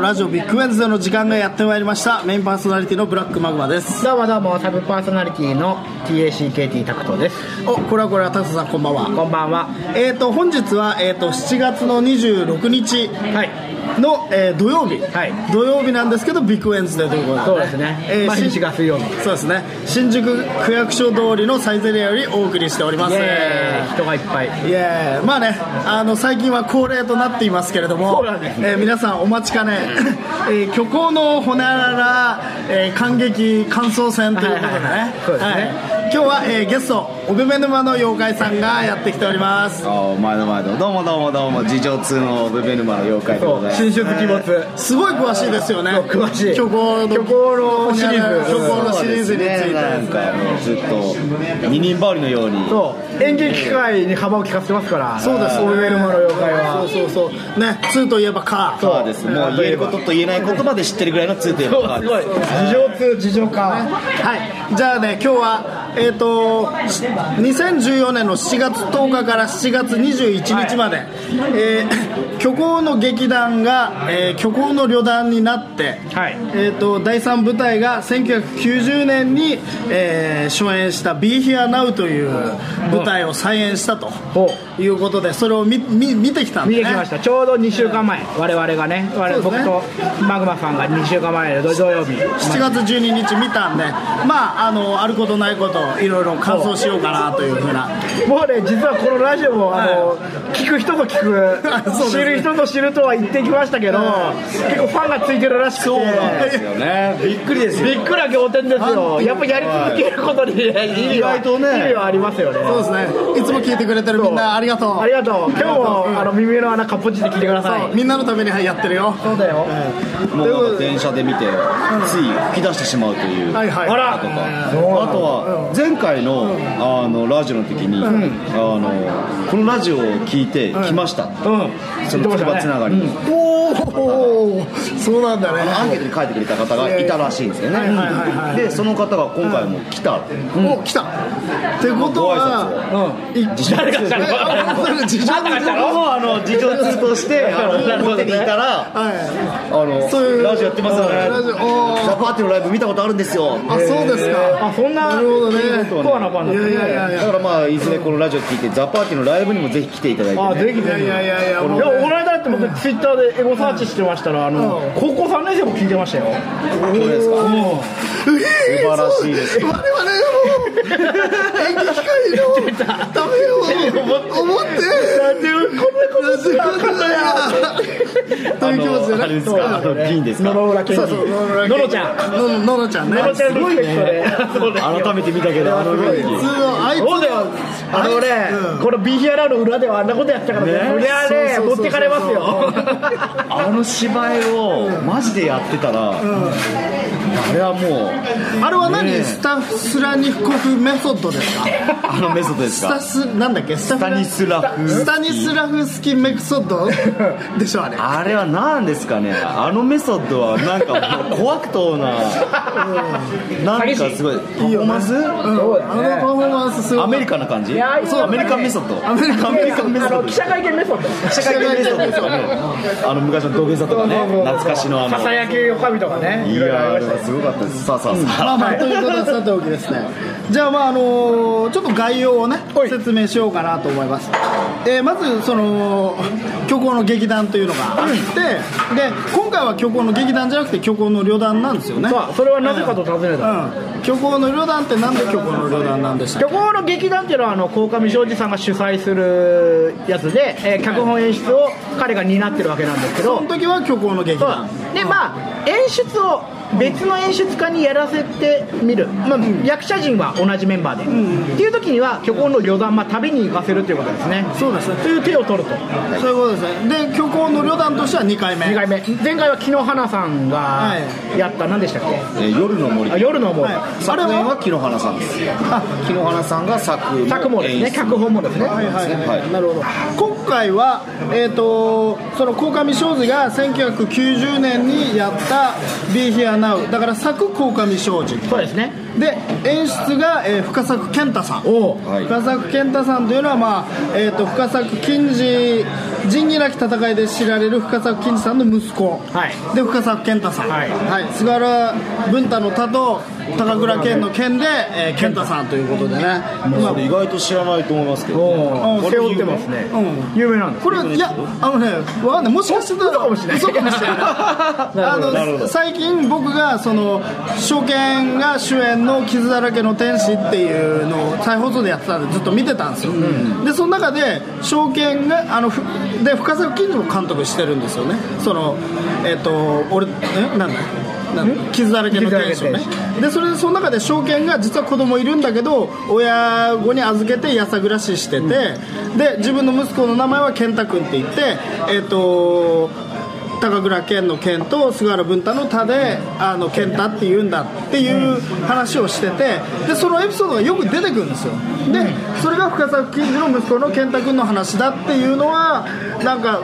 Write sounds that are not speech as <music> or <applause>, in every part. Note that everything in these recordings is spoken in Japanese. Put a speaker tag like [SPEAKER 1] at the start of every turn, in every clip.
[SPEAKER 1] ラジオビッグウェンズデーの時間がやってまいりましたメインパーソナリティのブラックマグマです
[SPEAKER 2] どうもどうもサブパーソナリティの TACKT タクトです
[SPEAKER 1] おこれはこれはタクトさんこんばんは
[SPEAKER 2] こんばんは
[SPEAKER 1] えー、と本日は、えー、と7月の26日
[SPEAKER 2] はい
[SPEAKER 1] の、えー土曜日、
[SPEAKER 2] はい
[SPEAKER 1] 土曜日なんですけどビッグウェンズデーということで
[SPEAKER 2] そうですね
[SPEAKER 1] えー
[SPEAKER 2] 毎日
[SPEAKER 1] し
[SPEAKER 2] が水曜日
[SPEAKER 1] そうですね新宿区役所通りのサイゼリアよりお送りしております
[SPEAKER 2] イエーイ人がいっぱい
[SPEAKER 1] イエーイまあねあの最近は恒例となっていますけれども
[SPEAKER 2] そうなんですね
[SPEAKER 1] えー皆さんお待ちかね、 <laughs> えー虚構のほにゃらら、えー感激感想戦ということでね,、
[SPEAKER 2] はいはいはいそうですね
[SPEAKER 1] 今日は、えーゲストおべめ沼の妖怪さんがやってきております
[SPEAKER 3] お前の前のどうもどうもどうも事情通のブベヌマの妖怪でございます
[SPEAKER 2] 新宿鬼没
[SPEAKER 1] すごい詳しいですよね
[SPEAKER 2] そう詳しい
[SPEAKER 1] 虚構の
[SPEAKER 2] 虚構のシリーズ
[SPEAKER 1] 虚構のシリーズについ
[SPEAKER 3] ね
[SPEAKER 1] て
[SPEAKER 3] なんかあのずっと二人羽織のように
[SPEAKER 2] そう演劇機会に幅を利かせてますから
[SPEAKER 1] そうです
[SPEAKER 2] オベルマの妖怪は
[SPEAKER 1] そうそうそうね2といえばか
[SPEAKER 3] そうですもう言えることと言えないことまで知ってるぐらいの通という
[SPEAKER 2] そ
[SPEAKER 3] こ
[SPEAKER 2] う
[SPEAKER 3] となん
[SPEAKER 2] す
[SPEAKER 3] です
[SPEAKER 2] ごい事情通事情化
[SPEAKER 1] はい、じゃあね、今日は、えー、とし2014年の7月10日から7月21日まで、えー <laughs> 虚構の劇団が、えー虚構の旅団になって、
[SPEAKER 2] はい
[SPEAKER 1] えー、と第3舞台が1990年に、えー初演した「Be Here Now」という舞台を再演したと
[SPEAKER 2] ほ
[SPEAKER 1] いうことでそれを見見見てきたん
[SPEAKER 2] 見
[SPEAKER 1] で、
[SPEAKER 2] て
[SPEAKER 1] ね、
[SPEAKER 2] きましたちょうど2週間前我々がね我々
[SPEAKER 1] そうです
[SPEAKER 2] 僕
[SPEAKER 1] ね
[SPEAKER 2] とマグマさんが2週間前の土曜日
[SPEAKER 1] 7月12日見たんで、まあ、あのあることないこといろいろ感想しようかなというふうな。
[SPEAKER 2] もうね実はこのラジオもあの、聞く人と聞
[SPEAKER 1] <laughs>
[SPEAKER 2] く、
[SPEAKER 1] そうですね
[SPEAKER 2] 知る人と知るとは言ってきましたけど、結構ファンがついてるらしくて
[SPEAKER 3] そうなんですよねびっくりですよ
[SPEAKER 2] びっくりな仰天ですよやっぱやり続けることに意味は
[SPEAKER 3] 意外とね
[SPEAKER 2] 意味はありますよね
[SPEAKER 1] そうですね。いつも聞いてくれてるみんなありがとう。
[SPEAKER 2] ありがとう今日も、
[SPEAKER 1] うん
[SPEAKER 2] あの耳の穴かっぽじって聞いてください
[SPEAKER 1] そうみんなのためにはいやってるよ。
[SPEAKER 2] そうだよ、
[SPEAKER 3] もうなんか電車で見てつい吹き出してしまうという
[SPEAKER 1] はいはい。
[SPEAKER 2] あら
[SPEAKER 3] とかあとは前回のあのラジオの時にあのこのラジオを聞いて来ました
[SPEAKER 2] うん
[SPEAKER 3] そ
[SPEAKER 2] 言
[SPEAKER 3] の
[SPEAKER 2] って
[SPEAKER 3] つ
[SPEAKER 2] ま
[SPEAKER 3] ば
[SPEAKER 2] し
[SPEAKER 3] つ
[SPEAKER 2] たね
[SPEAKER 3] ながりに
[SPEAKER 1] おお、そうなんだ
[SPEAKER 3] アン
[SPEAKER 1] ね。
[SPEAKER 3] ケートに書いてくれた方がいたらしいんですよね
[SPEAKER 1] はいはいはいはい
[SPEAKER 3] でその方が今回も来た
[SPEAKER 1] お来た。ってことは、
[SPEAKER 2] うん、誰がしたの
[SPEAKER 1] あそれ事情通
[SPEAKER 2] 誰がしたの
[SPEAKER 3] もあの事情通としてあの表にいたら
[SPEAKER 1] は
[SPEAKER 3] あの
[SPEAKER 1] そういう
[SPEAKER 3] ラジオやってますよ
[SPEAKER 1] い。
[SPEAKER 3] ね
[SPEAKER 1] ラジオおー
[SPEAKER 3] ザ・パーティーのライブ見たことあるんですよ
[SPEAKER 1] あそうですか。
[SPEAKER 2] あそんな
[SPEAKER 1] なるほどね。
[SPEAKER 2] コアなファン
[SPEAKER 1] い
[SPEAKER 2] だ
[SPEAKER 1] やいやいやい
[SPEAKER 3] だ
[SPEAKER 1] や。
[SPEAKER 3] からまあいずれこのラジオ聞いてザ・パーティーのライブにもぜひ来ていただいて
[SPEAKER 2] あ
[SPEAKER 3] ね
[SPEAKER 2] ぜひ
[SPEAKER 1] いや
[SPEAKER 2] ぜ
[SPEAKER 1] い
[SPEAKER 2] ひ
[SPEAKER 1] やいやいや。もうね
[SPEAKER 2] いやこの間だって僕ツイッターでエゴサーチしてましたらあの、
[SPEAKER 1] うん
[SPEAKER 2] 高校3年生も聞いてましたよ、
[SPEAKER 3] どうですか
[SPEAKER 1] 素晴
[SPEAKER 3] らしいです
[SPEAKER 1] 我々も演劇界のためを思って
[SPEAKER 2] なんでこんなことしてたん
[SPEAKER 1] という気持ちでね
[SPEAKER 3] あれですかあのピンです
[SPEAKER 2] 野
[SPEAKER 3] か
[SPEAKER 2] 々村健
[SPEAKER 1] そうそう
[SPEAKER 2] 二ののちゃん
[SPEAKER 1] ののののちゃんね
[SPEAKER 2] ののちゃんリスペクトでそうだよ
[SPEAKER 3] 改めて見たけどあの雰囲気
[SPEAKER 1] 普通のあいつ
[SPEAKER 2] そうだよあのね、この BGR の裏ではあんなことやってたからね
[SPEAKER 3] ね
[SPEAKER 2] そりゃあね
[SPEAKER 1] そうそうそうそう
[SPEAKER 2] 持ってかれますよ
[SPEAKER 3] あの芝居をマジでやってたら、あれはもう
[SPEAKER 1] あれは何、
[SPEAKER 3] ねえ
[SPEAKER 1] スタフスラニフコフメソッドですか
[SPEAKER 3] あのメソッドです
[SPEAKER 1] スタ
[SPEAKER 3] か
[SPEAKER 1] スなんだっけスタ
[SPEAKER 3] スタニスラフ
[SPEAKER 1] スタニスラフスキーメソッド <laughs> でしょあれ
[SPEAKER 3] あれは何ですかねあのメソッドはなんかもう怖くとななんかすごいパフォーマンス
[SPEAKER 1] うんあのパフォーマンスすごい
[SPEAKER 3] アメリカな感じ
[SPEAKER 2] いやいや
[SPEAKER 3] そうアメリカンメソッド
[SPEAKER 1] アメリカンメソッド
[SPEAKER 3] メソ
[SPEAKER 2] あ
[SPEAKER 3] ッド
[SPEAKER 2] の記者会見メソッド
[SPEAKER 3] 記者会見メソッドですかねあの昔の土下座とかね懐かしのあの
[SPEAKER 2] 笠焼きおかみとかね
[SPEAKER 3] い
[SPEAKER 2] いろいろ
[SPEAKER 3] や
[SPEAKER 2] あ
[SPEAKER 3] あ
[SPEAKER 2] りま
[SPEAKER 3] れ
[SPEAKER 2] し
[SPEAKER 3] はすごかったですさあさあ
[SPEAKER 1] ま
[SPEAKER 3] さ
[SPEAKER 1] あ
[SPEAKER 3] あ
[SPEAKER 1] まあ、ということはさておきですね。じゃあまああのちょっと概要をね
[SPEAKER 2] はい
[SPEAKER 1] 説明しようかなと思います。えーまずその虚構の劇団というのがあって、で今回は虚構の劇団じゃなくて虚構の旅団なんですよね。
[SPEAKER 2] たさあそれはなぜかと尋ね
[SPEAKER 1] う
[SPEAKER 2] た
[SPEAKER 1] ん。虚構の旅団ってなんで虚構の旅団なんでしたっ
[SPEAKER 2] 虚構の劇団っていうのはあの鴻上庄司さんが主催するやつで、えー脚本演出を彼が担ってるわけなんです
[SPEAKER 1] け？
[SPEAKER 2] け
[SPEAKER 1] そ
[SPEAKER 2] ど
[SPEAKER 1] の時は虚構の劇団。
[SPEAKER 2] でまあ演出を別の演出家にやらせてみる、まあ、役者陣は同じメンバーで、っていう時には虚構の旅団、まあ、旅に行かせるということですね
[SPEAKER 1] そうですね。
[SPEAKER 2] という手を取ると
[SPEAKER 1] そういうことですね。で虚構の旅団としては2回目。
[SPEAKER 2] 2回目前回は木野花さんが
[SPEAKER 1] は
[SPEAKER 2] やった何でしたっけ
[SPEAKER 3] えー夜の森
[SPEAKER 2] あ夜のもう、
[SPEAKER 1] はい
[SPEAKER 3] 昨年は木の花さんです木の花さんが作も
[SPEAKER 2] 作もです
[SPEAKER 3] 演
[SPEAKER 2] ね
[SPEAKER 3] 出も
[SPEAKER 2] 脚本もですね
[SPEAKER 1] はいはいはい、
[SPEAKER 3] はい
[SPEAKER 1] なるほど今回は、えー、とその鴻上庄司が1990年にやった「Be Here Now」だから作鴻上庄司
[SPEAKER 2] そうですね
[SPEAKER 1] で演出が、えー深作健太さん
[SPEAKER 2] おう
[SPEAKER 3] はい
[SPEAKER 1] 深作健太さんというのは、まあえー、と深作金次仁義なき戦いで知られる深作金次さんの息子、
[SPEAKER 2] はい
[SPEAKER 1] で深作健太さん、
[SPEAKER 2] はい
[SPEAKER 1] 菅原文太の他と高倉健の健で、えー健太さんということでね、まあ
[SPEAKER 3] それ意外と知らないと思いますけど、ね、
[SPEAKER 2] お
[SPEAKER 1] うん
[SPEAKER 2] 背負ってますね、
[SPEAKER 1] うん
[SPEAKER 2] 有名なんです
[SPEAKER 1] これいやあのねわかんないもしかしてたら
[SPEAKER 2] 嘘かもしれない
[SPEAKER 1] 嘘かもしれないあ
[SPEAKER 3] なるほ
[SPEAKER 1] の
[SPEAKER 3] ど
[SPEAKER 1] 最近僕がその初見が主演の「傷だらけの天使」っていうのを再放送でやってたんでずっと見てたんですよ、でその中で証券があのふで深作金次も監督してるんですよねそのえっ、と俺えなんだなんだ傷だらけの天使をね
[SPEAKER 2] 傷だらけの天使
[SPEAKER 1] でそれでその中で証券が実は子供いるんだけど親子に預けてやさぐらししてて、で自分の息子の名前は健太君って言ってえっ、と高倉健の健と菅原文太の他であの健太って言うんだっていう話をしててでそのエピソードがよく出てくるんですよでそれが深作金次の息子の健太君の話だっていうのはなんか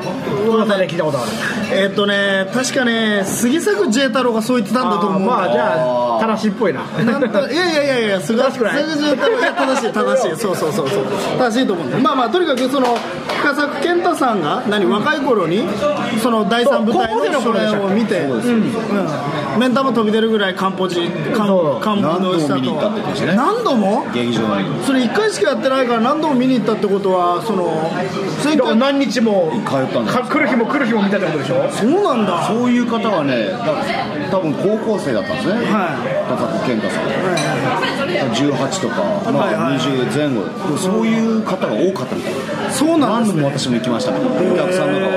[SPEAKER 2] 噂で聞いたことある
[SPEAKER 1] えっ、とね確かね杉作 J 太郎がそう言ってたんだと思うんだ
[SPEAKER 2] まあじゃあ正しいっ <laughs> ぽいな
[SPEAKER 1] なんといやいやいやいやすごい
[SPEAKER 2] 正しくない
[SPEAKER 1] 正しい正しい正しい
[SPEAKER 3] <laughs>
[SPEAKER 1] そうそうそうそう正しいと思うんだまあまあとにかくその深作健太さんが何若い頃にその第三部隊の初演を見てうん目ん玉飛び出るぐらい漢方寺漢
[SPEAKER 2] そう
[SPEAKER 1] 漢方の下
[SPEAKER 3] 何度も見に行ったってことです
[SPEAKER 1] と
[SPEAKER 3] ね
[SPEAKER 1] 何度も
[SPEAKER 3] 劇場内に
[SPEAKER 1] それ1回しかやってないから何度も見に行ったってことはそのそういった
[SPEAKER 2] 何日も
[SPEAKER 3] 通ったんだ
[SPEAKER 2] か来る日も来る日も見たってことでしょ
[SPEAKER 1] そうなんだ
[SPEAKER 3] そういう方はねだ多分高校生だったんですね、高久健太さん、18とか、ま
[SPEAKER 1] はいはい
[SPEAKER 3] あ、20前後、でもそういう方が多かったみたい
[SPEAKER 1] そう
[SPEAKER 3] な
[SPEAKER 1] なん
[SPEAKER 3] 何
[SPEAKER 1] で
[SPEAKER 3] 度
[SPEAKER 1] す
[SPEAKER 3] も私も行きましたねお客さんの方が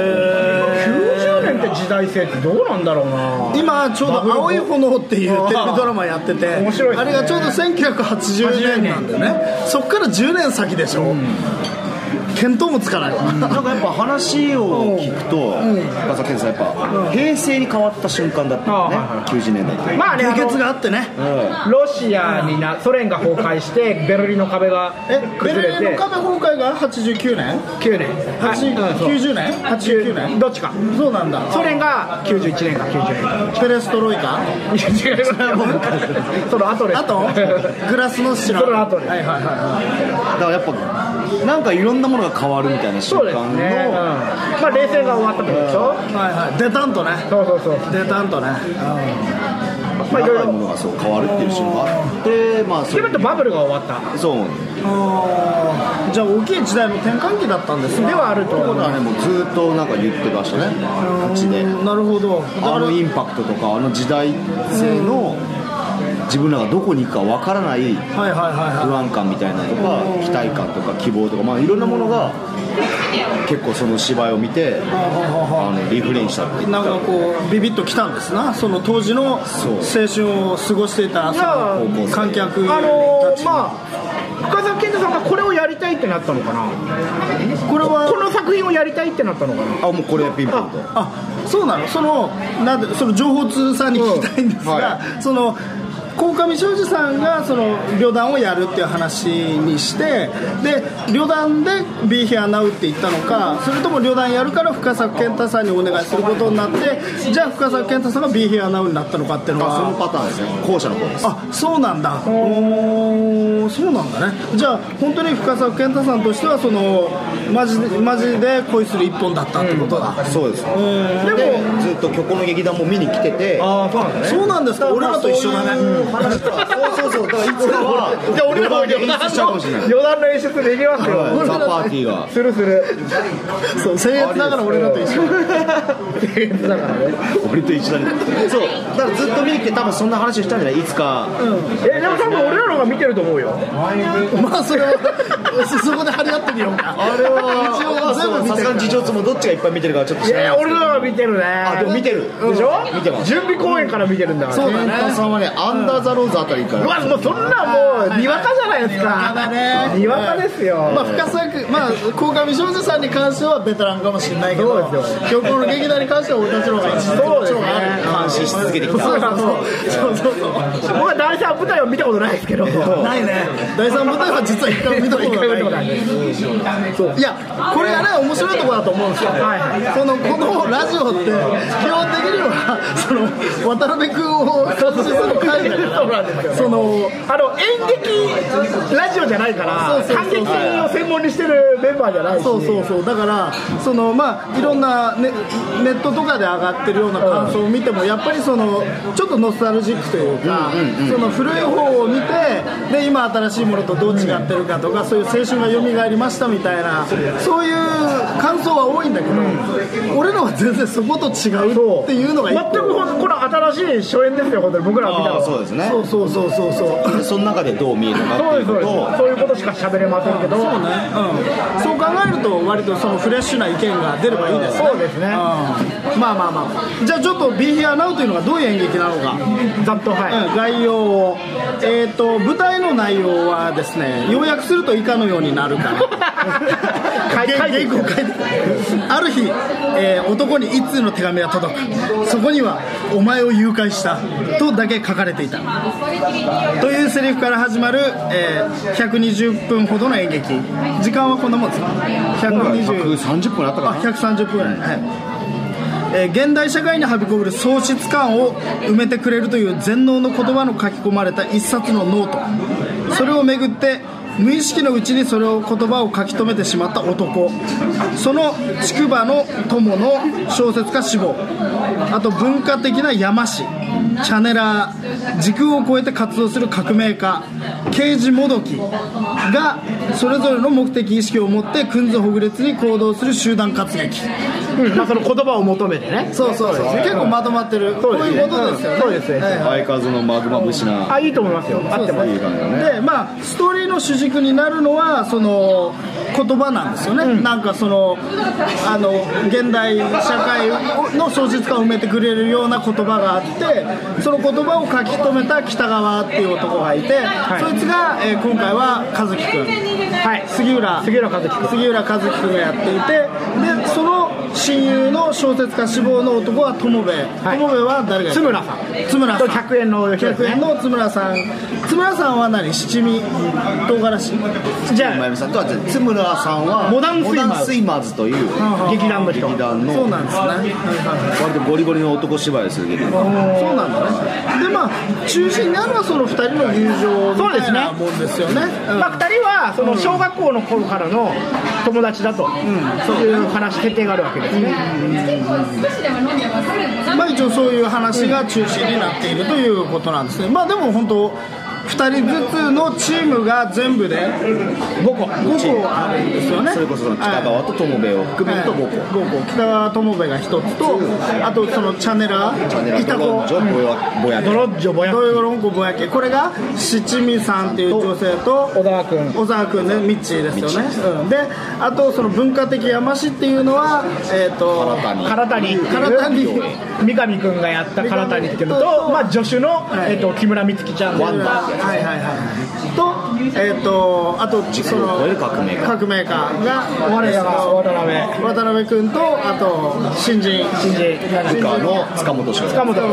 [SPEAKER 2] 90年って時代性ってどうなんだろうな
[SPEAKER 1] 今ちょうど「青い炎」っていうテレビドラマやってて
[SPEAKER 2] 面白いですね
[SPEAKER 1] あれがちょうど1980年なんだよねそっから10年先でしょ見当もつかない
[SPEAKER 3] なんかやっぱ話を聞くと、深澤健さんやっぱ、平成に変わった瞬間だったよね、
[SPEAKER 2] あはいはい
[SPEAKER 3] 90年代って、
[SPEAKER 2] まあね
[SPEAKER 1] 流
[SPEAKER 2] あ
[SPEAKER 1] 血
[SPEAKER 2] の
[SPEAKER 1] があってね
[SPEAKER 2] ロシアになソ連が崩壊してベルリンの壁が
[SPEAKER 1] えベル
[SPEAKER 2] 崩れ
[SPEAKER 1] リンの
[SPEAKER 2] て
[SPEAKER 1] 壁崩壊が89年
[SPEAKER 2] 9年はいそう
[SPEAKER 1] 90年89年
[SPEAKER 2] どっちか
[SPEAKER 1] そうなんだ
[SPEAKER 2] ソ連が91年か90年か
[SPEAKER 1] ペレストロイカ
[SPEAKER 2] いや違いますその後です
[SPEAKER 1] あ
[SPEAKER 2] <laughs>
[SPEAKER 1] とグラスノッシュの
[SPEAKER 2] その後です
[SPEAKER 1] はいはいはい
[SPEAKER 3] だからやっぱ、なんかいろんなものが変わるみたいな瞬
[SPEAKER 2] そうです
[SPEAKER 3] 間の、
[SPEAKER 2] ね、うんまあ冷戦が終わったってことでしょ
[SPEAKER 1] はいはいデタントね
[SPEAKER 2] そうそうそう
[SPEAKER 1] デタントね
[SPEAKER 2] まあい
[SPEAKER 3] 長
[SPEAKER 2] ろい
[SPEAKER 3] いも
[SPEAKER 2] ろ
[SPEAKER 3] のがそう変わるっていう瞬間があって、まあ、そ
[SPEAKER 2] でも
[SPEAKER 3] れ
[SPEAKER 2] やっぱバブルが終わった
[SPEAKER 3] そう
[SPEAKER 1] あーじゃあ大きい時代の転換期だったんですね
[SPEAKER 2] ではあると
[SPEAKER 3] こ
[SPEAKER 2] 思
[SPEAKER 3] こ
[SPEAKER 2] う
[SPEAKER 3] ではねもうずっとなんか言ってましたね口で
[SPEAKER 1] なるほどだ
[SPEAKER 3] あ
[SPEAKER 1] から
[SPEAKER 3] のインパクトとかあの時代性の自分らがどこに行くかわからない不
[SPEAKER 1] はいはいはいはい
[SPEAKER 3] 安感みたいなのとか期待感とか希望とかまあいろんなものが結構その芝居を見てあのリフレインしたっていう
[SPEAKER 1] なんかこうビビッときたんですなその当時の青
[SPEAKER 3] そう
[SPEAKER 1] 春を過ごしていた
[SPEAKER 2] いや
[SPEAKER 1] その観客
[SPEAKER 2] あの
[SPEAKER 1] た
[SPEAKER 2] ー
[SPEAKER 1] ち
[SPEAKER 2] まあ深澤健太さんがこれをやりたいってなったのかな
[SPEAKER 1] これ
[SPEAKER 2] こ
[SPEAKER 1] は
[SPEAKER 2] の作品をやりたいってなったのかな
[SPEAKER 3] あもうこれピンポンと
[SPEAKER 1] あそうなのそのなんでその情報通さんに聞きたいんですが、
[SPEAKER 3] うんは
[SPEAKER 1] その鴻上庄司さんがその旅団をやるっていう話にしてで旅団で「Be Here Now」って言ったのかそれとも旅団やるから深作健太さんにお願いすることになってじゃあ深作健太さんが「Be Here Now」になったのかっていうの
[SPEAKER 3] あ
[SPEAKER 1] は
[SPEAKER 3] そのパターンですね後者の方です
[SPEAKER 1] あそうなんだおーそうなんだねじゃあ本当に深澤健太さんとしてはそのマジでマジで恋する一本だったってことだ、
[SPEAKER 3] そうです
[SPEAKER 1] うん
[SPEAKER 3] でもずっと虚構の劇団も見に来てて
[SPEAKER 2] ああそうな
[SPEAKER 1] そうな
[SPEAKER 2] んだ
[SPEAKER 1] んですか俺らと一緒だね
[SPEAKER 3] そういう話とかそうそうそうだからいつか <laughs> は
[SPEAKER 2] じゃあ俺らも余
[SPEAKER 3] 演
[SPEAKER 2] 談
[SPEAKER 3] 出したかもしれない
[SPEAKER 2] の余談の演出できますよ、
[SPEAKER 3] はいザ・パーティーが
[SPEAKER 2] するする
[SPEAKER 1] そう僭越ながら俺らと一緒
[SPEAKER 2] 緒だからね
[SPEAKER 3] 俺と一緒だねそうだからずっと見に来て多分そんな話をしたんじゃないいつか
[SPEAKER 2] えでも多分俺らの方が見てると思うよ
[SPEAKER 1] まあそれはそそこで張り合ってみようか
[SPEAKER 3] あれは
[SPEAKER 1] 一応全部見
[SPEAKER 3] さ
[SPEAKER 1] て
[SPEAKER 3] す
[SPEAKER 1] る
[SPEAKER 3] がに事情つもどっちがいっぱい見てるかはちょっと
[SPEAKER 2] い
[SPEAKER 3] 知
[SPEAKER 2] やい
[SPEAKER 3] ら
[SPEAKER 2] や
[SPEAKER 3] ない
[SPEAKER 2] 俺らの方が見てるね
[SPEAKER 3] あでも見てる
[SPEAKER 2] でしょ
[SPEAKER 3] 見てます
[SPEAKER 2] 準備公演から見てるんだから
[SPEAKER 1] そう
[SPEAKER 2] ね
[SPEAKER 1] だね
[SPEAKER 3] 田さんはねアンダーザローズあたりか
[SPEAKER 2] うわ
[SPEAKER 3] ら
[SPEAKER 2] もうそんなんもうにわかじゃないですか
[SPEAKER 1] だね
[SPEAKER 2] にわかですよ、
[SPEAKER 1] まあ深作まあ鴻上庄司さんに関してはベテランかもしれないけど
[SPEAKER 2] そうです
[SPEAKER 1] 曲の劇団に関しては俺たちの方が一時
[SPEAKER 2] そうですね
[SPEAKER 1] 長がある
[SPEAKER 3] 監視し続けてきた
[SPEAKER 1] そうそうそうそうそうそう
[SPEAKER 2] 僕は男性は舞台を見たことないですけど
[SPEAKER 1] ないね第三舞台は実は一回も見たことがないいやこれがね面白いところだと思うんですよ、
[SPEAKER 2] はい
[SPEAKER 1] そのこのラジオって基本的にはその渡辺君を監視する会だか
[SPEAKER 2] そうなんですよ
[SPEAKER 1] その
[SPEAKER 2] あの演劇ラジオじゃないか
[SPEAKER 1] そ
[SPEAKER 2] ら
[SPEAKER 1] うそう
[SPEAKER 2] 感
[SPEAKER 1] そう
[SPEAKER 2] 激を専門にしてるメンバーじゃないし
[SPEAKER 1] そうそうそうだからそのまあいろんなネネットとかで上がってるような感想を見てもやっぱりそのちょっとノスタルジックというかその古い方を見てで今新しいものとどう違ってるかとかそういう青春が蘇りましたみたいなそういう感想は多いんだけど俺らは全然そこと違うっていうのが一
[SPEAKER 2] 全く
[SPEAKER 1] 個
[SPEAKER 2] ほんこの新しい初演ですよ本当に僕らは見た
[SPEAKER 3] あ
[SPEAKER 2] の
[SPEAKER 3] あ
[SPEAKER 2] は
[SPEAKER 3] そうですね
[SPEAKER 1] そうそうそうそうそう
[SPEAKER 3] でその中でどう見えるかっ
[SPEAKER 2] そう
[SPEAKER 3] てい
[SPEAKER 2] で
[SPEAKER 3] う
[SPEAKER 2] すそうです
[SPEAKER 3] ことを
[SPEAKER 2] そういうことしか喋れませんけどそう
[SPEAKER 1] ねうん、そう考えると割とそのフレッシュな意見が出ればいいですね
[SPEAKER 2] ですね
[SPEAKER 1] うんまあまあまあじゃあちょっと「Be Here Now」というのがどういう演劇なのか、
[SPEAKER 2] ざっとはい、
[SPEAKER 1] うん概要をえっ、と舞台の内容はですね要約すると以下のようになるかな
[SPEAKER 2] 書い書いてい
[SPEAKER 1] 原稿
[SPEAKER 2] く
[SPEAKER 1] を書いてある日、えー男に一通の手紙が届くそこには「お前を誘拐した」とだけ書かれていたというセリフから始まる、えー120分ほどの演劇時間はこんなもんですか
[SPEAKER 3] 今回
[SPEAKER 1] 120
[SPEAKER 3] 130分あったか
[SPEAKER 1] あ
[SPEAKER 3] な
[SPEAKER 1] 130分、はいえー現代社会にはびこぶる喪失感を埋めてくれるという全能の言葉の書き込まれた一冊のノートそれをめぐって無意識のうちにそれを言葉を書き留めてしまった男その竹馬の友の小説家志望あと文化的な山師チャネラー時空を超えて活動する革命家刑事もどきがそれぞれの目的意識を持ってくんずほぐれつに行動する集団活劇
[SPEAKER 2] うんまあ、その言葉を求めてね
[SPEAKER 1] そうそうそう結構まとまってる
[SPEAKER 2] そ
[SPEAKER 1] こ
[SPEAKER 2] う
[SPEAKER 1] う
[SPEAKER 2] ですね
[SPEAKER 1] いうことですよね
[SPEAKER 2] そうですね
[SPEAKER 1] はい
[SPEAKER 3] 相数のマグマ節な
[SPEAKER 2] あいいと思いますよ合ってます
[SPEAKER 3] いい感じだね
[SPEAKER 1] でまあストーリーの主軸になるのはその言葉なんですよね、なんかそのあの現代社会の喪失感を埋めてくれるような言葉があってその言葉を書き留めた北川っていう男がいて、
[SPEAKER 2] い
[SPEAKER 1] そいつが、えー今回は和樹君
[SPEAKER 2] はい
[SPEAKER 1] 杉浦
[SPEAKER 2] 杉浦和樹君
[SPEAKER 1] 杉浦和樹君がやっていてでその親友の小説家志望の男は友部、
[SPEAKER 2] い
[SPEAKER 1] 友部は誰が
[SPEAKER 2] 津村さん
[SPEAKER 1] 津村さん
[SPEAKER 2] 100円の人です
[SPEAKER 1] 100円
[SPEAKER 2] ね
[SPEAKER 1] の津村さん津村さんは何七味唐辛子
[SPEAKER 2] じ
[SPEAKER 3] ま
[SPEAKER 2] ゃ
[SPEAKER 3] ゆみさんとは津村さんは
[SPEAKER 2] モダンスイマーズ
[SPEAKER 3] モダンスイマーズという
[SPEAKER 2] あ劇団の人
[SPEAKER 3] 劇団
[SPEAKER 1] そう
[SPEAKER 3] の
[SPEAKER 1] なんですね
[SPEAKER 3] 割とゴリゴリの男芝居をする劇団
[SPEAKER 1] そうなんだねでまあ中心になるのはその2人の友情みたいな
[SPEAKER 2] そ
[SPEAKER 1] もんですよねうん
[SPEAKER 2] まあ、2人はその小学校の頃からの友達だと、いう話決定があるわけですね、
[SPEAKER 1] まあ一応そういう話が中心になっているということなんですねまあでも本当2人ずつのチームが全部で5個5個あるんですよね
[SPEAKER 3] それこそその北川と友部を含めると5個
[SPEAKER 1] 五個北川友部が1つとあとそのチャネラ
[SPEAKER 3] チャンネル
[SPEAKER 1] イタ
[SPEAKER 3] ドロ
[SPEAKER 1] コ
[SPEAKER 3] ンジョボヤボヤ
[SPEAKER 2] ドロッジョ
[SPEAKER 1] <laughs>
[SPEAKER 2] ボヤ
[SPEAKER 1] ドロロンコぼやけこれが七味さんっていう女性と
[SPEAKER 2] 小沢君
[SPEAKER 1] 小沢君ねミッチーですよね
[SPEAKER 3] ミッチ
[SPEAKER 1] うん、であとその文化的山師っていうのはえっ、と
[SPEAKER 3] 唐谷
[SPEAKER 2] 唐谷
[SPEAKER 1] 唐谷
[SPEAKER 2] 三上君がやった唐谷っていうのと、まあ、助手の、
[SPEAKER 1] はい
[SPEAKER 2] えっと木村美月ちゃんが
[SPEAKER 3] ワンダー
[SPEAKER 1] はいはいはいとえっ、とあとそ
[SPEAKER 3] を超える
[SPEAKER 1] の
[SPEAKER 3] 革命家
[SPEAKER 1] 革命家が
[SPEAKER 2] 我らが渡辺
[SPEAKER 1] 渡辺君とあと新人
[SPEAKER 2] 新人
[SPEAKER 3] 部下の塚本翔
[SPEAKER 2] 塚本君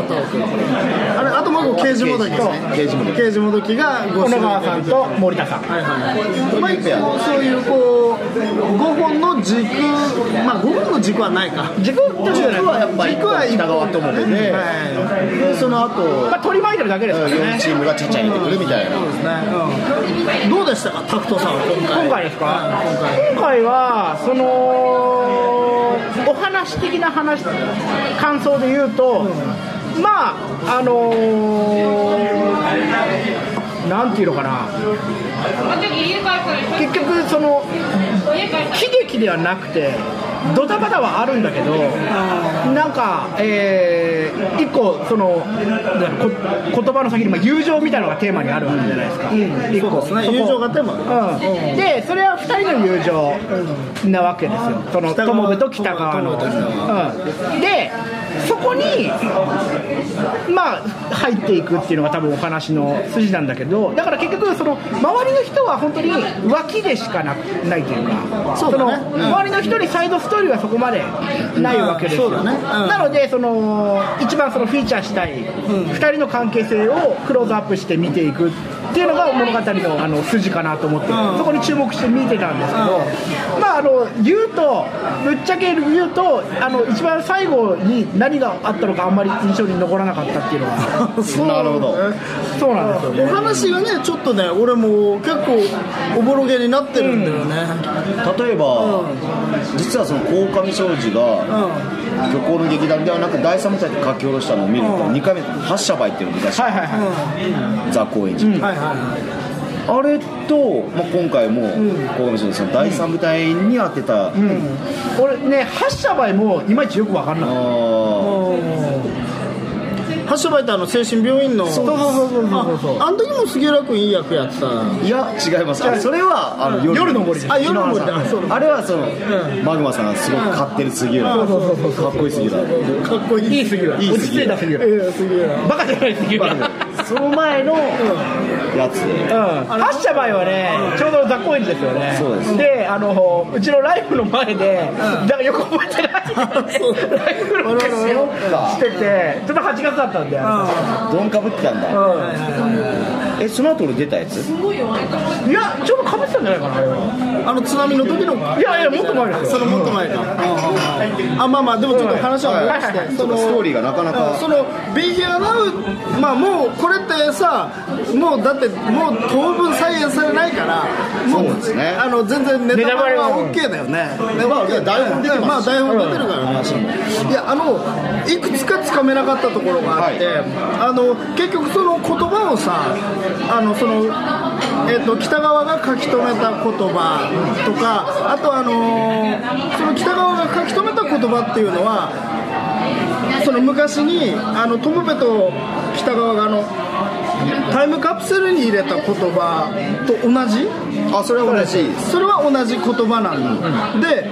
[SPEAKER 1] あれあともう一個刑事もどきですね
[SPEAKER 3] 刑事もどき
[SPEAKER 1] 刑事もどきが
[SPEAKER 2] 小
[SPEAKER 1] 5
[SPEAKER 2] 野川さんと森田さん
[SPEAKER 1] はいはい、まあ、一応そういうこう5本の軸まあ5本の軸はないか
[SPEAKER 2] 軸ってじゃない
[SPEAKER 3] 軸はやっぱり
[SPEAKER 1] 軸は一本
[SPEAKER 3] 北川友部で
[SPEAKER 1] はい
[SPEAKER 3] でその後
[SPEAKER 2] まあ、取り巻いてるだけですから
[SPEAKER 3] 4
[SPEAKER 2] ね
[SPEAKER 3] チームがちゃちゃ入れてくるみたいな
[SPEAKER 1] そうですね、うん、どうでしたかタクトさんは今回
[SPEAKER 2] 今回ですか
[SPEAKER 1] はい今回
[SPEAKER 2] 今回はそのお話的な話感想で言うと、まああのーなんていうのかな結局その悲劇ではなくてドタバタはあるんだけどなんか、えー一個そのなんかこ言葉の先に、まあ、友情みたいなのがテーマにあるわけじゃないですか、一
[SPEAKER 1] そうで
[SPEAKER 2] 個
[SPEAKER 1] す
[SPEAKER 2] そ
[SPEAKER 1] ね
[SPEAKER 2] こ
[SPEAKER 1] 友情がテーマだね
[SPEAKER 2] うん、でそれは2人の友情なわけですよその
[SPEAKER 1] 北側
[SPEAKER 2] 友部と北川の、う
[SPEAKER 1] 友部と北
[SPEAKER 2] ん、でそこにまあ入っていくっていうのが多分お話の筋なんだけどだから結局その周りの人は本当に脇でしかなないというか
[SPEAKER 1] そうだね
[SPEAKER 2] の
[SPEAKER 1] うん
[SPEAKER 2] 周りの人にサイドストーリーはそこまでないわけですよ、
[SPEAKER 1] うんそうだねうん
[SPEAKER 2] なのでその一番そのフィーチャーしたい2人の関係性をクローズアップして見ていくっていうのが物語のあの筋かなと思って、そこに注目して見てたんですけど、まああのと言うとぶっちゃけ言うとあの一番最後に何があったのかあんまり印象に残らなかったっていうのが
[SPEAKER 1] そう
[SPEAKER 3] なるほど
[SPEAKER 2] <laughs> そうなんですよ
[SPEAKER 1] お話がねちょっとね俺も結構おぼろげになってるんだよね、
[SPEAKER 3] 例えば、実はその鴻上庄司が、漁港の劇団ではなく第三舞台で書き下ろしたのを見ると、2回目「八社梅」っていうのを出した、
[SPEAKER 2] はいはいはい
[SPEAKER 3] ザ・高円寺、
[SPEAKER 1] はいはい
[SPEAKER 3] あれと、まあ、今回も鴻上庄司さん第三舞台に当てた、
[SPEAKER 2] 俺ね発射場合もいまいちよく分かんな
[SPEAKER 3] あ
[SPEAKER 2] かっ
[SPEAKER 3] ー
[SPEAKER 1] ハッシュバイターの精神病院の
[SPEAKER 2] たそうそうそうそうそう
[SPEAKER 1] ああの時も杉浦君いい役やった
[SPEAKER 3] いや違いますあそれはあの
[SPEAKER 2] 夜の森です
[SPEAKER 1] あ夜の森だ
[SPEAKER 2] 井上さん
[SPEAKER 1] そう
[SPEAKER 3] あれはその、マグマさんがすごく買ってる杉浦、かっこいい杉浦、
[SPEAKER 1] かっこいい
[SPEAKER 2] いい杉浦
[SPEAKER 3] いい杉浦
[SPEAKER 2] 落ち着いた杉浦
[SPEAKER 1] ええ杉浦
[SPEAKER 2] バカじゃない杉浦
[SPEAKER 3] その前のやつ、
[SPEAKER 2] うん、アッシャバイはね、ちょうど雑魚園ですよね、
[SPEAKER 3] そうです
[SPEAKER 2] あのうちのライブの前で、だからよく覚えてな
[SPEAKER 3] <laughs>
[SPEAKER 2] い、ライブの決戦をしてて、ちょっと8月だったんで、
[SPEAKER 3] どんかぶってたんだ、えその後俺出たやつ
[SPEAKER 2] うん、いや、ちょっとかぶってたんじゃないかな、あれは。
[SPEAKER 1] あの津波の時の
[SPEAKER 2] いやいや、もっと前です
[SPEAKER 1] そ
[SPEAKER 2] よ、
[SPEAKER 1] のもっと前か、あまあまあでもちょっと話は戻して、
[SPEAKER 2] はいはい
[SPEAKER 1] その
[SPEAKER 3] ストーリーがなかなか
[SPEAKER 1] うんそのビギアナウまあもうこれってさもうだってもう当分再演されないからも
[SPEAKER 3] そうですね
[SPEAKER 1] あの全然ネタバレは
[SPEAKER 2] ネタバレは
[SPEAKER 1] OK だよねで
[SPEAKER 3] まあ台本出てますし
[SPEAKER 1] まあ台本出てるからね、いやあのいくつかつかめなかったところがあって、
[SPEAKER 3] は
[SPEAKER 1] あの結局その言葉をさあのその、えっと北川が書き留めた言葉とかあとあのーその北川が書き留めた言葉っていうのはその昔にあのトムペと北川があのタイムカプセルに入れた言葉と同じ
[SPEAKER 3] あそれは同じ
[SPEAKER 1] それは同じ言葉なんだ、で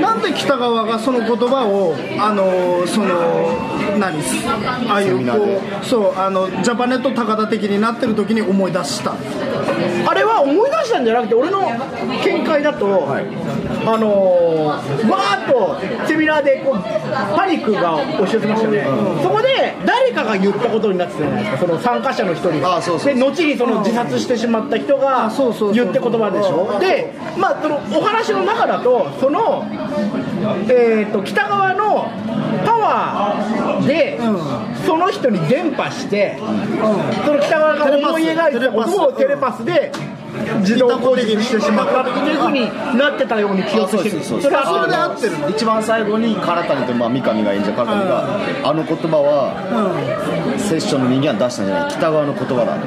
[SPEAKER 1] なんで北川がその言葉をあのその何ああい
[SPEAKER 3] セミナ
[SPEAKER 1] う
[SPEAKER 3] ーで
[SPEAKER 1] こうそうあのジャパネット高田的になってる時に思い出した
[SPEAKER 2] あれは思い出したんじゃなくて、俺の見解だと、あのー、わーっとセミナーでこうパニックが押し寄せましたよね、そこで誰かが言ったことになってたじゃないですか、その参加者の一人が、
[SPEAKER 3] あそうそう
[SPEAKER 2] で後にその自殺してしまった人が
[SPEAKER 1] そうそうそう
[SPEAKER 2] 言って言葉でしょ、で、まあ、そのお話の中だと、その、えー、と北側のパワーで、その人に伝播して、その北側が思い描いたことをテ
[SPEAKER 1] テ
[SPEAKER 2] レ
[SPEAKER 1] レ
[SPEAKER 2] パスで自動攻撃してしまったっていうふうになってたように記憶してる
[SPEAKER 3] あそうですそうです
[SPEAKER 2] れは
[SPEAKER 1] それで合
[SPEAKER 2] あ
[SPEAKER 1] ってるの
[SPEAKER 3] 一番最後に唐谷と、まあ、三上が演じた唐谷があの言葉は、セッションの右は出したんじゃない北側の言葉だ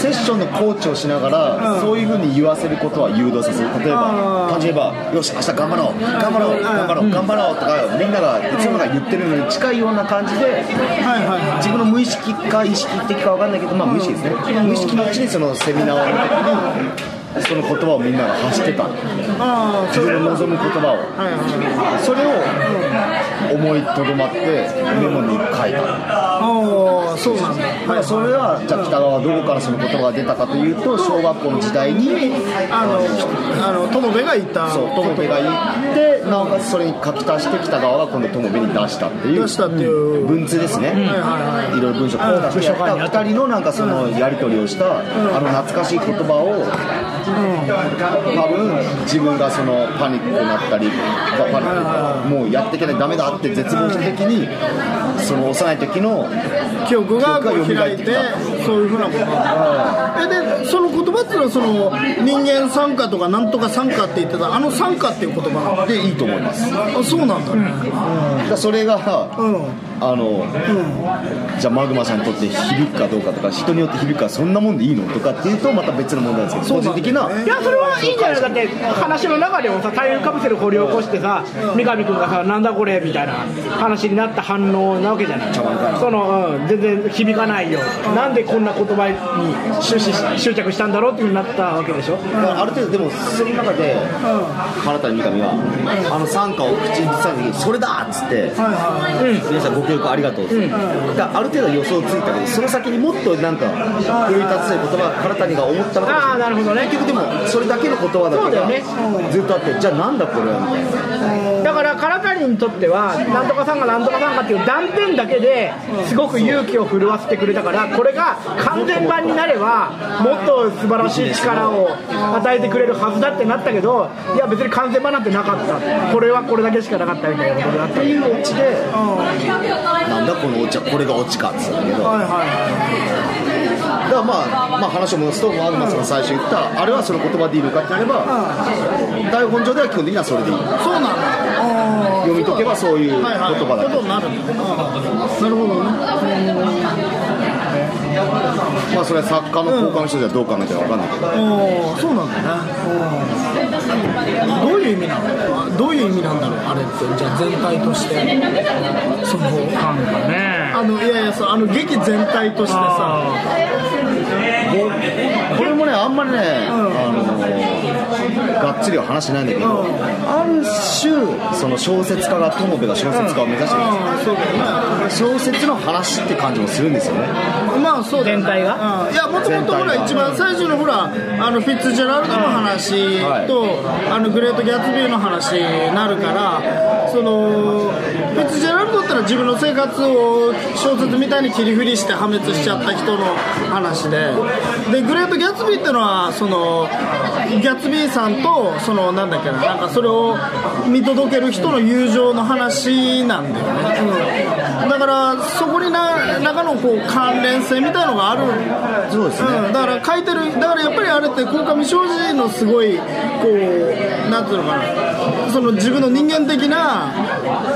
[SPEAKER 3] セッションのコーチをしながら、そういうふうに言わせることは誘導させる例えば単純に言えばよし明日頑張ろう頑張ろう頑張ろう頑張ろうとかみんながいつもが言ってるのに近いような感じで
[SPEAKER 1] はいはい
[SPEAKER 3] 自分の無意識か意識的か分かんないけど、まあ、無意識ですね、無意識のうちにそのセミナーを見た時にその言葉をみんなが発してた
[SPEAKER 1] ああ
[SPEAKER 3] 自分の望む言葉を
[SPEAKER 1] はいはい
[SPEAKER 3] それを思いとどまってメモに書いただ
[SPEAKER 1] ああそうなんだ
[SPEAKER 3] からそれはじゃあ北川はどこからその言葉が出たかというと小学校の時代に
[SPEAKER 1] あのあの友部が言った
[SPEAKER 3] そう友部が言ってなおかつそれに書き足して北川が今度友部に出したってい
[SPEAKER 1] 出
[SPEAKER 3] う
[SPEAKER 1] したっていう
[SPEAKER 3] 文通ですね、いろいろ文章を出してやった2人のなんかそのやり取りをした、あの懐かしい言葉を、多分自分がそのパニックになったりパパニックかもうやっていけないダメだって絶望した時に、その幼い時の
[SPEAKER 1] 記憶がこう
[SPEAKER 3] 記憶が蘇
[SPEAKER 1] 開
[SPEAKER 3] っ
[SPEAKER 1] い
[SPEAKER 3] てき
[SPEAKER 1] て
[SPEAKER 3] た
[SPEAKER 1] そういうふうなことえでその言葉っていうのはその人間参加とかなんとか参加って言ってたあの参加っていう言葉
[SPEAKER 3] でいいと思いますだか
[SPEAKER 1] あそうなんだね
[SPEAKER 3] らそれが、
[SPEAKER 1] うん
[SPEAKER 3] あの、じゃあマグマさんにとって響くかどうかとか人によって響くからそんなもんでいいのとかっていうとまた別の問題ですけど、個人的ない
[SPEAKER 2] やそれはいいんじゃないだって話の中でもさタイムカプセル掘り起こしてさ三上君がさ「なんだこれ」みたいな話になった反応なわけじゃない
[SPEAKER 3] 茶番かな
[SPEAKER 2] その、うん、全然響かないよなんでこんな言葉に終始し執着したんだろうっていうふうになったわけでしょ
[SPEAKER 3] だからある程度でもその中で原谷三上はあの参加を口にした時にそれだっつって皆さんご協力ありがとうっつってだからある程度予想ついたけどその先にもっとなんか奮い立つという言葉原谷が思ったの
[SPEAKER 2] ああ
[SPEAKER 3] か
[SPEAKER 2] なるほどね
[SPEAKER 3] 結局でもそれだけの言葉だ
[SPEAKER 2] そうだよ
[SPEAKER 3] け
[SPEAKER 2] ね
[SPEAKER 3] がずっとあってじゃあなんだこれはみたいな
[SPEAKER 2] だからから谷にとってはなんとかさんがなんとかさんがっていう断片だけですごく勇気を震わせてくれたからこれが完全版になればもっと素晴らしい力を与えてくれるはずだってなったけどいや別に完全版なんてなかったこれはこれだけしかなかったみたいなことだった
[SPEAKER 3] っていうオチで、なんだこのオチはこれがオチかって言ったんだけど、
[SPEAKER 1] はいは
[SPEAKER 3] だからまあ、まあ、話を戻すと、アグマさんが最初言った、あれはその言葉でいいのかってなれば、台本上では基本的にはそれでいい、
[SPEAKER 1] いそうなんだ
[SPEAKER 3] 読み解けばそういう言
[SPEAKER 1] はいはい
[SPEAKER 3] 葉だ
[SPEAKER 1] こ
[SPEAKER 3] け
[SPEAKER 1] とになるんだ
[SPEAKER 3] なるほどね、まあ、それは作家の交換の人じゃどう考えても分かんないけど、
[SPEAKER 1] おーそうなんだなおーどういう意味なのどういう意味なんだろうあれってじゃあ全体としてその
[SPEAKER 2] なんかね
[SPEAKER 1] あのいやいやそうあの劇全体としてさ
[SPEAKER 2] あ
[SPEAKER 3] これもね、あんまりね、あのがっつりは話してないんだけど、ある種、その小説家が友部が小説家を目指してるんですよ
[SPEAKER 1] あーそうだよね
[SPEAKER 3] 小説の話って感じもするんですよね。
[SPEAKER 1] まあそうだよね
[SPEAKER 2] 全体が
[SPEAKER 1] うんいやもともとほら
[SPEAKER 3] 全体が
[SPEAKER 1] 一番最初のほらあのフィッツジェラルドの話
[SPEAKER 3] はい
[SPEAKER 1] と、あのグレート・ギャツビーの話になるからそのフィッツジェラルドってのは自分の生活を小説みたいに切り振りして破滅しちゃった人の話ででグレート・ギャツビーってのはそのギャツビーさんとそのなんだっけななんかそれを見届ける人の友情の話なんだよね、うんだからそこにな中のこう関連性みたいのがある
[SPEAKER 3] そうですね
[SPEAKER 1] うん、だから書いてるだからやっぱりあれって鴻上庄司のすごいこうなんていうのかなその自分の人間的な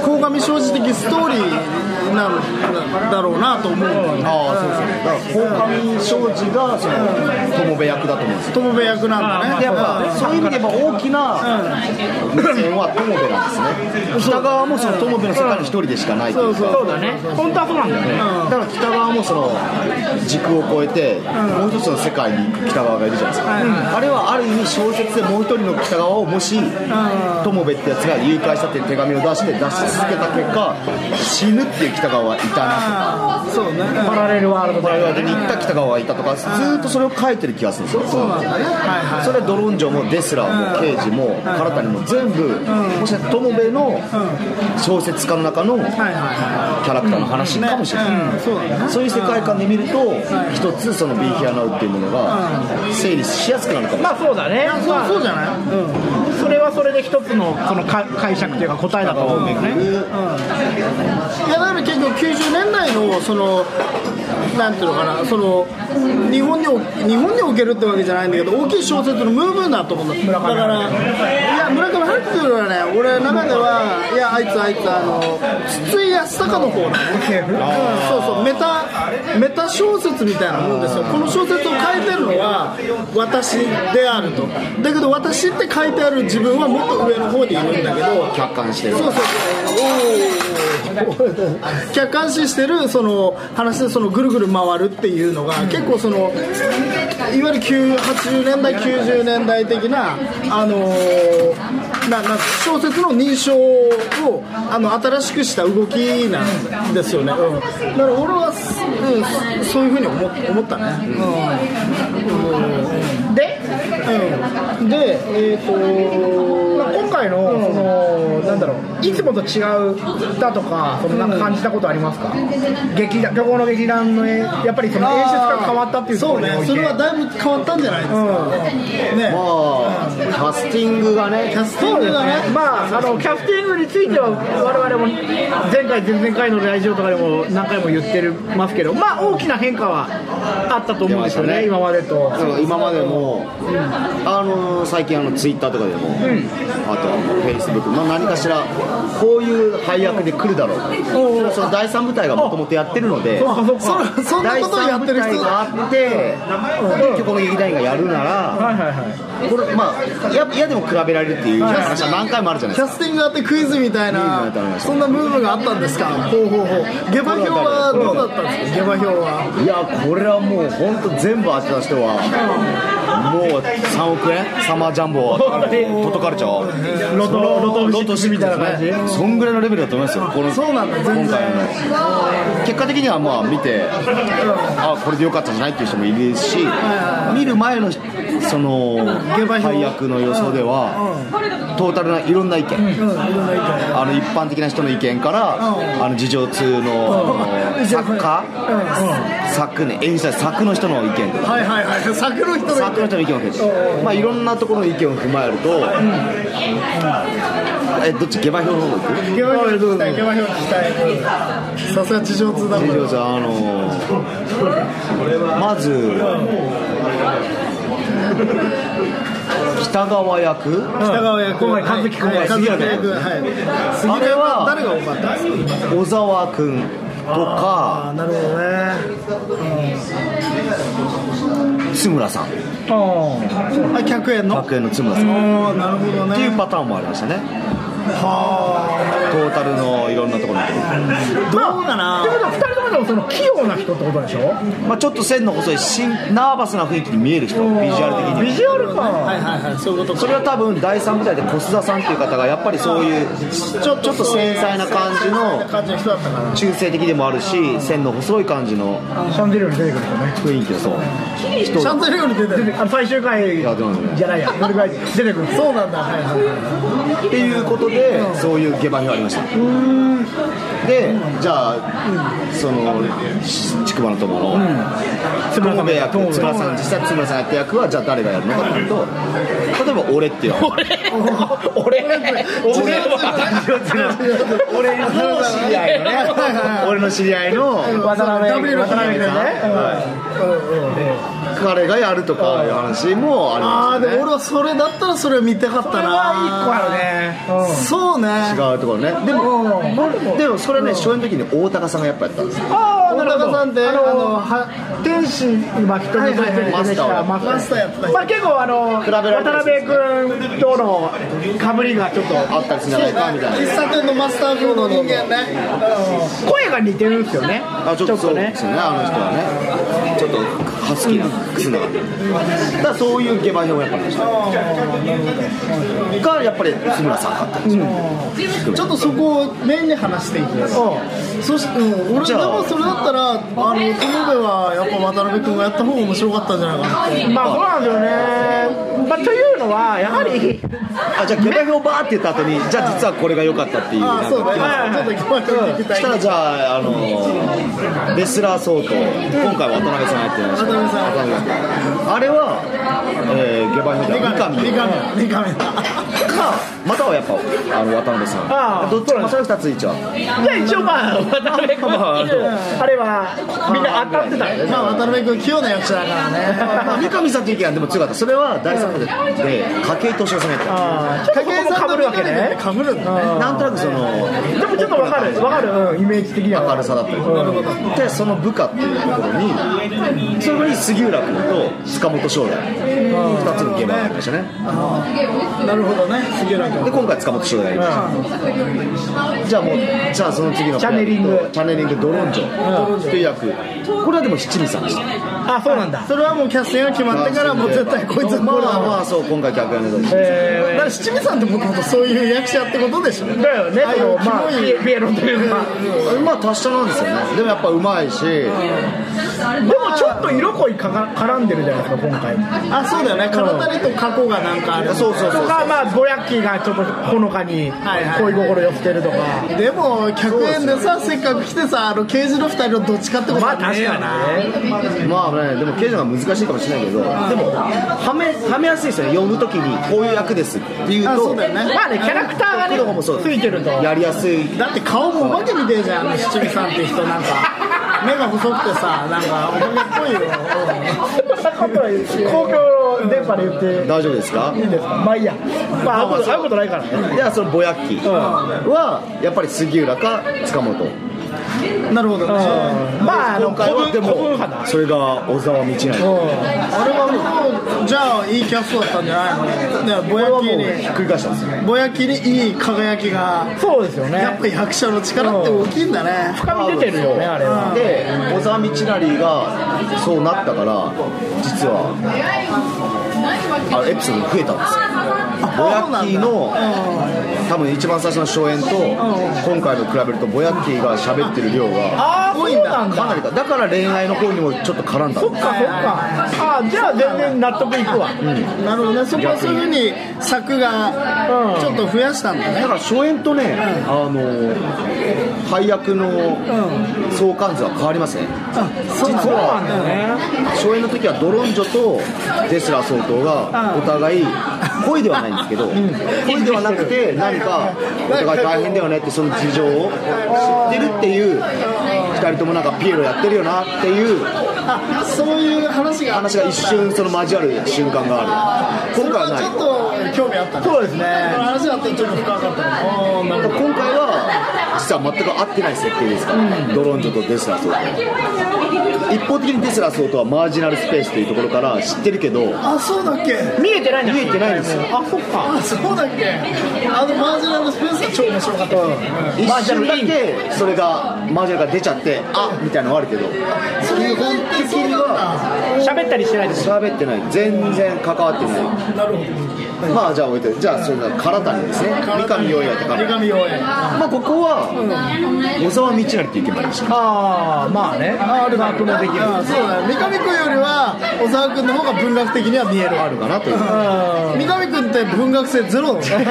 [SPEAKER 1] 鴻上庄司的ストーリーなんだろうなと思う
[SPEAKER 3] ああそうそうだから交換障子がその友部役だと思うんですよ
[SPEAKER 1] 友部役なんだね
[SPEAKER 3] でやっぱそういう意味でやっぱ大きな目線は友部なんですね北側もその友部の世界に一人でしかないという
[SPEAKER 1] そう
[SPEAKER 3] か
[SPEAKER 2] そうだね本当はそうなんだよね
[SPEAKER 3] だから北側もその軸を越えてもう一つの世界に北側がいるじゃないですかあれはある意味小説でもう一人の北側をもし友部ってやつが誘拐したっていう手紙を出して出し続けた結果死ぬっていう北側はいたな
[SPEAKER 1] あーそうね
[SPEAKER 2] パラレルワールド
[SPEAKER 3] 我々に行った北川がいたとかずーっとそれを書いてる気がするんですよ
[SPEAKER 1] そうなんだねはいはい
[SPEAKER 3] それはドロンジョもデスラーも刑事も唐谷も全部もしかしたら友部の小説家の中のキ
[SPEAKER 1] はいはいは
[SPEAKER 3] ャラクターの話
[SPEAKER 1] いね
[SPEAKER 3] かもしれない
[SPEAKER 1] うんそうだね
[SPEAKER 3] そういう世界観で見ると一つその「ビーヒアナウ」っていうものが整理しやすくなるかも
[SPEAKER 2] まあそうだねま
[SPEAKER 1] そう
[SPEAKER 2] あ
[SPEAKER 1] そうじゃない
[SPEAKER 2] それはそれで一つのそのか解釈というか答えだと思うんだよね
[SPEAKER 1] いやだから結局90年代のそのなんていうのかなその日本にお日本におけるってわけじゃないんだけど大きい小説のムーブーだと思うんだだからいや村上春樹というのはね俺の中ではいやあいつあいつあの筒井康隆の方だね、うん、そうそうメタメタ小説みたいなもんですよこの小説を書いてるのは私であるとだけど私って書いてある自分はもっと上の方にいるんだけど
[SPEAKER 3] 客観してる
[SPEAKER 1] そうそう客観視してるその話でそのぐるぐる回るっていうのが結構そのいわゆる9 80年代90年代的なあのーなな小説の認証をあの新しくした動きなんですよね、うん、だから俺は、うん、そういうふうに思思ったね、うん
[SPEAKER 2] で
[SPEAKER 1] うん、で、えー、と
[SPEAKER 2] まあ、今回のその、なんだろういつもと違う歌とかそのなんか感じたことありますか、劇団漁港の劇団のえやっぱりその演出が変わったっていうと
[SPEAKER 1] そ
[SPEAKER 2] こ
[SPEAKER 1] う
[SPEAKER 2] ろにお
[SPEAKER 1] ね
[SPEAKER 2] いて
[SPEAKER 1] それはだいぶ変わったんじゃないですか、ね
[SPEAKER 3] まあキャスティングがね
[SPEAKER 1] キャスティ
[SPEAKER 2] そ
[SPEAKER 1] ン
[SPEAKER 2] うで
[SPEAKER 1] グ
[SPEAKER 2] す
[SPEAKER 1] がね
[SPEAKER 2] ね、まあ、あのキャスティングについては、我々も前回、前々回のラジオとかでも何回も言ってますけど、まあ、大きな変化はあったと思うんですよ
[SPEAKER 3] 出ました
[SPEAKER 2] ね、
[SPEAKER 3] ね
[SPEAKER 2] 今までと。
[SPEAKER 3] だから今までも、あの最近あのツイッターとかでも、あとはもうフェイスブック、まあ、何かしらこういう配役で来るだろうそれはその第三部隊がもともとやってるので
[SPEAKER 2] あそうか
[SPEAKER 1] そそんな
[SPEAKER 3] 第
[SPEAKER 1] ことをや
[SPEAKER 3] 三
[SPEAKER 1] って
[SPEAKER 3] 部
[SPEAKER 1] る人
[SPEAKER 3] 隊があって結局この劇団員がやるなら
[SPEAKER 2] はいはいはい、
[SPEAKER 3] これまあやいやでも比べられるっていう話は何回もあるじゃない
[SPEAKER 1] キ
[SPEAKER 3] で
[SPEAKER 1] ャスティングがあってクイズみたい
[SPEAKER 3] クイズみたいな
[SPEAKER 1] な
[SPEAKER 3] 話
[SPEAKER 1] そんなムーブがあったんですかほうほうほう下馬評はどうだったんですか下馬評は
[SPEAKER 3] すかいやこれはもう本当全部当てた人はもう3億円サマージャンボは届かれちゃう
[SPEAKER 2] ロトロト
[SPEAKER 3] ロトシみたいな感じそんぐらいのレベルだと思いますよこの
[SPEAKER 1] そうなんだ全
[SPEAKER 3] 今回の結果的にはまあ見てあこれでよかったんじゃないっていう人もいるし見る前のその
[SPEAKER 1] 下馬評
[SPEAKER 3] 配役の予想ではトータルないろんな意見
[SPEAKER 1] うん、いろんな意見
[SPEAKER 3] あの一般的な人の意見からあの事情通のあの作
[SPEAKER 1] う
[SPEAKER 3] 家
[SPEAKER 1] んは
[SPEAKER 3] 作ね演じた作の人の意見とか
[SPEAKER 1] いはいはい作の人の意
[SPEAKER 3] 作の人の意見を受けてまあいろんなところの意見を踏まえるとえどっち下馬評の方が
[SPEAKER 1] 見
[SPEAKER 3] いく
[SPEAKER 1] 下馬評聞きたい下馬評聞きたいうんさすが地上通だもん
[SPEAKER 3] 二条さんあのまず北川役
[SPEAKER 1] 北川役
[SPEAKER 2] 今回和樹君が
[SPEAKER 1] はい
[SPEAKER 2] 杉
[SPEAKER 1] 和樹役はい杉
[SPEAKER 2] 浦君
[SPEAKER 3] あれ
[SPEAKER 1] 浦は
[SPEAKER 3] は
[SPEAKER 1] 誰が多かった
[SPEAKER 3] 小沢君と
[SPEAKER 1] あ
[SPEAKER 3] か
[SPEAKER 1] なるほどね
[SPEAKER 3] 津村さん
[SPEAKER 2] あ
[SPEAKER 1] あ100円の
[SPEAKER 3] 学園の津村さんっ
[SPEAKER 1] おおなるほどね
[SPEAKER 3] ていうパターンもありましたね
[SPEAKER 1] は
[SPEAKER 3] トータルのいろんなところに、
[SPEAKER 1] あどうか
[SPEAKER 2] あ
[SPEAKER 1] な
[SPEAKER 2] ってことは2人ともでもその器用な人ってことでしょ
[SPEAKER 3] まあ、ちょっと線の細いしんナーバスな雰囲気に見える人ビジュアル的に
[SPEAKER 2] ビジュア
[SPEAKER 1] は
[SPEAKER 2] ルか
[SPEAKER 1] いはいはいそういうこと
[SPEAKER 3] それは多分第3舞台で小須田さんっていう方がやっぱりそういうちょちょっと繊細な感じの
[SPEAKER 1] 感じの人だったかな
[SPEAKER 3] 中性的でもあるし線の細い感じの
[SPEAKER 2] シャンデリオに出てくる人ね
[SPEAKER 3] 雰囲気をそう人
[SPEAKER 1] シャンゼリオに出て
[SPEAKER 2] 出
[SPEAKER 1] る
[SPEAKER 2] てあの最終回
[SPEAKER 3] やでもね
[SPEAKER 2] じゃないやそれぐらい出てくる
[SPEAKER 1] そうなんだはいはいはい
[SPEAKER 3] っていうことでそういう下馬評ありましたでじゃあその筑波の友の
[SPEAKER 2] 津村さん
[SPEAKER 3] 友部役
[SPEAKER 2] 友部
[SPEAKER 3] 津村さん実際津村さんやった役はじゃあ誰がやるのかというと例えば俺っていうのは
[SPEAKER 2] 俺俺
[SPEAKER 3] 俺の知り合いのね
[SPEAKER 1] <laughs>
[SPEAKER 3] 俺の知り合いの
[SPEAKER 2] 渡辺
[SPEAKER 1] ダブルの
[SPEAKER 2] 渡辺
[SPEAKER 1] 姫
[SPEAKER 2] さん
[SPEAKER 1] ね
[SPEAKER 3] 彼がやるとかいう話もあり
[SPEAKER 1] ああ
[SPEAKER 3] ま
[SPEAKER 1] でも
[SPEAKER 3] し
[SPEAKER 1] 俺はそれだったらそれ見たかった
[SPEAKER 2] これ
[SPEAKER 1] な
[SPEAKER 2] は1個あるね
[SPEAKER 1] そうね
[SPEAKER 3] たね違うところねでもでもそれね初演の時に大高さんがやっぱやったんですよ
[SPEAKER 2] ああなるほ
[SPEAKER 1] 大高
[SPEAKER 2] ど
[SPEAKER 1] さんって
[SPEAKER 2] あの
[SPEAKER 1] あのは
[SPEAKER 2] 天使今人に出てきましたマ
[SPEAKER 1] マスターやってた人
[SPEAKER 2] まあ結構あの
[SPEAKER 3] 比べられて
[SPEAKER 2] 渡
[SPEAKER 3] る
[SPEAKER 2] 辺君との被りがちょっと
[SPEAKER 3] あったりしないかみたいな
[SPEAKER 1] 喫茶店のマスター風の人間ね
[SPEAKER 2] 声が似てるんですよね
[SPEAKER 3] あちょっとそうですよねあの人はねちょっとハスキーな癖なだからそういう下馬評をやっぱりでしたがやっぱり志村さんかったんですよ
[SPEAKER 1] ちょっとそこをメインに話していきますそして、うん、俺
[SPEAKER 3] じ
[SPEAKER 1] で
[SPEAKER 3] ゃあ
[SPEAKER 1] もそれだったらあの友部はやっぱ渡辺君がやった方が面白かったんじゃないかな
[SPEAKER 2] まあそうなんですよね、まあ、というのはやはり
[SPEAKER 3] あじゃあ下馬評バーって言った後にじゃあ実はこれが良かったっていう
[SPEAKER 1] ああそうねちょっと今日聞き
[SPEAKER 3] そ
[SPEAKER 1] たい
[SPEAKER 3] したらじゃあ、あのレスラー相当、今回渡辺さんやってるんですけど
[SPEAKER 1] 渡辺さん
[SPEAKER 3] 渡辺さんあれは、えー、下馬評では三
[SPEAKER 1] 三
[SPEAKER 3] 上か
[SPEAKER 1] 上三上だ
[SPEAKER 3] またはやっぱあの渡辺さん
[SPEAKER 2] ああ
[SPEAKER 3] どっちもそれ2つ一応
[SPEAKER 2] じゃあ一応まあ渡辺君っていうあれはみんな当たってたよね
[SPEAKER 1] まあ渡辺君器用な役者だから
[SPEAKER 2] <laughs>
[SPEAKER 1] ね
[SPEAKER 3] まあ三上さんという意見はでも強かったそれは第3部でで筧敏夫さんやった
[SPEAKER 2] 武井さんと被るわけね
[SPEAKER 1] かぶるんだね
[SPEAKER 3] なんとなくその
[SPEAKER 2] でもちょっとわかるわかる、うん、イメージ的には
[SPEAKER 3] 明るさだったりとかでその部下っていうところにそこに杉浦君と塚本将来2つのゲームがありましたね
[SPEAKER 1] なるほどね杉浦君
[SPEAKER 3] で今回塚本翔がやりましたじゃあもうじゃあその次の
[SPEAKER 2] チャネリング
[SPEAKER 3] チャネリングドロンジョという役これはでも七味さんでした
[SPEAKER 2] あそうなんだ
[SPEAKER 1] それはもうキャスティングが決まってからもう絶対こいつは
[SPEAKER 3] ま
[SPEAKER 1] もう
[SPEAKER 3] あまあそう今回客やめたし
[SPEAKER 2] え
[SPEAKER 1] だから七味さんってもともとそういう役者ってことでしょ
[SPEAKER 2] ー、だよねそのまあピエピエロというか
[SPEAKER 3] まあ達者なんですよねでもやっぱうまいし
[SPEAKER 2] でもちょっと色恋かか絡んでるじゃないですか今回
[SPEAKER 1] あそうだよね体と過去がなんかある
[SPEAKER 3] そうそう
[SPEAKER 2] と
[SPEAKER 3] そう
[SPEAKER 2] かまあぼやっきーがちょっとほのかに
[SPEAKER 1] はいはい
[SPEAKER 2] 恋心寄せてるとか、
[SPEAKER 1] でも100円でさせっかく来てさあの刑事の2人のどっちかってこと
[SPEAKER 2] まあ
[SPEAKER 1] は
[SPEAKER 2] 確
[SPEAKER 1] ねえよな
[SPEAKER 2] かにね
[SPEAKER 3] まあねでも刑事の方が難しいかもしれないけどでもはめはめやすいですよね呼ぶときにこういう役ですっていう
[SPEAKER 1] あそ
[SPEAKER 3] と
[SPEAKER 1] うだよね
[SPEAKER 2] まあねキャラクターがね
[SPEAKER 3] 黒子もそう
[SPEAKER 2] ついてると
[SPEAKER 3] やりやすい
[SPEAKER 1] だって顔もお化けみてえじゃんあの七味さんって人なんか目が細くてさなんかお化けっぽいよ
[SPEAKER 2] そんなことは言って公共の電波で言って
[SPEAKER 3] 大丈夫ですか
[SPEAKER 2] いいんですかまあいいやまあ会うこと会うことないからね
[SPEAKER 3] ではそのぼやっきはやっぱり杉浦か塚本
[SPEAKER 1] なるほどね
[SPEAKER 2] まああの
[SPEAKER 3] 今回はで
[SPEAKER 2] 古文
[SPEAKER 3] も
[SPEAKER 2] 派だ
[SPEAKER 3] それが小沢道成
[SPEAKER 1] あれはもうじゃあいいキャストだったんじゃないのだからぼや
[SPEAKER 3] こ
[SPEAKER 1] き
[SPEAKER 3] れはもうひっ
[SPEAKER 1] に
[SPEAKER 3] くり返したんですよ
[SPEAKER 1] ぼやきにいい輝きが
[SPEAKER 2] そうですよ
[SPEAKER 1] や
[SPEAKER 2] ね
[SPEAKER 1] っぱ役者の力って大きいんだね
[SPEAKER 2] 深み出てるよねあれは
[SPEAKER 3] で小沢道成がそうなったから実はあのエピソードが増えたんですよぼやっきーの多分一番最初の初演と今回の比べるとぼやっきーが喋ってる量
[SPEAKER 2] あ
[SPEAKER 3] が
[SPEAKER 2] あそうなんだ
[SPEAKER 3] かなりだだから恋愛の方にもちょっと絡んだ
[SPEAKER 2] そっかそっかあーじゃあ全然納得いくわ、
[SPEAKER 1] なるほどねそこはそういうふうに柵がちょっと増やしたんだね
[SPEAKER 3] だから初演とね、あの配役の相関図は変わりますね、
[SPEAKER 1] あそうなん
[SPEAKER 3] 実
[SPEAKER 1] だ
[SPEAKER 3] は初演の時はドロンジョとデスラー総統がお互い恋ではないんですけど、恋ではなくて何かお互い大変だよねってその事情を知ってるっていう2人ともなんかピエロやってるよなっていう
[SPEAKER 1] あそういう話が
[SPEAKER 3] 話が一瞬その交わる瞬間がある今回は
[SPEAKER 1] ち
[SPEAKER 3] ない
[SPEAKER 1] ょっと興味あったね
[SPEAKER 2] そうですね
[SPEAKER 1] 話だってちょっと深かったあ
[SPEAKER 3] 今回は実は全く合ってない設定ですから、ドロンジョとデスラソーと一方的にデスラソーとはマージナルスペースというところから知ってるけど見
[SPEAKER 1] あそうだっけ
[SPEAKER 2] 見えてないんだ
[SPEAKER 3] えてないんですよ
[SPEAKER 2] あそっか
[SPEAKER 1] あそうだっけあのマージナルスペースが超面白かった、
[SPEAKER 3] 一瞬だけそれがマージナルから出ちゃってあみたいなのはあるけど
[SPEAKER 1] それ
[SPEAKER 3] 基
[SPEAKER 1] が
[SPEAKER 3] 本
[SPEAKER 1] って
[SPEAKER 3] 的
[SPEAKER 1] そう
[SPEAKER 3] に
[SPEAKER 1] なんだ
[SPEAKER 3] は
[SPEAKER 2] 喋ったりしてないです
[SPEAKER 3] 喋ってない全然関わってない
[SPEAKER 1] なるほど
[SPEAKER 3] まあじゃあ置いてじゃあそれな唐谷ですね三上洋也とか
[SPEAKER 1] 三上洋也
[SPEAKER 3] まあここは小沢道成っていう意見もありました
[SPEAKER 2] ああまあねあるマークもできる
[SPEAKER 1] あそうだね三上君よりは小沢君の方が文学的には見える
[SPEAKER 3] あるかなという
[SPEAKER 1] 三上君って文学性ゼロ <laughs> だね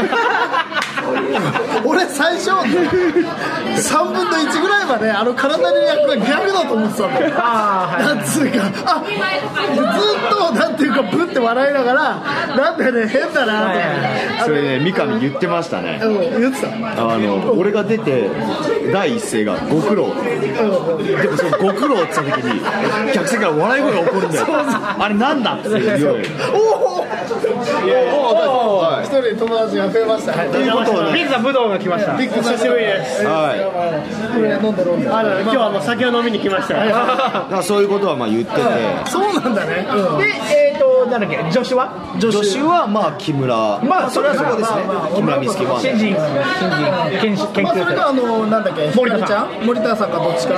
[SPEAKER 1] 俺最初3分の1ぐらいまであの体の役がギャグだと思ってたんだよ
[SPEAKER 2] あ
[SPEAKER 1] なんつうか、あずっと、なんていうか、ぶって笑いながら、なんでね、変だなと
[SPEAKER 3] それね三上言ってましたね
[SPEAKER 1] 思って、うん、言ってた。
[SPEAKER 3] あの俺が出て第一声が「ご苦労」でもその「ご苦労」って言った時に客席から笑い声が起こるんだよあれなんだって言うよ
[SPEAKER 1] おお、
[SPEAKER 3] は
[SPEAKER 1] 一人友達が増えました。はい、
[SPEAKER 3] いということ
[SPEAKER 2] あ
[SPEAKER 3] は
[SPEAKER 2] ビッ
[SPEAKER 3] ね
[SPEAKER 2] グザブドウが来ました
[SPEAKER 1] ビッグ久しぶりです。
[SPEAKER 3] は
[SPEAKER 1] これ飲んで飲んで。あら、今日はもう酒を飲みに来ました。
[SPEAKER 3] いだからそういうことはまあ言ってて
[SPEAKER 1] そうなんだね。うん
[SPEAKER 2] でえっ、ー、となんだっけ助手は
[SPEAKER 3] 女子はまあ木村
[SPEAKER 2] まあそれはそうですね
[SPEAKER 3] 木村美月ファ
[SPEAKER 2] 新
[SPEAKER 3] ン
[SPEAKER 2] 人新人研修研
[SPEAKER 1] まあ、そ
[SPEAKER 2] 究
[SPEAKER 1] れ
[SPEAKER 2] 生
[SPEAKER 1] か、あの、なんだっけ、
[SPEAKER 2] 森田
[SPEAKER 1] ひかりちゃ
[SPEAKER 2] さ
[SPEAKER 1] ん、森田さんかどっちか。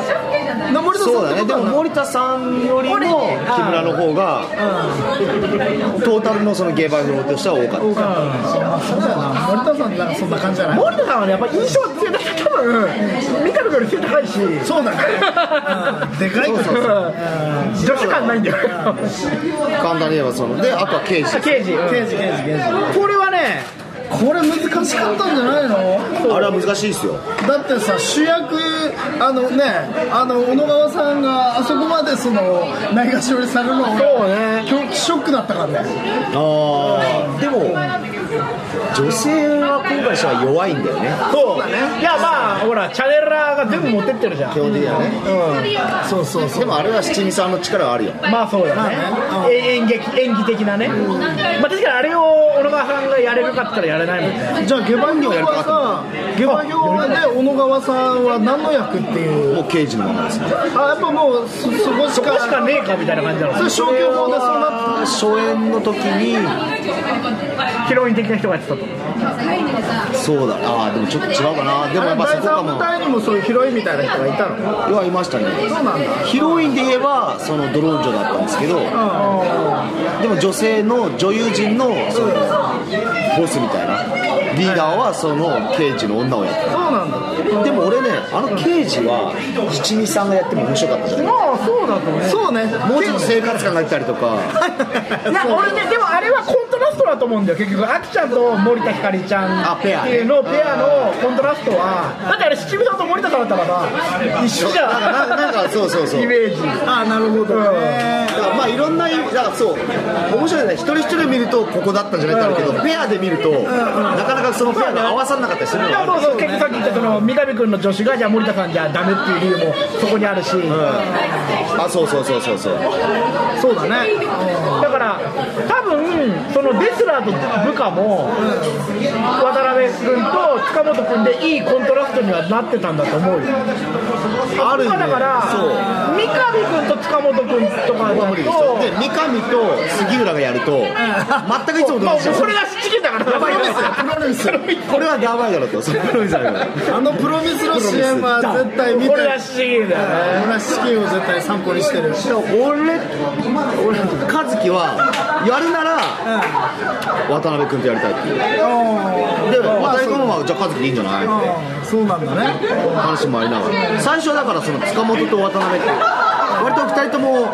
[SPEAKER 1] な森田さん
[SPEAKER 3] そうだね
[SPEAKER 1] って
[SPEAKER 3] で
[SPEAKER 1] こと
[SPEAKER 3] も
[SPEAKER 1] は
[SPEAKER 3] 森田さんよりも木村の方がトータルのその芸売フローとしては多かった
[SPEAKER 1] あそうだよな森田さんなんかそんな感じじゃない。
[SPEAKER 2] 森田さんはねやっぱ印象は強い多分見た目より背高いし
[SPEAKER 1] そうだね。うんでかいから。
[SPEAKER 2] 女子感ないんだよ
[SPEAKER 3] 簡単に言えばそのであとは刑事
[SPEAKER 2] 刑事うん
[SPEAKER 1] 刑事、刑事、刑事。
[SPEAKER 2] これはね
[SPEAKER 1] これ難しかったんじゃないの
[SPEAKER 3] あれは難しいですよ
[SPEAKER 1] だってさ主役あのねあの小野川さんがあそこまでそのないがしろにされるの
[SPEAKER 2] そうね
[SPEAKER 1] きょショックだったからね
[SPEAKER 3] あーでも女性は今回は弱いんだよね
[SPEAKER 2] そういやまあほらチャネラーが全部持ってってるじゃん
[SPEAKER 3] 基本的にはね
[SPEAKER 1] そうそうそう
[SPEAKER 3] でもあれは七味さんの力はあるよ
[SPEAKER 2] まあそうだね、
[SPEAKER 1] まあね
[SPEAKER 2] え演劇演技的なね、まあ確かにあれを小野川さんがやれるかって言ったらやれないもんね
[SPEAKER 1] じゃあ下馬業はさ下馬業で小野川さんは何の役っていう
[SPEAKER 3] もう刑事のままですね
[SPEAKER 1] あやっぱもうそそこし
[SPEAKER 2] そこ
[SPEAKER 1] か
[SPEAKER 2] しかねえかみたいな感じだろう
[SPEAKER 1] それ消去法でそうなって
[SPEAKER 3] 初演の時に
[SPEAKER 2] ヒロイン的な人がやってたと
[SPEAKER 3] そうだああでもちょっと違うかなで
[SPEAKER 1] た
[SPEAKER 3] もやっぱそ
[SPEAKER 1] 第
[SPEAKER 3] こか
[SPEAKER 1] 三部
[SPEAKER 3] も
[SPEAKER 1] 隊にもそういうヒロインみたいな人がいたの
[SPEAKER 3] いやいましたね
[SPEAKER 1] そうなんだ
[SPEAKER 3] ヒロインで言えばそのドロンジョだったんですけどでも女性の女優陣のそのボスみたいなリーダーはその刑事の女をやって
[SPEAKER 1] そうなんだ
[SPEAKER 3] たでも俺ねあの刑事は七味さんがやっても面白かったじゃない
[SPEAKER 2] まあそうだとね
[SPEAKER 1] そうね
[SPEAKER 3] もうちょっと生活感が出たりとか、
[SPEAKER 2] いや俺ねでもあれはコントラストだと思うんだよ結局あきちゃんと森田ひかりちゃん
[SPEAKER 3] あ
[SPEAKER 2] って
[SPEAKER 3] ペアね
[SPEAKER 2] いうのペアのコントラストはだってあれ七味さんと森田さんだったからさ一緒じ
[SPEAKER 3] なん
[SPEAKER 2] ゃ
[SPEAKER 3] か、なんかそうそうそ
[SPEAKER 2] んイ
[SPEAKER 3] う、
[SPEAKER 2] メージ
[SPEAKER 1] あなるほどね
[SPEAKER 3] だからまあいろんな意味、だからそう、面白いね、一人一人見ると、ここだったんじゃないってあるけど、ペアで見ると、なかなかそのペアが合わさんなかったりするのがある
[SPEAKER 2] そうそう結局さっき言ったその三上君の助手がじゃあ森田さんじゃダメっていう理由もそこにあるし、
[SPEAKER 3] あ、そうそうそうそうそう、
[SPEAKER 1] そうだね
[SPEAKER 2] だから多分そのデスラーと部下も渡辺君と塚本君でいいコントラストにはなってたんだと思うよ
[SPEAKER 3] ある意
[SPEAKER 2] まあ
[SPEAKER 3] 味
[SPEAKER 2] だから
[SPEAKER 3] そう。
[SPEAKER 2] 三上君と塚本君とかだ
[SPEAKER 3] で、
[SPEAKER 2] と
[SPEAKER 3] 三上と杉浦がやると、全くいつもと同じ
[SPEAKER 2] まあ、それが七件だからやばいよね
[SPEAKER 1] プロレ
[SPEAKER 3] それこれはダーバイガだとそれプロミスだから
[SPEAKER 1] あのプロミスの CM は絶対見て
[SPEAKER 2] これらしいだよね
[SPEAKER 1] 俺は資金を絶対参考にしてる
[SPEAKER 3] 俺俺和樹はやるなら、渡辺君とやりたいっていうで渡辺君はじゃあ和樹でいいんじゃないって
[SPEAKER 1] うんそうなんだね
[SPEAKER 3] 話もありながら最初はだからその塚本と渡辺って割と2人とも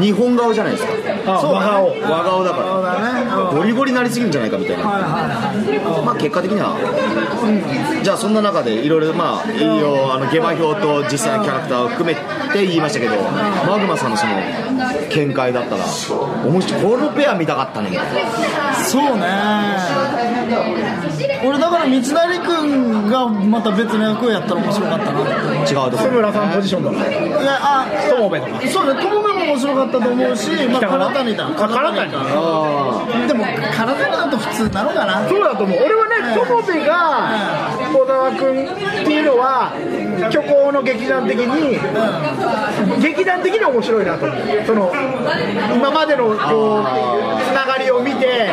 [SPEAKER 3] 日本顔じゃないですか
[SPEAKER 2] そう
[SPEAKER 1] 和顔
[SPEAKER 3] 和顔だ
[SPEAKER 1] そう
[SPEAKER 3] か
[SPEAKER 1] だねうん
[SPEAKER 3] らゴリゴリになりすぎるんじゃないかみたいな
[SPEAKER 1] はいはいはい
[SPEAKER 3] まあ結果的には、じゃあそんな中でいろいろまあいいよあの下馬評と実際のキャラクターを含めて言いましたけど、マグマさんのその見解だったら面白いこのペア見たかったんだけど
[SPEAKER 1] そうね俺だから道成君がまた別の役をやったら面白かったなって
[SPEAKER 3] 違うとこ
[SPEAKER 2] 津
[SPEAKER 3] ろ
[SPEAKER 2] 村さんポジションだもんね
[SPEAKER 1] いやあ
[SPEAKER 2] 友部とか
[SPEAKER 1] そうね友部も面白かったと思うし、まあ、
[SPEAKER 2] 北川
[SPEAKER 1] 唐谷だ
[SPEAKER 2] あ唐谷
[SPEAKER 3] あ
[SPEAKER 1] でも唐谷だと普通なのかな
[SPEAKER 2] そうだと思う俺はね友部が小沢君っていうのは虚構の劇団的に、劇団的に面白いなと思うその今までのこうつながりを見てえ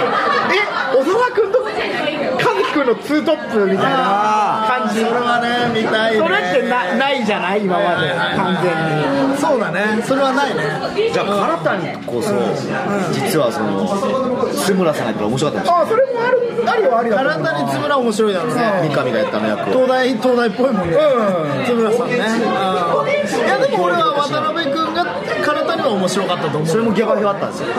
[SPEAKER 2] 小沢君と和樹君のツートップみたいな感じ
[SPEAKER 1] それはね見たいね
[SPEAKER 2] それってなないじゃない今まで完全に。
[SPEAKER 1] そうだねそれはないね
[SPEAKER 3] ーじゃあ唐谷こそ実はその津村さんやったら面白かったんで
[SPEAKER 2] あそれもあるありはあり
[SPEAKER 1] 唐
[SPEAKER 2] だと思
[SPEAKER 1] 谷
[SPEAKER 2] う
[SPEAKER 1] 津村面白いだろうね
[SPEAKER 3] すよ三上がやったあの役を
[SPEAKER 1] 東大東大っぽいもんね
[SPEAKER 2] う
[SPEAKER 1] 津村さんねうんいやでも俺は渡辺君が唐谷は面白かったと思う
[SPEAKER 3] それも下馬評あったんですよ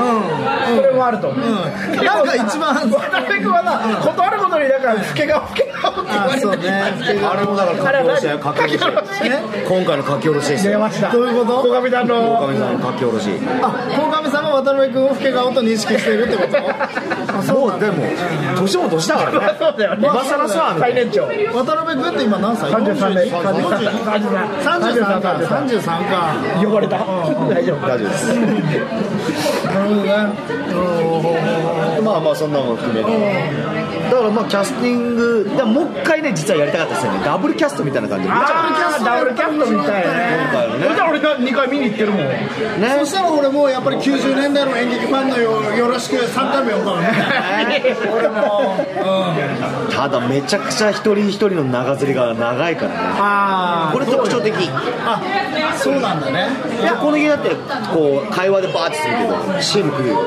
[SPEAKER 2] それもあると思う、
[SPEAKER 1] なんか一番
[SPEAKER 2] 渡辺君はな、断ることにだから老け顔老け顔って言わ
[SPEAKER 1] あ
[SPEAKER 2] れて
[SPEAKER 1] そうね
[SPEAKER 3] あれもだから書き下ろしだよ書き下ろし今回の書き下ろしです
[SPEAKER 2] 出
[SPEAKER 3] よ
[SPEAKER 2] ました
[SPEAKER 1] どういうこと
[SPEAKER 2] 小上田の
[SPEAKER 3] 岡上さんの書き下ろし
[SPEAKER 1] あ鴻上さんが渡辺君を老け顔と認識しているってこと
[SPEAKER 3] もうでも年も年だからね
[SPEAKER 2] そうだよね
[SPEAKER 3] 今更さ
[SPEAKER 2] 最年長
[SPEAKER 1] 渡辺君って今何歳
[SPEAKER 2] 33年
[SPEAKER 1] 33か33か
[SPEAKER 2] 呼ばれた大丈夫
[SPEAKER 3] 大丈夫です
[SPEAKER 1] なるほどね
[SPEAKER 3] まあまあそんなのも含めてだからまあキャスティングだからもう一回ね実はやりたかったですよねダブルキャストみたいな感じで
[SPEAKER 2] あーダブルキャストみたいね
[SPEAKER 3] 回のね
[SPEAKER 2] そしたら俺2回見に行ってるもん
[SPEAKER 1] そしたら俺もうやっぱり90年代の演劇ファンのよよろしく3回目呼ば俺も
[SPEAKER 3] ただめちゃくちゃ一人一人の長ずりが長いからね
[SPEAKER 2] あ
[SPEAKER 3] これ特徴的
[SPEAKER 1] あそうなんだね
[SPEAKER 3] いやこの時だってこう会話でバーッてするけどシーン来るよ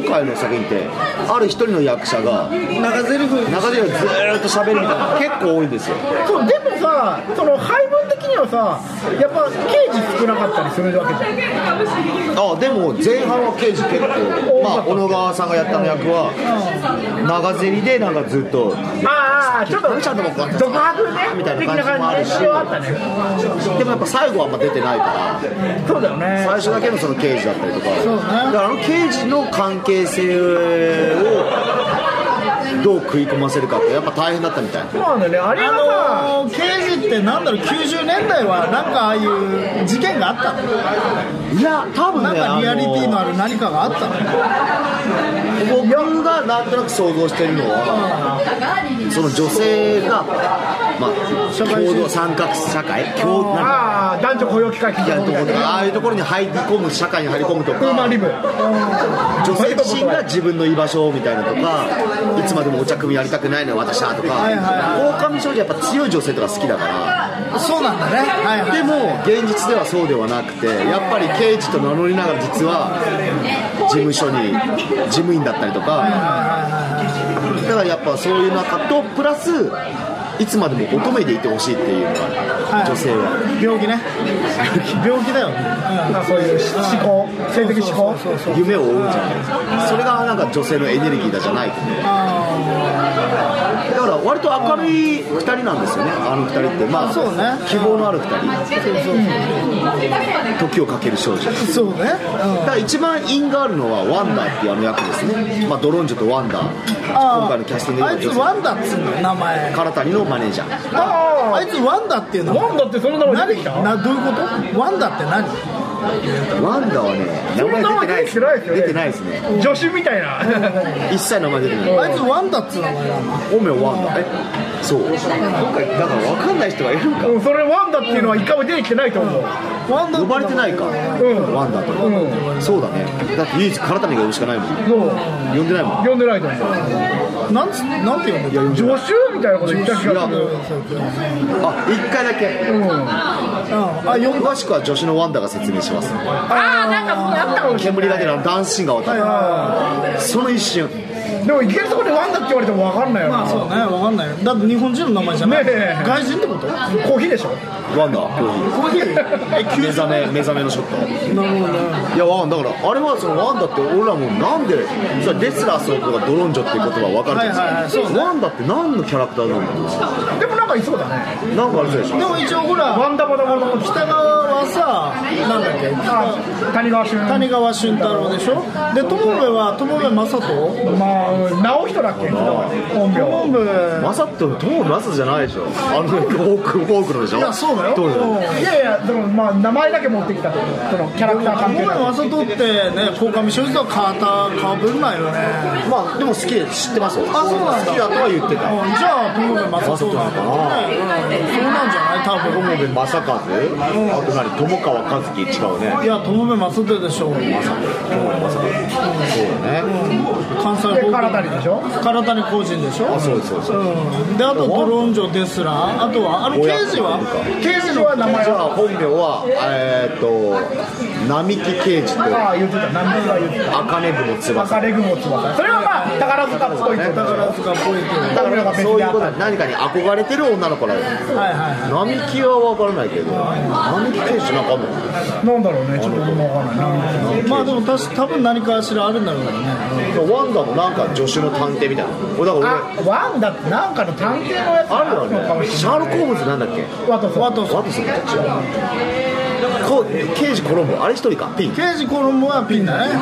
[SPEAKER 3] 今回の作品ってある一人の役者が
[SPEAKER 1] 長ゼリフ
[SPEAKER 3] 長ずりをずーっと喋るみたいなの結構多いんですよ
[SPEAKER 2] そうでもさその配分的にはさやっぱ刑事少なかったりするわけじゃん
[SPEAKER 3] あでも前半は刑事結構、まあ、小野川さんがやったの役は長ゼリでなんかずっと
[SPEAKER 2] ああちょっと
[SPEAKER 3] ちゃんともこうやって
[SPEAKER 2] 独白ね
[SPEAKER 3] みたいな
[SPEAKER 2] 的な
[SPEAKER 3] 感じもあ
[SPEAKER 2] 感
[SPEAKER 3] る
[SPEAKER 2] じ
[SPEAKER 3] し
[SPEAKER 2] ではあったね
[SPEAKER 3] でもやっぱ最後はあんま出てないから
[SPEAKER 2] そうだよね
[SPEAKER 3] 最初だけのその刑事だったりとか
[SPEAKER 1] そうね
[SPEAKER 3] だからあの刑事の関係性をどう食い込ませるかってやっぱ大変だったみたいな
[SPEAKER 2] そうなんだよねあれはさ、
[SPEAKER 1] あのー、刑事ってなんだろう90年代はなんかああいう事件があったの
[SPEAKER 3] いや多分
[SPEAKER 1] なん
[SPEAKER 3] ね
[SPEAKER 1] かリアリティのある何かがあったの
[SPEAKER 3] あの僕がなんとなく想像してるのはその女性がまあ
[SPEAKER 1] 社会主義
[SPEAKER 3] 共同三角社会共なんか
[SPEAKER 2] ああ男女雇用機会み
[SPEAKER 3] みたいなところでああいうところに入り込む社会に入り込むとか
[SPEAKER 2] リブ
[SPEAKER 3] 女性自身が自分の居場所みたいなとかいつまでもお茶組やりたくないのよ私はとか
[SPEAKER 1] いは
[SPEAKER 3] オオカミ少女やっぱ強い女性とか好きだから
[SPEAKER 1] そうなんだねはいはい
[SPEAKER 3] でも現実ではそうではなくてやっぱり刑事と名乗りながら実は事務所に事務員だったりとかだからやっぱそういう中とプラスいつまでも乙女でいてほしいっていうのが女性は
[SPEAKER 1] 病気ね病気だよ
[SPEAKER 2] そういう思考性的思考
[SPEAKER 3] 夢を追うんじゃないそれがなんか女性のエネルギーだじゃないけどだから割と明るい2人なんですよねあの2人ってまあ
[SPEAKER 1] そうね
[SPEAKER 3] 希望のある2人時をかける少女
[SPEAKER 1] そうね
[SPEAKER 3] だから一番因があるのはワンダーっていうあの役ですね、まあ、ドロンジョとワンダー
[SPEAKER 1] あー
[SPEAKER 3] 今回のキャスティング
[SPEAKER 1] あい
[SPEAKER 3] で
[SPEAKER 1] つワンダっつうの名前
[SPEAKER 3] 唐谷のマネージャー
[SPEAKER 2] あ
[SPEAKER 1] あいつワンダっていうの
[SPEAKER 2] ワンダってその名前出てきた
[SPEAKER 1] 何などういうことワンダって何
[SPEAKER 3] ワンダーはね名
[SPEAKER 2] そん
[SPEAKER 3] 前出てないです
[SPEAKER 2] なわけないですよね
[SPEAKER 3] 出てないですね
[SPEAKER 2] 助手みたいな
[SPEAKER 3] <laughs> 一切名前出てない
[SPEAKER 1] あいつワンダっつう名前なの
[SPEAKER 3] オメオワンダーえそう今回だから分かんない人がいるのか
[SPEAKER 2] うんそれワンダっていうのは一回も出てきてないと思う
[SPEAKER 1] ワンダ
[SPEAKER 3] 呼ばれてないか、
[SPEAKER 2] ん
[SPEAKER 3] ワンダーとか、そうだねだって唯一唐谷が呼ぶしかないもん
[SPEAKER 2] そう
[SPEAKER 3] 呼んでないもん
[SPEAKER 2] 呼んでないと思う
[SPEAKER 1] なんつなんて呼んで
[SPEAKER 4] 助手みたいなこと言った気がする
[SPEAKER 3] あ一回だけ
[SPEAKER 1] たうんあよん
[SPEAKER 3] 詳しくは女子のワンダが説明します
[SPEAKER 4] ああなんかそんなあったかもしれ
[SPEAKER 3] 煙だけのダンシーンが渡るその一瞬
[SPEAKER 4] ないでもいきなりそこでワンダって言われても分かんないよな、
[SPEAKER 1] まあそうねわかんないよだって日本人の名前じゃない
[SPEAKER 4] ねえ
[SPEAKER 1] 外人ってこと
[SPEAKER 4] コーヒーでしょ
[SPEAKER 3] ワンダコー
[SPEAKER 1] コーヒーえ
[SPEAKER 3] ヒー <laughs> 目
[SPEAKER 1] 急
[SPEAKER 3] 覚め目覚めのショット
[SPEAKER 1] なるほどね
[SPEAKER 3] いやわかんだからあれはそのワンダって俺らもなんでさデスラー総統がドロンジョっていう言葉分かるじゃないで
[SPEAKER 1] はいはいはい
[SPEAKER 3] すか、
[SPEAKER 1] そうね
[SPEAKER 3] ワンダって何のキャラクターなんだろ
[SPEAKER 4] でもなんかいそうだね
[SPEAKER 3] うなんかあるでしょ
[SPEAKER 1] でも一応ほら
[SPEAKER 4] ワンダバダバダバ
[SPEAKER 1] 北川はさなんだっけ
[SPEAKER 4] あ谷川俊
[SPEAKER 1] 谷川俊太郎でしょで友部は友部正人
[SPEAKER 4] まあ直人だっけ本
[SPEAKER 1] 友
[SPEAKER 4] 名
[SPEAKER 1] 部
[SPEAKER 3] マサってトムマサじゃないでしょあのフォークフォークのでしょ
[SPEAKER 1] いやそうだよ
[SPEAKER 3] トム
[SPEAKER 1] うん
[SPEAKER 4] いやいやでもまあ名前だけ持ってきたとそのキャラクター関
[SPEAKER 1] 友
[SPEAKER 4] 係
[SPEAKER 1] 部
[SPEAKER 4] なく
[SPEAKER 1] 正人ってね鴻上俊太郎肩かぶんないよね
[SPEAKER 3] まあでも好きで知ってますよあ
[SPEAKER 1] そうなんだ
[SPEAKER 3] 好きだとは言ってた
[SPEAKER 1] うんじゃあ友部正人なんだろうねうんそうなんじゃない多分
[SPEAKER 3] 友部正和、あと何友川和樹違うね
[SPEAKER 1] いや友部正人でしょ
[SPEAKER 3] 友部正和そうだね
[SPEAKER 1] 関西
[SPEAKER 4] で唐谷でしょ
[SPEAKER 1] 唐谷個人でしょ
[SPEAKER 3] あそうですそうです
[SPEAKER 1] うんであとドロンジョですらあとはあれ刑事は
[SPEAKER 4] 刑事は名前
[SPEAKER 3] じゃ
[SPEAKER 4] は
[SPEAKER 3] あ本名はえーっと並木刑事と
[SPEAKER 4] ああ言ってた何でか言ってた
[SPEAKER 3] 茜部の
[SPEAKER 4] 赤
[SPEAKER 3] 翼
[SPEAKER 4] レグモツバそれはまあ宝塚っぽいけど
[SPEAKER 1] 宝塚っぽいけど
[SPEAKER 3] だからそういうこ
[SPEAKER 4] は
[SPEAKER 3] と何かに憧れてる女の子だよ
[SPEAKER 1] はいはい
[SPEAKER 3] 並木は分からないけど並木刑事なんかあんの
[SPEAKER 4] なんだろうねちょっと俺もわかんないな
[SPEAKER 1] まあでも確か多分何かしらあるんだろうね
[SPEAKER 3] ワンダもなんか助手の探偵みたいな俺だから俺
[SPEAKER 4] あワンダってなんかの探偵のやつ
[SPEAKER 3] あるよ
[SPEAKER 4] のかも
[SPEAKER 3] ね。
[SPEAKER 4] し
[SPEAKER 3] シ
[SPEAKER 4] れ
[SPEAKER 3] ャー
[SPEAKER 4] ない
[SPEAKER 3] ロック・ホームズなんだっけ
[SPEAKER 4] ワトソン
[SPEAKER 1] ワトソン
[SPEAKER 3] ワトソンたちこ刑事コロンボ、あれ一人か、ピン。
[SPEAKER 1] 刑事コロンボはピンだね、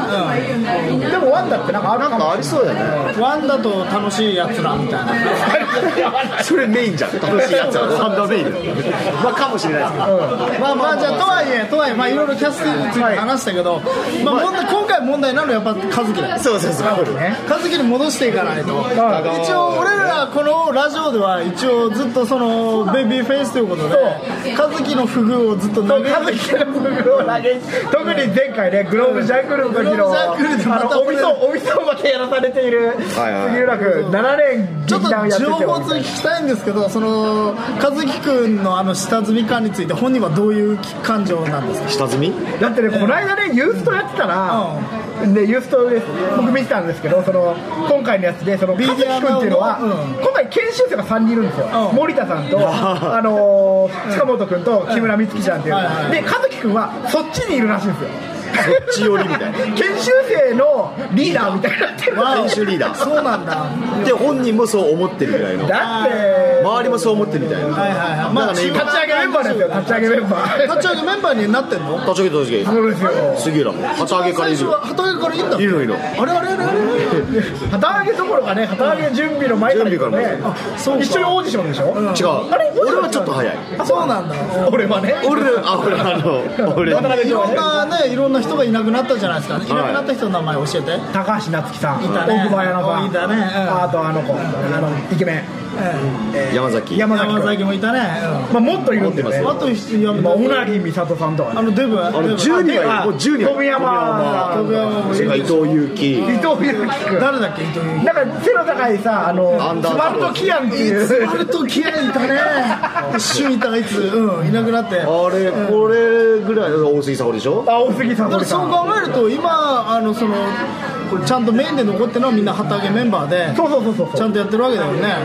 [SPEAKER 4] でもワンダってなんかある
[SPEAKER 3] なん
[SPEAKER 4] かも
[SPEAKER 3] かありそうだよね。
[SPEAKER 1] うん、ワンダと楽しいやつらみたいな
[SPEAKER 3] <laughs> それメインじゃん。楽しいやつはサンダーメインまあ、かもしれないですけど。
[SPEAKER 1] まあまあじゃあとはいえとはいえまあいろいろキャスティングについて話したけど、まあ問題今回問題なのはやっぱ和樹だよ
[SPEAKER 3] そうそうそう。
[SPEAKER 4] ね
[SPEAKER 1] 和樹に戻していかないと
[SPEAKER 4] はい
[SPEAKER 1] 一応俺らこのラジオでは一応ずっとそのベビーフェイスということで和樹の不遇をずっと投げ
[SPEAKER 4] カズキのグロー投げ特に前回ねグローブジャングルの時
[SPEAKER 1] グロー
[SPEAKER 4] の
[SPEAKER 1] ブジャングルでま
[SPEAKER 4] あ
[SPEAKER 1] た
[SPEAKER 4] のおみそおみそまでやらされている
[SPEAKER 3] はいはい
[SPEAKER 4] 杉浦君7年
[SPEAKER 1] ちょっ
[SPEAKER 4] 劇
[SPEAKER 1] と
[SPEAKER 4] 団やってて
[SPEAKER 1] 情報通聞きたいんですけどその和樹くんのあの下積み感について本人はどういう感情なんですか
[SPEAKER 3] 下積み
[SPEAKER 4] だってねこの間ねユーストやってたら、でユーストで僕見てたんですけどその今回のやつでその和
[SPEAKER 1] BDR
[SPEAKER 4] 樹君っていうのは、
[SPEAKER 1] の
[SPEAKER 4] 今回研修生が3人いるんですよ、
[SPEAKER 1] うん
[SPEAKER 4] 森田さんと、あのー近本君と木村美月ちゃんっていう、
[SPEAKER 1] はいはい
[SPEAKER 4] で和樹君はそっちにいるらしいんですよ
[SPEAKER 3] 血寄りみたいな。
[SPEAKER 4] <laughs> 研修生のリーダーみたいになってる
[SPEAKER 3] わお編集リーダー
[SPEAKER 1] そうなんだ
[SPEAKER 3] で、本人もそう思ってるぐらいの。
[SPEAKER 4] だって
[SPEAKER 3] 周りもそう思ってるみたい
[SPEAKER 1] はい
[SPEAKER 3] な。
[SPEAKER 1] はいはい
[SPEAKER 3] まあ、ね、
[SPEAKER 4] 立
[SPEAKER 3] 今、
[SPEAKER 4] ち上げメンバーですよ立ち上げメンバー
[SPEAKER 1] 立ち上げメンバーになってんの
[SPEAKER 3] 立ち上げた時、
[SPEAKER 4] そうですよ
[SPEAKER 3] 杉浦も、旗揚げからい
[SPEAKER 1] 最初
[SPEAKER 3] るよ
[SPEAKER 1] は。旗揚げからいいんだ
[SPEAKER 3] いるのいるの
[SPEAKER 1] あれ
[SPEAKER 4] <laughs>
[SPEAKER 1] あれあれあれ
[SPEAKER 4] 旗揚げどころかね旗揚げ準備の前から
[SPEAKER 3] 準備から
[SPEAKER 4] ね一緒にオーディションでしょ、
[SPEAKER 3] 違
[SPEAKER 4] あれ
[SPEAKER 3] う。俺はちょっと早い。
[SPEAKER 1] あそうなんだ
[SPEAKER 4] 俺はね
[SPEAKER 3] 俺、あ、俺、あの、俺。
[SPEAKER 1] いろんなねいろんな人がいなくなったじゃないですかいなくなった人の名前教えて
[SPEAKER 4] 高橋夏樹さん、
[SPEAKER 1] いた
[SPEAKER 4] 大
[SPEAKER 1] ね
[SPEAKER 4] 久保綾菜さん、
[SPEAKER 1] いたねうん
[SPEAKER 4] あとあの子、あのイケメン、
[SPEAKER 3] 山崎。
[SPEAKER 4] 山崎
[SPEAKER 1] 山
[SPEAKER 4] 君、
[SPEAKER 1] 崎もいたね
[SPEAKER 4] まあ、もっといるんだよね
[SPEAKER 1] う、んあと一人
[SPEAKER 4] まあ、小なぎ美里さんとか、
[SPEAKER 1] あ
[SPEAKER 4] ね、
[SPEAKER 1] のデブあ
[SPEAKER 3] あの10人は
[SPEAKER 4] あ
[SPEAKER 3] いるもう10人
[SPEAKER 4] 富山
[SPEAKER 1] 富山もい
[SPEAKER 3] それから伊
[SPEAKER 1] る
[SPEAKER 3] 藤祐樹
[SPEAKER 4] 伊藤裕樹君、
[SPEAKER 1] 誰だっけ伊藤由
[SPEAKER 4] なんか背の高いさ、あの
[SPEAKER 3] アンダー
[SPEAKER 4] スマルトキアンってい
[SPEAKER 1] 紀ス
[SPEAKER 4] う、
[SPEAKER 1] マルトキアいたね一瞬いたあいつうんいなくなって
[SPEAKER 3] あれ、これぐらいの大杉さんでしょ
[SPEAKER 4] 青杉さ
[SPEAKER 1] だか
[SPEAKER 4] ん
[SPEAKER 1] らそう考えると今あのそのちゃんとメインで残ってるのはみんな旗揚げメンバーで
[SPEAKER 4] そうそうそうそう
[SPEAKER 1] ちゃんとやってるわけだよね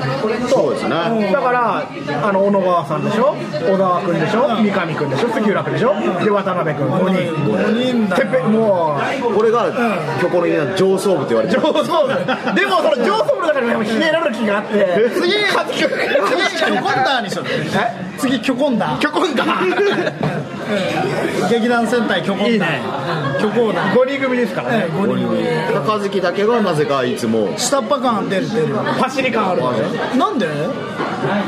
[SPEAKER 3] そうですね
[SPEAKER 4] だからあの小野川さんでしょ小沢君でしょ三上君でしょ杉浦君でしょで渡辺君5人
[SPEAKER 1] 5人だ
[SPEAKER 4] てっぺんもう
[SPEAKER 3] これが虚構の意味の上層部って言われてる
[SPEAKER 4] 上層部でもその上層部の中にもヒエラルキーがあって次勝つ曲
[SPEAKER 1] 次キョコンダーにしよう次キョコンダー
[SPEAKER 4] 曲今だ
[SPEAKER 1] 劇団戦隊キョコ
[SPEAKER 4] い
[SPEAKER 1] ン
[SPEAKER 4] い
[SPEAKER 1] ダ
[SPEAKER 4] ね
[SPEAKER 1] ーうんキョコーダー
[SPEAKER 4] 5人組ですからね
[SPEAKER 1] 5人組
[SPEAKER 3] 高月だけがなぜかいつも
[SPEAKER 1] 下っ端感出る出る
[SPEAKER 4] 走り感ある
[SPEAKER 1] なんで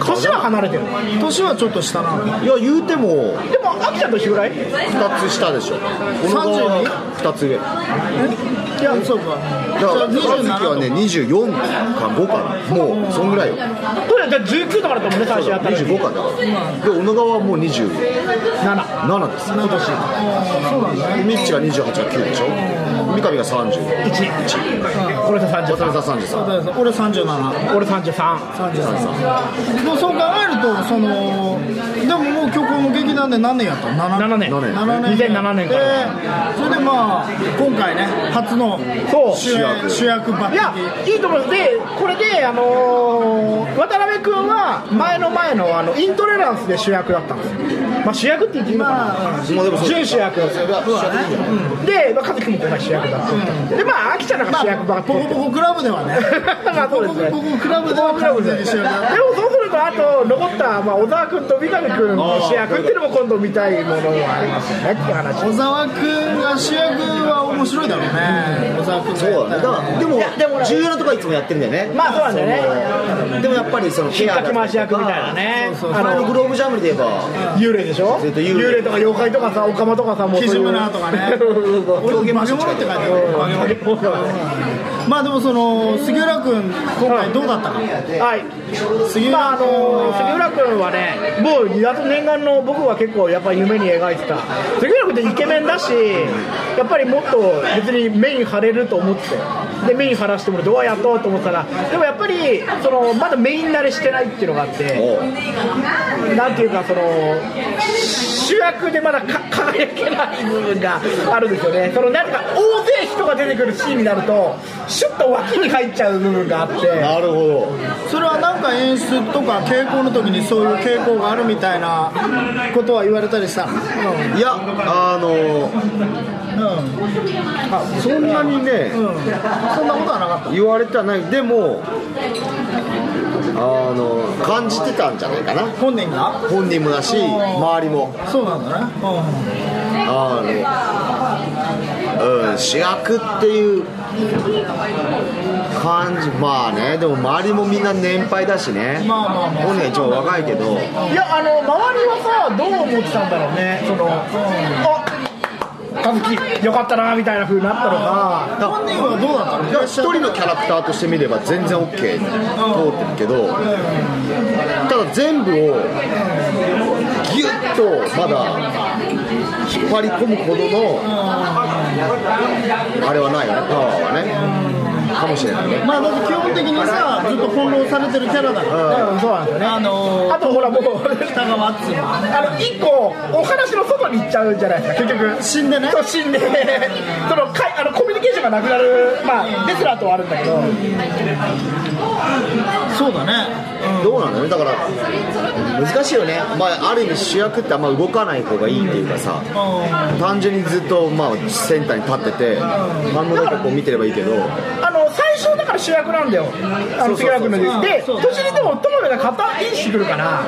[SPEAKER 4] 年は離れてる
[SPEAKER 1] 年はちょっと下なの
[SPEAKER 3] いや言うても
[SPEAKER 4] でもアキちゃんと一緒ぐらいい
[SPEAKER 3] 2つ下でしょ2つ上だか
[SPEAKER 1] やそうかじゃ
[SPEAKER 3] ら
[SPEAKER 1] あ
[SPEAKER 3] 高月は
[SPEAKER 1] 27
[SPEAKER 3] ね24か5かなもうそんぐらいよ
[SPEAKER 4] やじゃあ19とかだったもんね最初やったら
[SPEAKER 3] 25かだからで小野川はもう27
[SPEAKER 4] 7
[SPEAKER 3] です今年ミッチが28か9でしょ三上が30
[SPEAKER 4] 1俺と
[SPEAKER 3] 渡辺
[SPEAKER 4] 33
[SPEAKER 3] さん33
[SPEAKER 1] 俺37
[SPEAKER 4] 俺33
[SPEAKER 1] 33でもそう考えるとそのでももう虚構の劇団で何年やったの
[SPEAKER 4] 7
[SPEAKER 1] 7
[SPEAKER 4] 年
[SPEAKER 3] 七
[SPEAKER 1] 7
[SPEAKER 3] 年
[SPEAKER 1] 年
[SPEAKER 4] 2007年から
[SPEAKER 1] でそれでまあ今回ね初の
[SPEAKER 4] そう
[SPEAKER 1] 主役主
[SPEAKER 3] 主
[SPEAKER 1] 役抜
[SPEAKER 4] いや
[SPEAKER 1] 擢、
[SPEAKER 4] いいと思います、で、これで、あのー渡辺君は前の前のあのイントレランスで主役だったんですよ、まあ、主役って言っていいのか
[SPEAKER 1] まあ
[SPEAKER 3] もうでも
[SPEAKER 4] な、準主役、で、まあ、和樹君も今回主役だった、で、まあ、秋ちゃんなんか主役ばっか
[SPEAKER 1] ボ
[SPEAKER 4] り
[SPEAKER 1] コボコクラブではね
[SPEAKER 4] まあそうですね
[SPEAKER 1] ボコボコクラブでは完全に主役だった
[SPEAKER 4] でもそうするとあと残った、まあ、小沢君と三上君の主役っていうのも今度見たいものがありますよねっていう話
[SPEAKER 1] 小沢君が主役は面白いだろうね小沢君が
[SPEAKER 3] そうだねだからでも
[SPEAKER 4] いやでも
[SPEAKER 3] 重要なとこはいつもやってるんだよね
[SPEAKER 4] まあそうなんだよ
[SPEAKER 3] ね
[SPEAKER 4] ね
[SPEAKER 3] でもやっぱりその
[SPEAKER 4] 引っ
[SPEAKER 3] だ
[SPEAKER 4] かき
[SPEAKER 3] とか
[SPEAKER 4] 回し役みたいなねあ
[SPEAKER 3] あのグ
[SPEAKER 4] の
[SPEAKER 3] ローブジャムで言えば
[SPEAKER 4] 幽霊でしょ
[SPEAKER 3] ずっと幽
[SPEAKER 4] 幽
[SPEAKER 3] 霊
[SPEAKER 4] 霊とか妖怪とかさオカマとかさもう
[SPEAKER 1] 木
[SPEAKER 4] そういう
[SPEAKER 1] 村とかね
[SPEAKER 4] そう
[SPEAKER 1] 俺化け物って書いてある化け物まあでもその杉浦君今回どうだったか
[SPEAKER 4] はい
[SPEAKER 1] 杉浦君
[SPEAKER 4] まああの杉浦君はね、もうやっと念願の僕は結構やっぱり夢に描いてた、杉浦君ってイケメンだし、やっぱりもっと別にメイン張れると思って、でメイン張らしてもらって、どうやっとと思ってたら、でもやっぱりそのまだメイン慣れしてないっていうのがあって、
[SPEAKER 3] おう
[SPEAKER 4] なんていうか、その主役でまだか輝けない部分があるんですよね、そのなんか大勢人が出てくるシーンになると、シュッと脇に入っちゃう部分があって。
[SPEAKER 3] なるほど
[SPEAKER 1] それはなんか演出とか傾向の時にそういう傾向があるみたいなことは言われたりしたう
[SPEAKER 3] いやあのそんなにね
[SPEAKER 1] ん、うん、そんなことはなかった
[SPEAKER 3] 言われてはないでもあの感じてたんじゃないかな
[SPEAKER 1] 本人が
[SPEAKER 3] 本人もだし周りも
[SPEAKER 1] そうなんだね、う
[SPEAKER 3] あの、うん、主役っていう感じまあねでも周りもみんな年配だしね
[SPEAKER 1] まあまあまあ
[SPEAKER 3] 本人は一応若いけど
[SPEAKER 4] いやあの周りはさどう思ってたんだろうねその、あ歌舞伎よかったなみたいな風になったのが
[SPEAKER 1] ん、本人はどうだったの
[SPEAKER 3] だから一人のキャラクターとして見れば全然 OK 通ってるけどただ全部をギュッとまだ引っ張り込むほどのあれはないよねパワーはねかもしれないね
[SPEAKER 1] まあだって基本的にさずっと翻弄されてるキャラだから、
[SPEAKER 4] うんそうなんですよね
[SPEAKER 1] あのー、
[SPEAKER 4] <laughs> あとほらもう
[SPEAKER 1] 北川っつうのは
[SPEAKER 4] あの1個お話の外に行っちゃうじゃないですか結局
[SPEAKER 1] 死んでね
[SPEAKER 4] そう死んでそのかいあのコミュニケーションがなくなるまあレスラーとはあるんだけど
[SPEAKER 1] そうだね
[SPEAKER 3] どうなのねだから難しいよね、まあ、ある意味主役ってあんま動かない方がいいっていうかさ単純にずっとまあセンターに立ってて反応だけこう見てればいいけど
[SPEAKER 4] あの最初だから主役なんだよ、あの杉浦君のですで、年にでも友部が肩インしてくるから、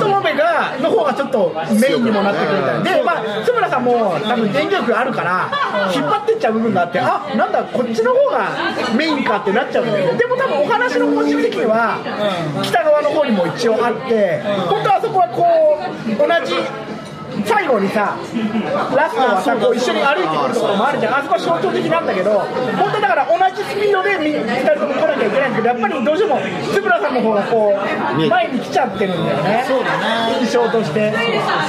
[SPEAKER 4] 友部がの方がちょっとメインにもなってくるみたいな、で、まあ、津村さんも多分電力あるから、引っ張ってっちゃう部分があって、あなんだ、こっちの方がメインかってなっちゃうんだよね、でも多分お話の方針的には、北側の方にも一応あって、本当はあそこはこう、同じ。最後にさ、ラストはさ、こう一緒に歩いてくるところもあるじゃん、あそこは象徴的なんだけど、本当だから同じスピードでみ2人とも来なきゃいけないんだけど、やっぱりどうしても、津村さんの方がこ
[SPEAKER 3] 見えて
[SPEAKER 4] う前に来ちゃってるんだよね、
[SPEAKER 1] そうだね
[SPEAKER 4] 印象として、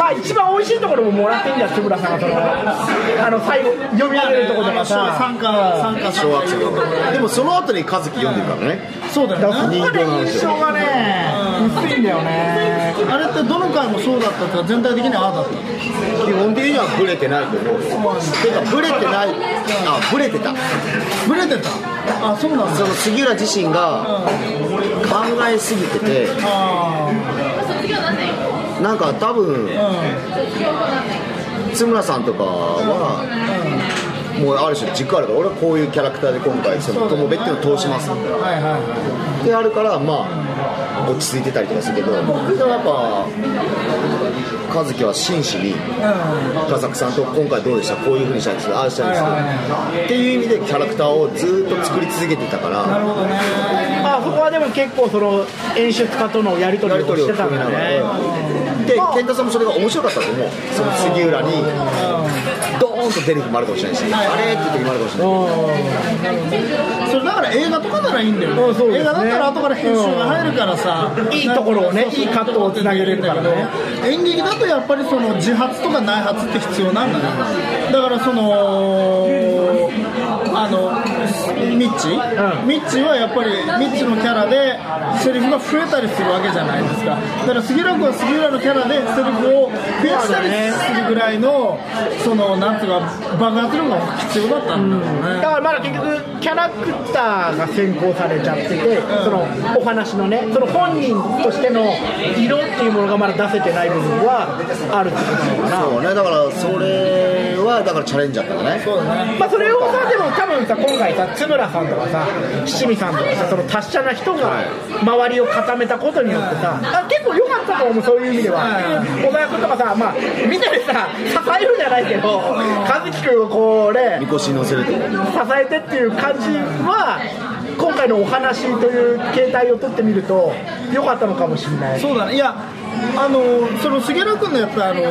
[SPEAKER 4] まあ、一番美味しいところももらっていいんだよ、津村さんがその、あの最後、読み上げるところとかさ、
[SPEAKER 1] 参加参加
[SPEAKER 3] 小学生の頃でもその後に和樹読んでるからね
[SPEAKER 1] そうだ
[SPEAKER 4] だ
[SPEAKER 1] よ
[SPEAKER 4] からそ
[SPEAKER 1] ね
[SPEAKER 4] こまで印象がね、薄いんだよね。
[SPEAKER 1] あれってどの回もそうだったって全体的にはああだった
[SPEAKER 3] 基本的にはブレてないと思うよてかブレてないあブレてた
[SPEAKER 1] ブレてたあそうなんだ
[SPEAKER 3] その杉浦自身が考えすぎてて
[SPEAKER 1] あ
[SPEAKER 3] なんか多分
[SPEAKER 1] あうん
[SPEAKER 3] 津村さんとかは、もうある種軸あるから俺はこういうキャラクターで今回その友部っていうのを通しますって
[SPEAKER 1] はいはいはい
[SPEAKER 3] あるからまあ落ち着いてたりとかするけどでもやっぱ和樹は真摯に深作さんと今回どうでしたこういうふうにしたいんですけどああしたいんですけどっていう意味でキャラクターをずっと作り続けてたから
[SPEAKER 4] まあ、そこはでも結構その演出家とのやり取
[SPEAKER 3] や
[SPEAKER 4] り
[SPEAKER 3] り
[SPEAKER 4] を
[SPEAKER 3] 取
[SPEAKER 4] し
[SPEAKER 3] りを
[SPEAKER 4] てた
[SPEAKER 3] 含
[SPEAKER 4] ん
[SPEAKER 3] め
[SPEAKER 4] だ
[SPEAKER 3] な
[SPEAKER 4] よ
[SPEAKER 3] がら
[SPEAKER 4] ね。
[SPEAKER 3] ねで健太さんもそれが面白かったと思うその杉浦にドーンと出る日もあるかもしれないしあれっていう時もあるかもしれない
[SPEAKER 1] それだから映画とかならいいんだよ、
[SPEAKER 4] うんそうですね
[SPEAKER 1] 映画だったら後から編集が入るからさ、
[SPEAKER 4] いいところをね
[SPEAKER 1] そうそう
[SPEAKER 4] いいカットをつなげれるからね
[SPEAKER 1] 演劇だとやっぱりその自発とか内発って必要なんだねだからそのあのミッチ、ミッチはやっぱりミッチのキャラでセリフが増えたりするわけじゃないですかだから杉浦君は杉浦のキャラでセリフを増やしたりするぐらいのそのなんていうか爆発力が必要だったんだろうね、
[SPEAKER 4] だからまだ結局キャラクターが先行されちゃってて、そのお話のねその本人としての色っていうものがまだ出せてない部分はあるってことなのかな
[SPEAKER 3] そうねだからそれはだからチャレンジャーだからね
[SPEAKER 4] まあそれをさでも多分さ今回さ津村さんとかさ七味さんとかさその達者な人が周りを固めたことによってさあ結構良かったと思うそういう意味では小田君とかさまあみんなでさ支えるじゃないけど和樹君をこうね
[SPEAKER 3] みこしに乗せると
[SPEAKER 4] 支えてっていう感じは今回のお話という形態を取ってみると良かったのかもしれない
[SPEAKER 1] そうだねいやあのその杉浦君のやっぱあの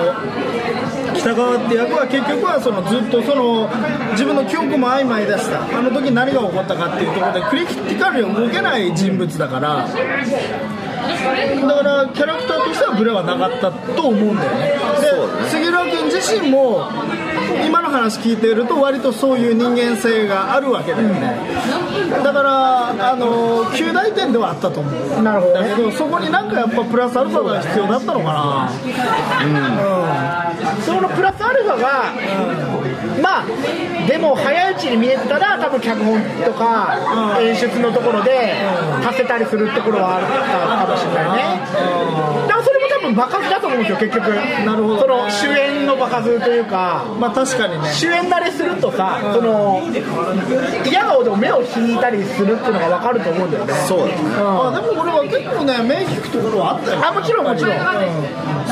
[SPEAKER 1] 北川って役は結局はそのずっとその自分の記憶も曖昧だしたあの時何が起こったかっていうところでクリティカルに動けない人物だからだからキャラクターとしてはブレはなかったと思うんだよねで杉浦君自身も今の話聞いていると割とそういう人間性があるわけだよねだからあの旧大点ではあったと思う
[SPEAKER 4] なるほど
[SPEAKER 1] だ
[SPEAKER 4] ね
[SPEAKER 1] けどそこになんかやっぱプラスアルファが必要だったのか
[SPEAKER 4] そのプラスアルファが、まあでも早いうちに見えてたら多分脚本とか演出のところで足せたりするところはあったかもしれないねだからそれも多分場数だと思うんですよ結局なるほど、その主演の場数というか
[SPEAKER 1] なまあ確かにね
[SPEAKER 4] 主演慣れするとさ、その嫌顔でも目を引いたりするっていうのが分かると思うんだよね
[SPEAKER 3] そうだね
[SPEAKER 1] あでも俺は結構ね目引くところはあったよ
[SPEAKER 4] あもちろんもちろん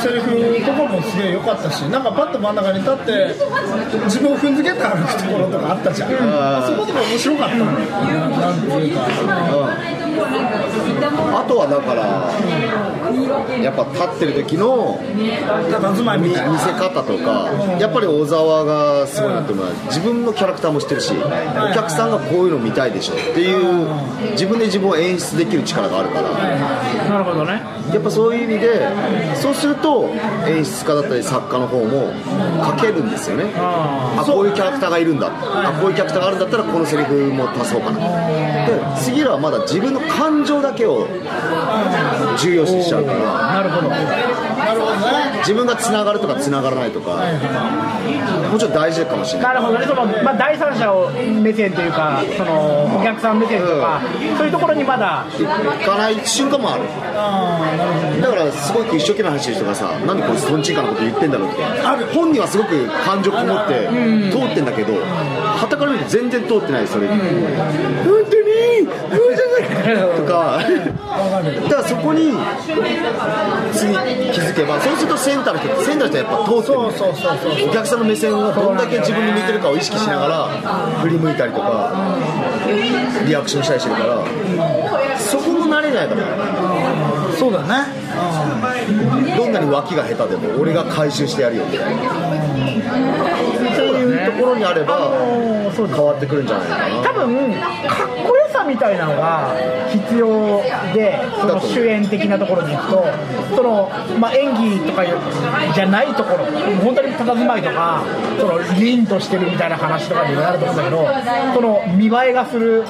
[SPEAKER 1] セリフとかもすげえ良かったしなんかパッと真ん中に立って自分を踏んづけて歩くところとかあったじゃん、あそこでも面白かったのよ、なんていうか
[SPEAKER 3] あとはだからやっぱ立ってる時の
[SPEAKER 1] なんかま
[SPEAKER 3] 見
[SPEAKER 1] み
[SPEAKER 3] 見せ
[SPEAKER 1] たいな
[SPEAKER 3] 方とかやっぱり小沢がすごいなって思うのは自分のキャラクターも知ってるしお客さんがこういうの見たいでしょっていう自分で自分を演出できる力があるから
[SPEAKER 4] なるほどね
[SPEAKER 3] やっぱそういう意味でそうすると演出家だったり作家の方も書けるんですよねあこういうキャラクターがいるんだあこういうキャラクターがあるんだったらこのセリフも足そうかなで杉浦はまだ自分の感情だけを重要視しちゃうから
[SPEAKER 4] なるほど
[SPEAKER 3] 自分がつながるとかつながらないとか、もちろん大事かもしれない
[SPEAKER 4] なるほどね、そのまあ、第三者を目線というか、そのお客さん目線とか、そういうところにまだ、
[SPEAKER 3] 行かない瞬間もあるだからすごく一生懸命話してる人がさなんでこいつとんちんかなこと言ってんだろうって本人はすごく感情こもって通ってんだけどはたから見ると全然通ってないそれ、本当にとかだからそこに次気づけばそうするとセンターの人センターの人はやっぱ通ってる
[SPEAKER 1] そうそうそうそう
[SPEAKER 3] お客さんの目線をどんだけ自分に向いてるかを意識しながら振り向いたりとかリアクションしたりしてるからそこも慣れないから
[SPEAKER 1] そうだね
[SPEAKER 3] どんなに脇が下手でも俺が回収してやるよみたいなそういうところにあれば変わってくるんじゃないかな
[SPEAKER 4] 多分かっこよさみたいなのが必要で、その主演的なところに行くと、そのまあ、演技とかじゃないところ、本当に佇まいとか、その凛としてるみたいな話とかになると思うんだけど、その見栄えがする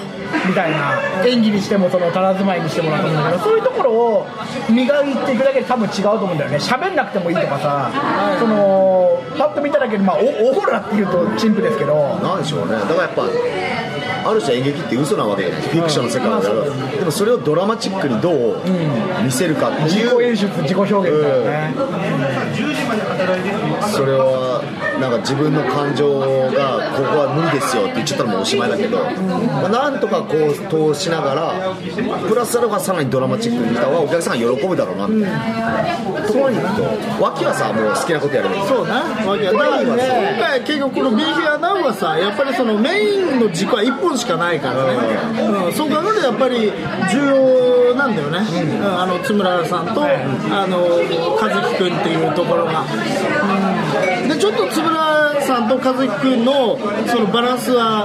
[SPEAKER 4] みたいな、演技にしても、その佇まいにしてもらうと思うんだけど、そういうところを磨いていくだけで多分違うと思うんだよね、喋んなくてもいいとかさ、そのパッと見ただけで、まあ、おオーラっていうと、陳腐ですけど。
[SPEAKER 3] なんでしょうねだからやっぱある種演劇って嘘なわけじゃないフィクションの世界だからでもそれをドラマチックにどう見せるかって
[SPEAKER 4] 自
[SPEAKER 3] い
[SPEAKER 4] 己
[SPEAKER 3] う
[SPEAKER 4] 演出自己表現だよね、
[SPEAKER 3] それはなんか自分の感情がここは無理ですよって言っちゃったらもうおしまいだけど、まあ、なんとかこう通しながらプラスアルファさらにドラマチックにした方がお客さんが喜ぶだろうなって、ところに行くと脇はさもう好きなことやればいい
[SPEAKER 1] そうねわけだからね今回結局この b ーフィアナウはさやっぱりそのメインの軸は1本しかないからね、うんそう考えるとやっぱり重要なんだよね、うんあの津村さんと、あの和樹君っていうところが、うんでちょっとつぶらさんと和樹君のそのバランスは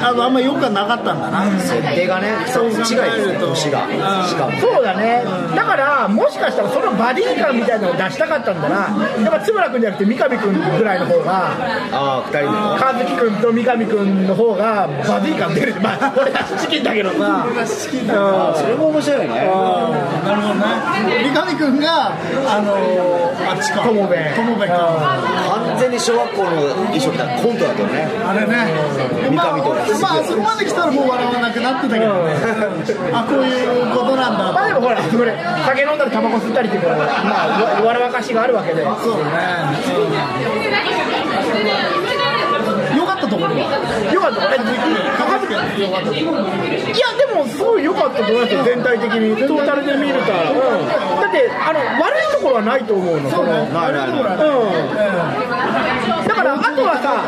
[SPEAKER 1] あのあんま良くはなかったんだな
[SPEAKER 5] 設定がね
[SPEAKER 1] そう
[SPEAKER 5] 人
[SPEAKER 1] 考
[SPEAKER 5] 違いです
[SPEAKER 1] える
[SPEAKER 5] ね
[SPEAKER 1] と
[SPEAKER 5] 年がしかも
[SPEAKER 4] そうだね、だからもしかしたらそのバディ感みたいなのを出したかったんだなやっぱ津村君じゃなくて三上君ぐらいの方が
[SPEAKER 5] ああ2人の
[SPEAKER 4] 和樹君と三上君の方がバディ感出るまあ俺たちチキンだけどさ
[SPEAKER 3] <laughs> それも面白いね
[SPEAKER 1] なるほどね三上君があのあっちか
[SPEAKER 4] 友部
[SPEAKER 1] 友部か
[SPEAKER 3] 完全に小学校の衣装みたいなコントだけどね
[SPEAKER 1] あれねまあ、まああそこまで来たらもう笑わなくなってたけどねあこういうことなんだ
[SPEAKER 4] まあでもほらそれ酒飲んだりタバコ吸ったりっていうのはまあわらわかしがあるわけで
[SPEAKER 1] そうね、うん、よかったところは
[SPEAKER 4] よかった、え高橋君、いや、でも、すごい良かったと思いますよ、全体的に、トータルで見ると、だってあの、悪いところはないと思うの、そのうん、
[SPEAKER 3] ないないない
[SPEAKER 4] だから、あとはさ、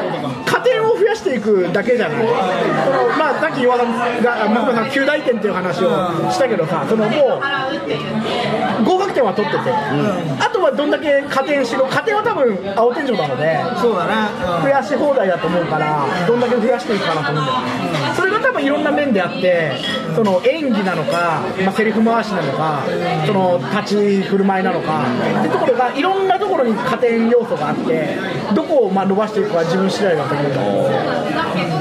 [SPEAKER 4] 加点を増やしていくだけじゃない、そのまあ、さっき岩田が、あ松村さん、9大点っていう話をしたけどさ、そのもう、合格点は取ってて、あとはどんだけ加点しろ、加点は多分青天井なので。
[SPEAKER 1] そうだね、うん
[SPEAKER 4] 増やし放題だと思うからどんだけ増やしていくかなと思うんだよねそれが多分いろんな面であってその演技なのか、まあ、セリフ回しなのかその立ち振る舞いなのかってところがいろんなところに加点要素があってどこをまあ伸ばしていくかは自分次第だと思うんだけど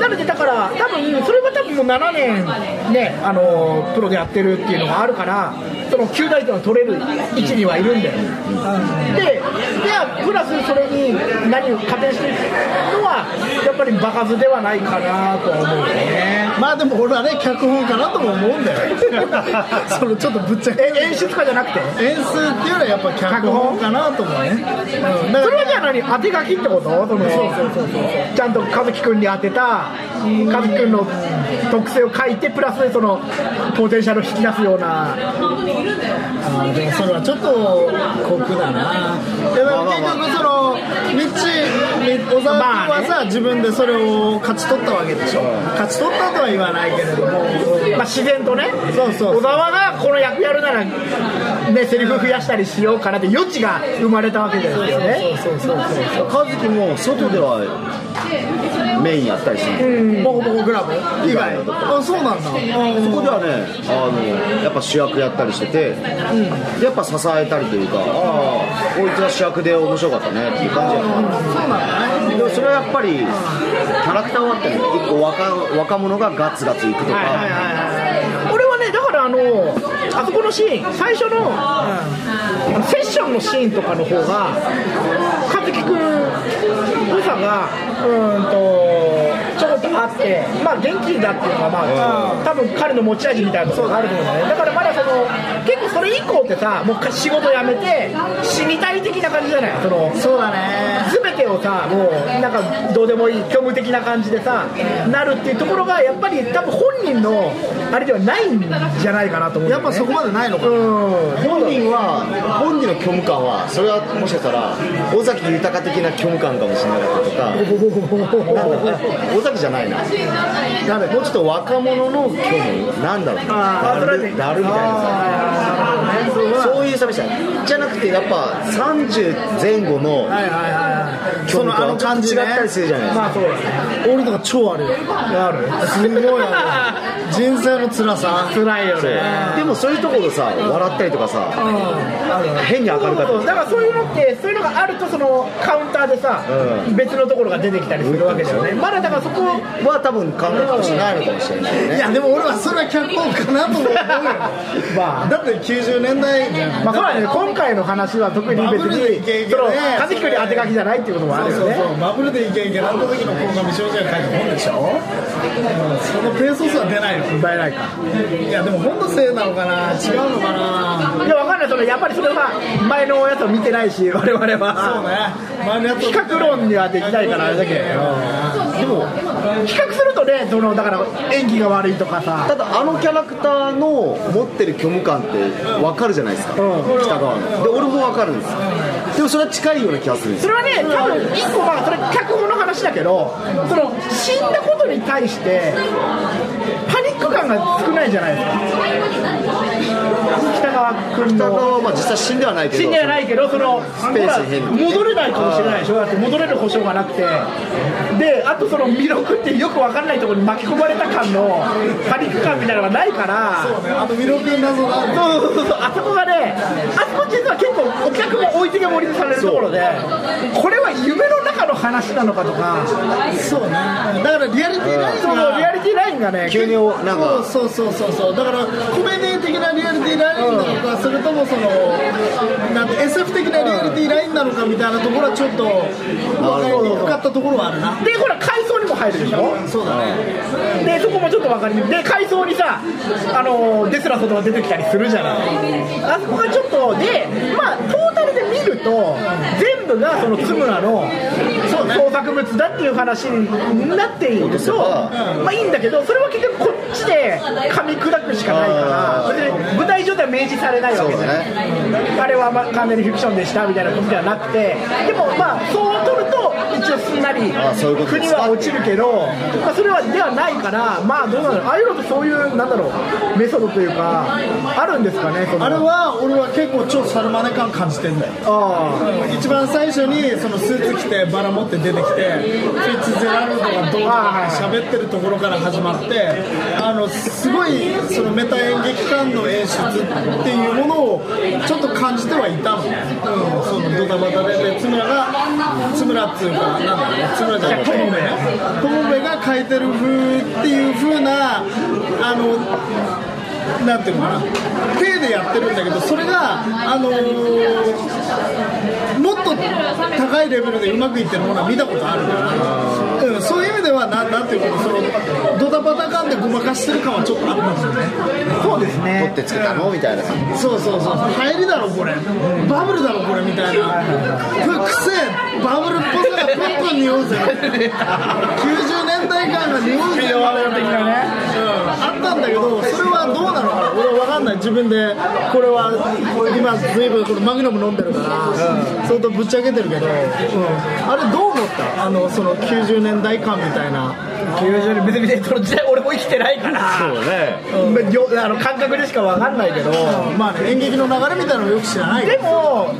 [SPEAKER 4] なのでだから多分それは多分もう7年ねあのプロでやってるっていうのがあるからその9大点を取れる位置にはいるんだよででプラスそれに何を加点していくのはやっぱり場数ではないかなとは思うよね
[SPEAKER 1] まあでも俺はね脚本かなとも思うんだよそれちょっとぶっちゃけ
[SPEAKER 4] え演出家じゃなくて
[SPEAKER 1] 演出っていうのはやっぱ脚本かなと思うね、うん、だ
[SPEAKER 4] そ
[SPEAKER 1] か
[SPEAKER 4] れは
[SPEAKER 1] ら
[SPEAKER 4] じゃあ何当て書きってことそのちゃんと和樹君に当てた和樹君の特性を書いてプラスそのポテンシャルを引き出すような
[SPEAKER 1] あーでもそれはちょっと酷だないやだから結局そのミッチみ小沢君はさ、
[SPEAKER 4] ま
[SPEAKER 1] 自分でそれを勝ち取ったわけでしょ勝ち取ったとは言わないけれども
[SPEAKER 4] まあ、自然とね
[SPEAKER 1] そうそう
[SPEAKER 4] 小沢がこの役やるなら、ね、セリフ増やしたりしようかなって余地が生まれたわけですよね
[SPEAKER 1] そうそうそうそう
[SPEAKER 3] 和樹も外ではメインやったりする
[SPEAKER 1] ボコボコクラブ以外あそうなんだ
[SPEAKER 3] そこではねあのやっぱ主役やったりしてて、やっぱ支えたりというかああこいつが主役で面白かったねっていう感じやったでもそれはやっぱりキャラクターはあってね一個若若者がガツガツいくとか、
[SPEAKER 4] 俺はねだからあのあそこのシーン最初の、あのセッションのシーンとかの方が和樹君うさがうーんとちょこっとあってまあ元気だっていうのがまあ、多分彼の持ち味みたいなところがあると思うんだよねだからまだその結構それ以降ってさもう仕事辞めて死にたい的な感じじゃないその
[SPEAKER 1] そうだね
[SPEAKER 4] 全てをさもうなんかどうでもいい虚無的な感じでさなるっていうところがやっぱり多分本人のあれではないんじゃないかなと思う、
[SPEAKER 1] やっぱそこまでないのかな
[SPEAKER 3] 本人は本人の虚無感はそれはもしかしたら尾崎豊的な虚無感かもしれなかったとか尾崎じゃないななんもうちょっと若者の虚無なんだろう
[SPEAKER 4] あー
[SPEAKER 3] なるなるみたいなさそういう寂しさじゃなくてやっぱ30前後の
[SPEAKER 1] はいはいはいはい
[SPEAKER 3] 虚
[SPEAKER 1] そ
[SPEAKER 3] 無
[SPEAKER 1] の
[SPEAKER 3] と
[SPEAKER 1] あの
[SPEAKER 3] はちょっ
[SPEAKER 1] 感
[SPEAKER 3] と
[SPEAKER 1] じ
[SPEAKER 3] 違
[SPEAKER 1] ね
[SPEAKER 3] ったりするじゃないですか
[SPEAKER 4] まあそうだね
[SPEAKER 1] 俺とか超あるよ
[SPEAKER 4] ある
[SPEAKER 1] すごいある人生の辛さ
[SPEAKER 4] 辛いよね
[SPEAKER 3] でもそういうところさ笑ったりとかさ変に明る
[SPEAKER 4] そう
[SPEAKER 3] か
[SPEAKER 4] そう
[SPEAKER 3] ったり
[SPEAKER 4] そうだからそういうのってそういうのがあるとそのカウンターでさ、
[SPEAKER 3] う
[SPEAKER 4] 別のところが出てきたりするわけだよねまだだからそこを
[SPEAKER 3] は多分感覚としてないのかもしれないよ
[SPEAKER 1] い
[SPEAKER 3] ね
[SPEAKER 1] やでも俺はそれは脚本かなと思うよ
[SPEAKER 4] <laughs> まあ
[SPEAKER 1] だって90年代じゃない
[SPEAKER 4] まあそうだね、今回の話は特に別
[SPEAKER 1] バブルでいけい
[SPEAKER 4] に、
[SPEAKER 1] けね
[SPEAKER 4] その和樹君に当て書きじゃないっていうこともあ
[SPEAKER 1] そう
[SPEAKER 4] る
[SPEAKER 1] そ
[SPEAKER 4] よ
[SPEAKER 1] う
[SPEAKER 4] ね。
[SPEAKER 1] そうバブルでいけいけなった時の鴻上尚史が書いた本でしょ、うんそのペーソスは出ないよ
[SPEAKER 4] 問題ないか。
[SPEAKER 1] いやでも本のせいなのかな違うのかない
[SPEAKER 4] や、わかんない、そのやっぱりそれは前のやつを見てないし、我々
[SPEAKER 1] そう
[SPEAKER 4] は。
[SPEAKER 1] ね前のやつ
[SPEAKER 4] 比較論にはできないからあれだけどでも比較するとねそのだから演技が悪いとかさ
[SPEAKER 3] ただあのキャラクターの持ってる虚無感って分かるじゃないですか、北川ので俺も分かるんですよでもそれは近いような気がするんです
[SPEAKER 4] そ
[SPEAKER 3] よ
[SPEAKER 4] れはね多分一個まあそれ脚本の話だけどその死んだことに対してパニック感が少ないじゃないですか北川
[SPEAKER 1] 君
[SPEAKER 3] 北
[SPEAKER 1] の
[SPEAKER 3] 川はまあ実際死んではないけど
[SPEAKER 4] 死んではないけど、その
[SPEAKER 3] ペースに変化
[SPEAKER 4] 戻れないかもしれないでしょ、だって戻れる保証がなくて、で、あとその魅力ってよく分かんないところに巻き込まれた感のパニック感みたいなのがないから、
[SPEAKER 1] あとミロ君謎だ
[SPEAKER 4] そうそうそうそうあそこがね、あそこ実は結構、お客も置いてけぼりにされるところで、これは夢の中の話なのかとか、
[SPEAKER 1] そうねだからリアリティライン
[SPEAKER 4] そのリアリティラインがね、
[SPEAKER 3] 急におなんか
[SPEAKER 1] そうそうそうそうそうだからコメディ的なリアリティラインなのか、それともそのなんて SF 的なリアリティラインなのかみたいなところはちょっと分かりにくかったところはあるな
[SPEAKER 4] で、ほら、階層にも入るでしょ。
[SPEAKER 1] そうだね
[SPEAKER 4] でそこもちょっと分かりにくいで階層にさ、あのーデスラ外が出てきたりするじゃないあそこがちょっとでまあトータルで見ると全部がその津村のそう創作物だっていう話になっているとまあいいんだけどそれは結局こっちで噛み砕くしかないから別に舞台上では明示されないわけじゃないあれはまあ完全にフィクションでしたみたいなことではなくてでもまあそう取ると一応すんなり
[SPEAKER 3] あそういうことで
[SPEAKER 4] 国
[SPEAKER 3] すか
[SPEAKER 4] は落ちるけど、まあ、それはではないからまあどうなのああいうのってそういうなんだろうメソッドというかあるんですかねその
[SPEAKER 1] あれは俺は結構超サルマネ感感じてんだよ
[SPEAKER 4] あ
[SPEAKER 1] 一番最初にそのスーツ着てバラ持って出てきてフィッツジェラルドがどうとか喋ってるところから始まってあのすごいそのメタ演劇感の演出っていうものをちょっと感じてはいたの、うん、そのドタバタでで津村が津村っていうかなんだろうね津村じゃない友部ね友部が描いてる風っていう風なあのなんていうのかな手でやってるんだけどそれがあのーもっと高いレベルでうまくいってるものは見たことあるから、うん、そういう意味ではななんていうのそのドタバタ感でごまかしてる感はちょっとあったんですよね
[SPEAKER 4] あそうです
[SPEAKER 3] 取
[SPEAKER 4] ね
[SPEAKER 3] ってつけたのみたいな感じ
[SPEAKER 1] そうそうそう流行りだろこれバブルだろこれみたいなくせえバブルっぽさがポンポン匂うぜ90年代感が匂うぜ
[SPEAKER 4] ね
[SPEAKER 1] あったんだけど、それはどうなのかな、俺は分かんない、自分で、これは今、ずいぶんこのマグナム飲んでるから、相当ぶっちゃけてるけど、うんあれ、どう思ったあのその90年代感みたいな、
[SPEAKER 4] 90年別にその時代俺も生きてないから
[SPEAKER 3] そうね
[SPEAKER 4] うんよあの感覚でしか分かんないけど
[SPEAKER 1] まあね、演劇の流れみたいなのをよく知らない
[SPEAKER 4] でも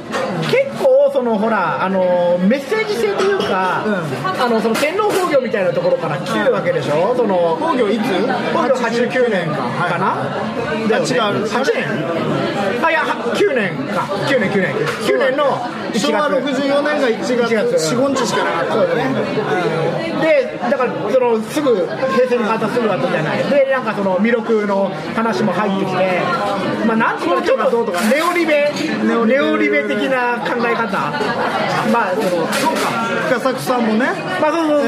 [SPEAKER 4] 結構そのほらあのメッセージ性というか、あのその天皇崩御みたいなところから来てるわけでしょ、その
[SPEAKER 1] 工業いつ
[SPEAKER 4] 崩御89年か、かな、だよね
[SPEAKER 1] いや違う
[SPEAKER 4] 8年あいや9年か9年9年9年の1月
[SPEAKER 1] 昭和64年が1月、
[SPEAKER 4] 1月
[SPEAKER 1] 4、5日しかなかった
[SPEAKER 4] そうだね、でだからそのすぐ平成に変わったすぐだったじゃないでなんかその魅力の話も入ってきてまあなんていうのちょっとネオリベネオリベ的な考え方まあそのそうか
[SPEAKER 1] 深作さんもね、
[SPEAKER 4] まあそう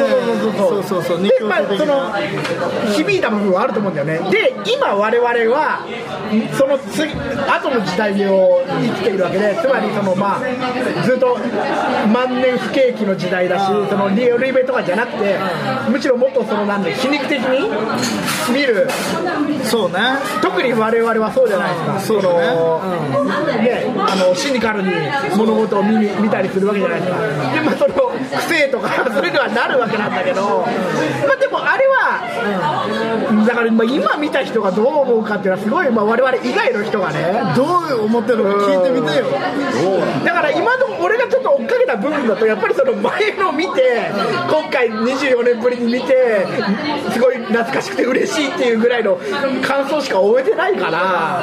[SPEAKER 4] そうそうそうそうそう
[SPEAKER 1] えーそうそうそう
[SPEAKER 4] でまあその響いた部分はあると思うんだよねで今我々はその次後の時代を生きているわけでつまりそのまあずっと万年不景気の時代だしそのリオリベとかじゃなくてむしろもっとそのなんだ皮肉的に見る
[SPEAKER 1] そうね、
[SPEAKER 4] 特に我々はそうじゃないです
[SPEAKER 1] そ
[SPEAKER 4] か、
[SPEAKER 1] うだ
[SPEAKER 4] ねねあのシニカルに物事を見に見たりするわけじゃないですか、でまあ、その癖とか、 <laughs> そういうのはなるわけなんだけど、まあ、でもあれは、だからまあ今見た人がどう思うかっていうのは、すごい、まあ我々以外の人がね。
[SPEAKER 1] どう思ってるのか聞いてみてよ、
[SPEAKER 4] だから今の俺がちょっと追っかけた部分だとやっぱりその前の見て今回24年ぶりに見てすごい懐かしくて嬉しいっていうぐらいの感想しか終えてないから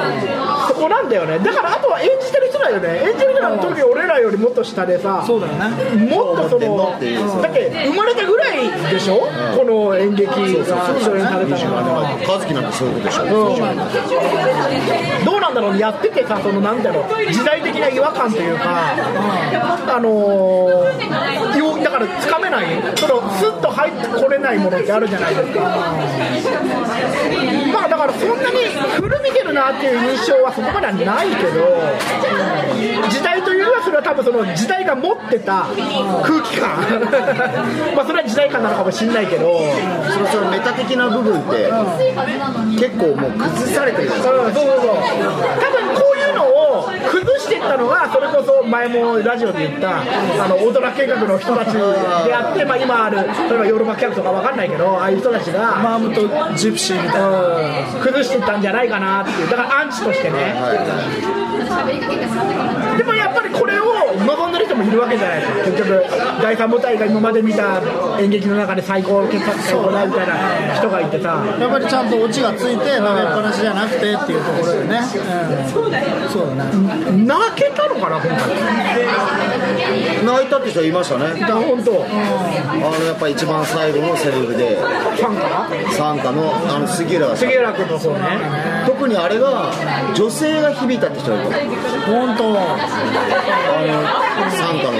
[SPEAKER 4] そこなんだよねだからあとは演じてる人だよね演じる人は特に俺らよりもっと下でさ
[SPEAKER 1] そうだよね、
[SPEAKER 4] もっとそ
[SPEAKER 3] どう思
[SPEAKER 4] の
[SPEAKER 3] ってんのっていう
[SPEAKER 4] だって生まれたぐらいでしょこの演劇が上演されたのは。
[SPEAKER 3] 和樹なんてそういうことでしょ
[SPEAKER 4] どうなんだろうやっててさそのなんだろう時代的な違和感というか、あのーよだからつかめないそのスッと入ってこれないものってあるじゃないですかまあだからそんなに古びてるなっていう印象はそこまではないけど時代というのはそれは多分その時代が持ってた空気感 <laughs> まあそれは時代感なのかもしれないけど
[SPEAKER 3] そのそのメタ的な部分って結構もう崩されてるじゃないですか
[SPEAKER 4] うんそうそうそう多分こういうのを崩していったのがそれこそ
[SPEAKER 2] 前もラジオで言ったあの大人計画の人たちであって、まあ、今ある例えばヨーロッパキャンプとかわかんないけどああいう人たちが、
[SPEAKER 1] マームとジプシーみたいな
[SPEAKER 2] 崩してたんじゃないかなっていうだからアンチとしてね、でもやっぱりこれを望んでる人もいるわけじゃないですか結局第三舞台が今まで見た演劇の中で最高の傑作最高だみたいな人がいてさ
[SPEAKER 1] やっぱりちゃんとオチがついて投げっぱなしじゃなくてっていうところでね、うん、そうだね
[SPEAKER 2] 泣けたのかな今回
[SPEAKER 3] 泣いたって人いましたね
[SPEAKER 2] だから本当フ
[SPEAKER 3] あのやっぱ一番最後のセリフで
[SPEAKER 2] ァンから
[SPEAKER 3] 参加のあの杉浦が
[SPEAKER 2] 杉浦君の方ね
[SPEAKER 3] 特にあれが女性が響いたって人がいた
[SPEAKER 1] 本当
[SPEAKER 3] あの参加の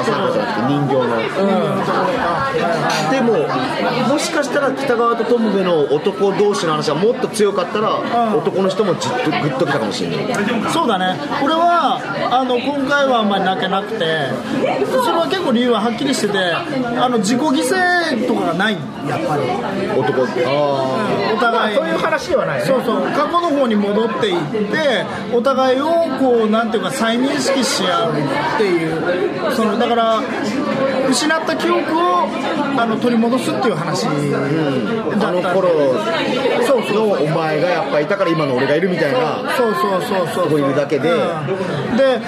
[SPEAKER 3] あ参加じゃなくて人形の、でももしかしたら北川と友部の男同士の話はもっと強かったら、男の人もじっとグッときたかもしれない
[SPEAKER 1] そうだね俺はあの今回はあんまり泣けなくてそれは結構理由ははっきりしててあの自己犠牲とかがないやっぱり
[SPEAKER 3] 男あ
[SPEAKER 1] お互い
[SPEAKER 2] そういう話ではないよ
[SPEAKER 1] そ
[SPEAKER 2] ね
[SPEAKER 1] うそう過去の方に戻っていってお互いをこうなんていうか再認識し合うっていうそのだから失った記憶をあの取り戻すっていう話
[SPEAKER 3] ああの頃のお前がやっぱいたから今の俺がいるみたいな
[SPEAKER 1] そうそうそうそう
[SPEAKER 3] ここいるだけで
[SPEAKER 1] うんで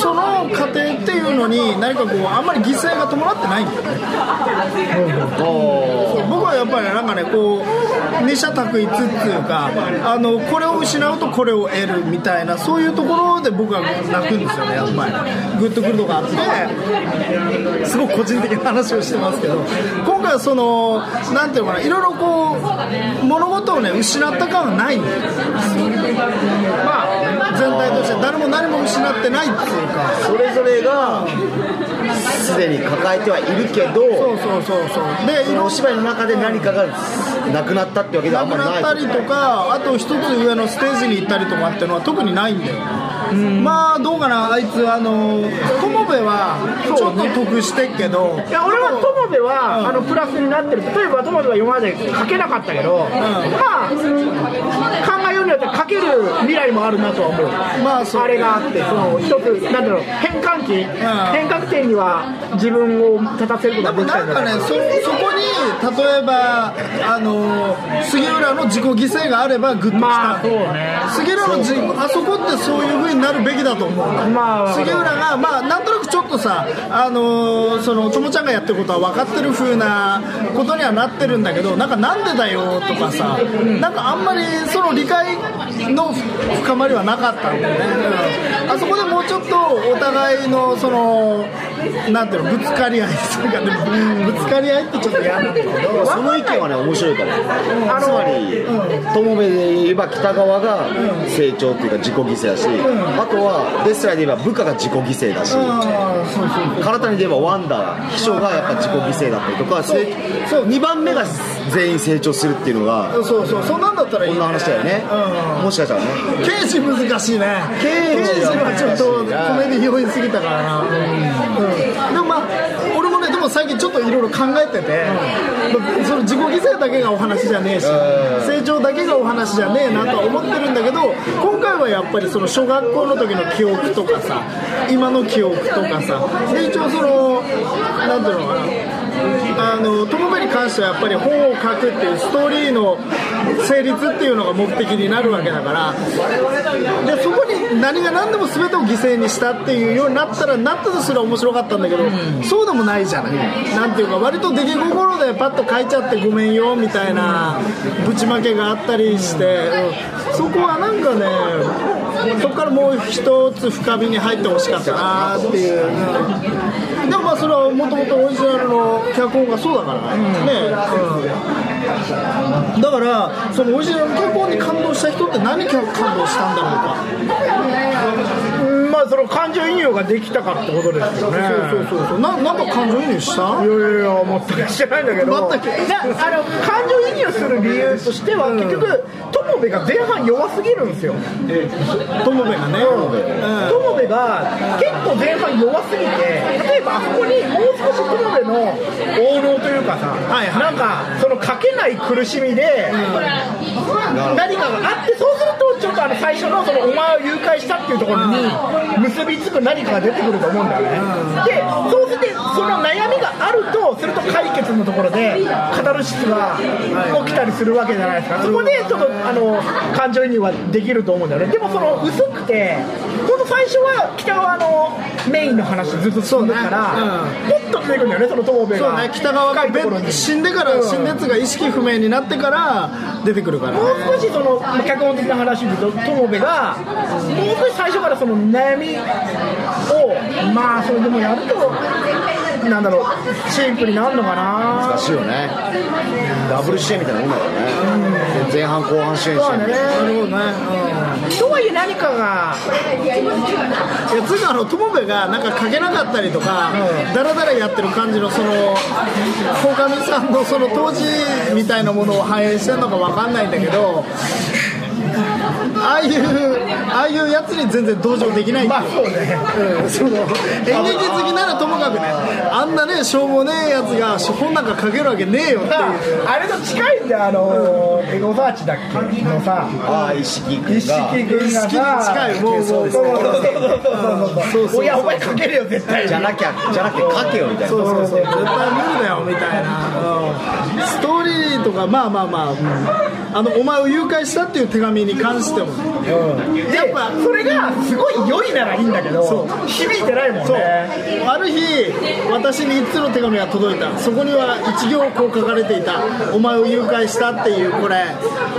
[SPEAKER 1] その過程っていうのに何かこうあんまり犠牲が伴ってないんだよねそう僕はやっぱりなんかねこう二者択一っていうかあのこれを失うとこれを得るみたいなそういうところで僕は泣くんですよねやっぱりグッとくるとこあってすごく個人的な話をしてますけど今回はそのなんていうのかないろいろこう物事をね失った感はないんだよ全体として誰も何も失ってないっていうか
[SPEAKER 3] それぞれがすでに抱えてはいるけ
[SPEAKER 1] そ
[SPEAKER 3] ど
[SPEAKER 1] うそうそうそうで
[SPEAKER 3] そのお芝居の中で何かがなくなったってわけではあ
[SPEAKER 1] なんく
[SPEAKER 3] まり
[SPEAKER 1] なった
[SPEAKER 3] ない
[SPEAKER 1] りとかあと一つ上のステージに行ったりとかっていうのは特にないんだよまあどうかなあいつあの友部はちょっと得してっけど
[SPEAKER 2] いや俺は友部は、あのプラスになってる例えば友部は今まで書けなかったけど、まあ考えようによって書ける未来もあるなとは思う、
[SPEAKER 1] まあそう
[SPEAKER 2] れがあってその一つなんだろう変換期、変革点には自分を立たせること
[SPEAKER 1] でも
[SPEAKER 2] ができ
[SPEAKER 1] なん
[SPEAKER 2] たんじゃ
[SPEAKER 1] か
[SPEAKER 2] な
[SPEAKER 1] ね
[SPEAKER 2] い
[SPEAKER 1] そそこに例えばあの杉浦の自己犠牲があればグッとき
[SPEAKER 2] まあ
[SPEAKER 1] た
[SPEAKER 2] そうね
[SPEAKER 1] 杉浦の自あそこってそういう風になるべきだと思う
[SPEAKER 2] まあ
[SPEAKER 1] 杉浦が、まあ、なんとなくちょっとさ、あのーそのともちゃんがやってることは分かってる風なことにはなってるんだけど、なんかなんでだよとかさ、なんかあんまりその理解の深まりはなかったんだよね、うんあそこでもうちょっとお互いのその、なんていうの、ぶつかり合いというかね、ぶつかり合いってちょっと嫌なんだけど、
[SPEAKER 3] その意見はね面白いかも
[SPEAKER 2] あの
[SPEAKER 3] つまり友部で言えば北側が成長っていうか自己犠牲だしあとはデスラーで言えば部下が自己犠牲だし唐谷で言えばワンダー秘書がやっぱ自己犠牲だったりとかせ
[SPEAKER 1] そう
[SPEAKER 3] 2番目が全員成長するっていうのが
[SPEAKER 1] そうそう、そんなんだったらいい、
[SPEAKER 3] こんな話だよねもしかしたらね
[SPEAKER 1] 刑事難しいね
[SPEAKER 3] 刑事
[SPEAKER 1] 刑事はちょっとコメディ要因すぎたからな、うんでもまあ俺もねでも最近ちょっといろいろ考えてて、まあその自己犠牲だけがお話じゃねえし、成長だけがお話じゃねえなとは思ってるんだけど今回はやっぱりその小学校の時の記憶とかさ今の記憶とかさで一応そのなんていうのかなあの友部に関してはやっぱり本を書くっていうストーリーの成立っていうのが目的になるわけだからでそこに何が何でも全てを犠牲にしたっていうようになったらなったとすら面白かったんだけど、そうでもないじゃない、なんていうか割と出来心でパッと書いちゃってごめんよみたいなぶちまけがあったりして、うんそこはなんかねそこからもう一つ深みに入ってほしかったなっていう。うんでもまあそれはもともとオリジナルの脚本がそうだからね,、ねうんだからそのオリジナルの脚本に感動した人って何に感動したんだろう
[SPEAKER 2] うんまあその感情移入ができたかってことですよね
[SPEAKER 1] か、そうそうそうそうななんか感情移入した
[SPEAKER 2] いやいやいや全くしてないんだけど
[SPEAKER 1] 全く
[SPEAKER 2] なあの感情移入する理由としては、結局友部が前半弱すぎるんですよ
[SPEAKER 1] 友部がね
[SPEAKER 2] 友部が結構前半弱すぎて例えばあそこにもう少し友部の王道というかさ、
[SPEAKER 1] いはい
[SPEAKER 2] なんかその書けない苦しみで、何かがあってそうするとちょっととあの最初のそのお前を誘拐したっていうところに結びつく何かが出てくると思うんだよね、でそうしてその悩みがあるとすると解決のところでカタルシスが起きたりするわけじゃないですかそこでちょっとあの感情移入はできると思うんだよねでもその薄くてほんと最初は北側のメインの話ずっと進んでたら、ポッと出てくるんだよねその友部
[SPEAKER 1] そ
[SPEAKER 2] が
[SPEAKER 1] うね北川が
[SPEAKER 2] 深いところ
[SPEAKER 1] べ
[SPEAKER 2] に
[SPEAKER 1] 死んでから死んだやつが意識不明になってから出てくるから
[SPEAKER 2] もう少しその脚本的な話で言うと友部がもう少し最初からその悩みをまあそれでもやるとなんだろうシンプルになるのかな
[SPEAKER 3] 難しいよねダブル主演みたいなもんだよね前半後半主演
[SPEAKER 2] そう
[SPEAKER 3] して
[SPEAKER 2] だね
[SPEAKER 1] なるほどね、うん
[SPEAKER 2] とはいえ何かが
[SPEAKER 1] いやつうかあの友部がなんか書けなかったりとか、だらだらやってる感じのその鴻上さんのその当時みたいなものを反映してるのかわかんないんだけどああいうああいうやつに全然同情できないっていう
[SPEAKER 2] そうね
[SPEAKER 1] うんその演劇好きならともかくねあんなねしょうもねえやつが本なんか書けるわけねえよっていう
[SPEAKER 2] あれと近いんだよあのエゴサーチだっけのさ
[SPEAKER 3] ああ意識君が
[SPEAKER 2] 一色君が
[SPEAKER 1] 好きに
[SPEAKER 2] さ
[SPEAKER 1] 近いもうもう
[SPEAKER 2] そうそうそうそうそういやお前かけるよ絶対
[SPEAKER 3] じゃなきゃじゃなくて書けよみたいな
[SPEAKER 1] そうそうそう絶対無理だよみたいな、うんストーリーとかまあまあまあ、うんあのお前を誘拐したっていう手紙に関してもね
[SPEAKER 2] で
[SPEAKER 1] やっぱ
[SPEAKER 2] それがすごい良いならいいんだけど響いてないもん
[SPEAKER 1] そう
[SPEAKER 2] ね
[SPEAKER 1] ある日私に1通の手紙が届いたそこには1行こう書かれていた「お前を誘拐した」っていうこれ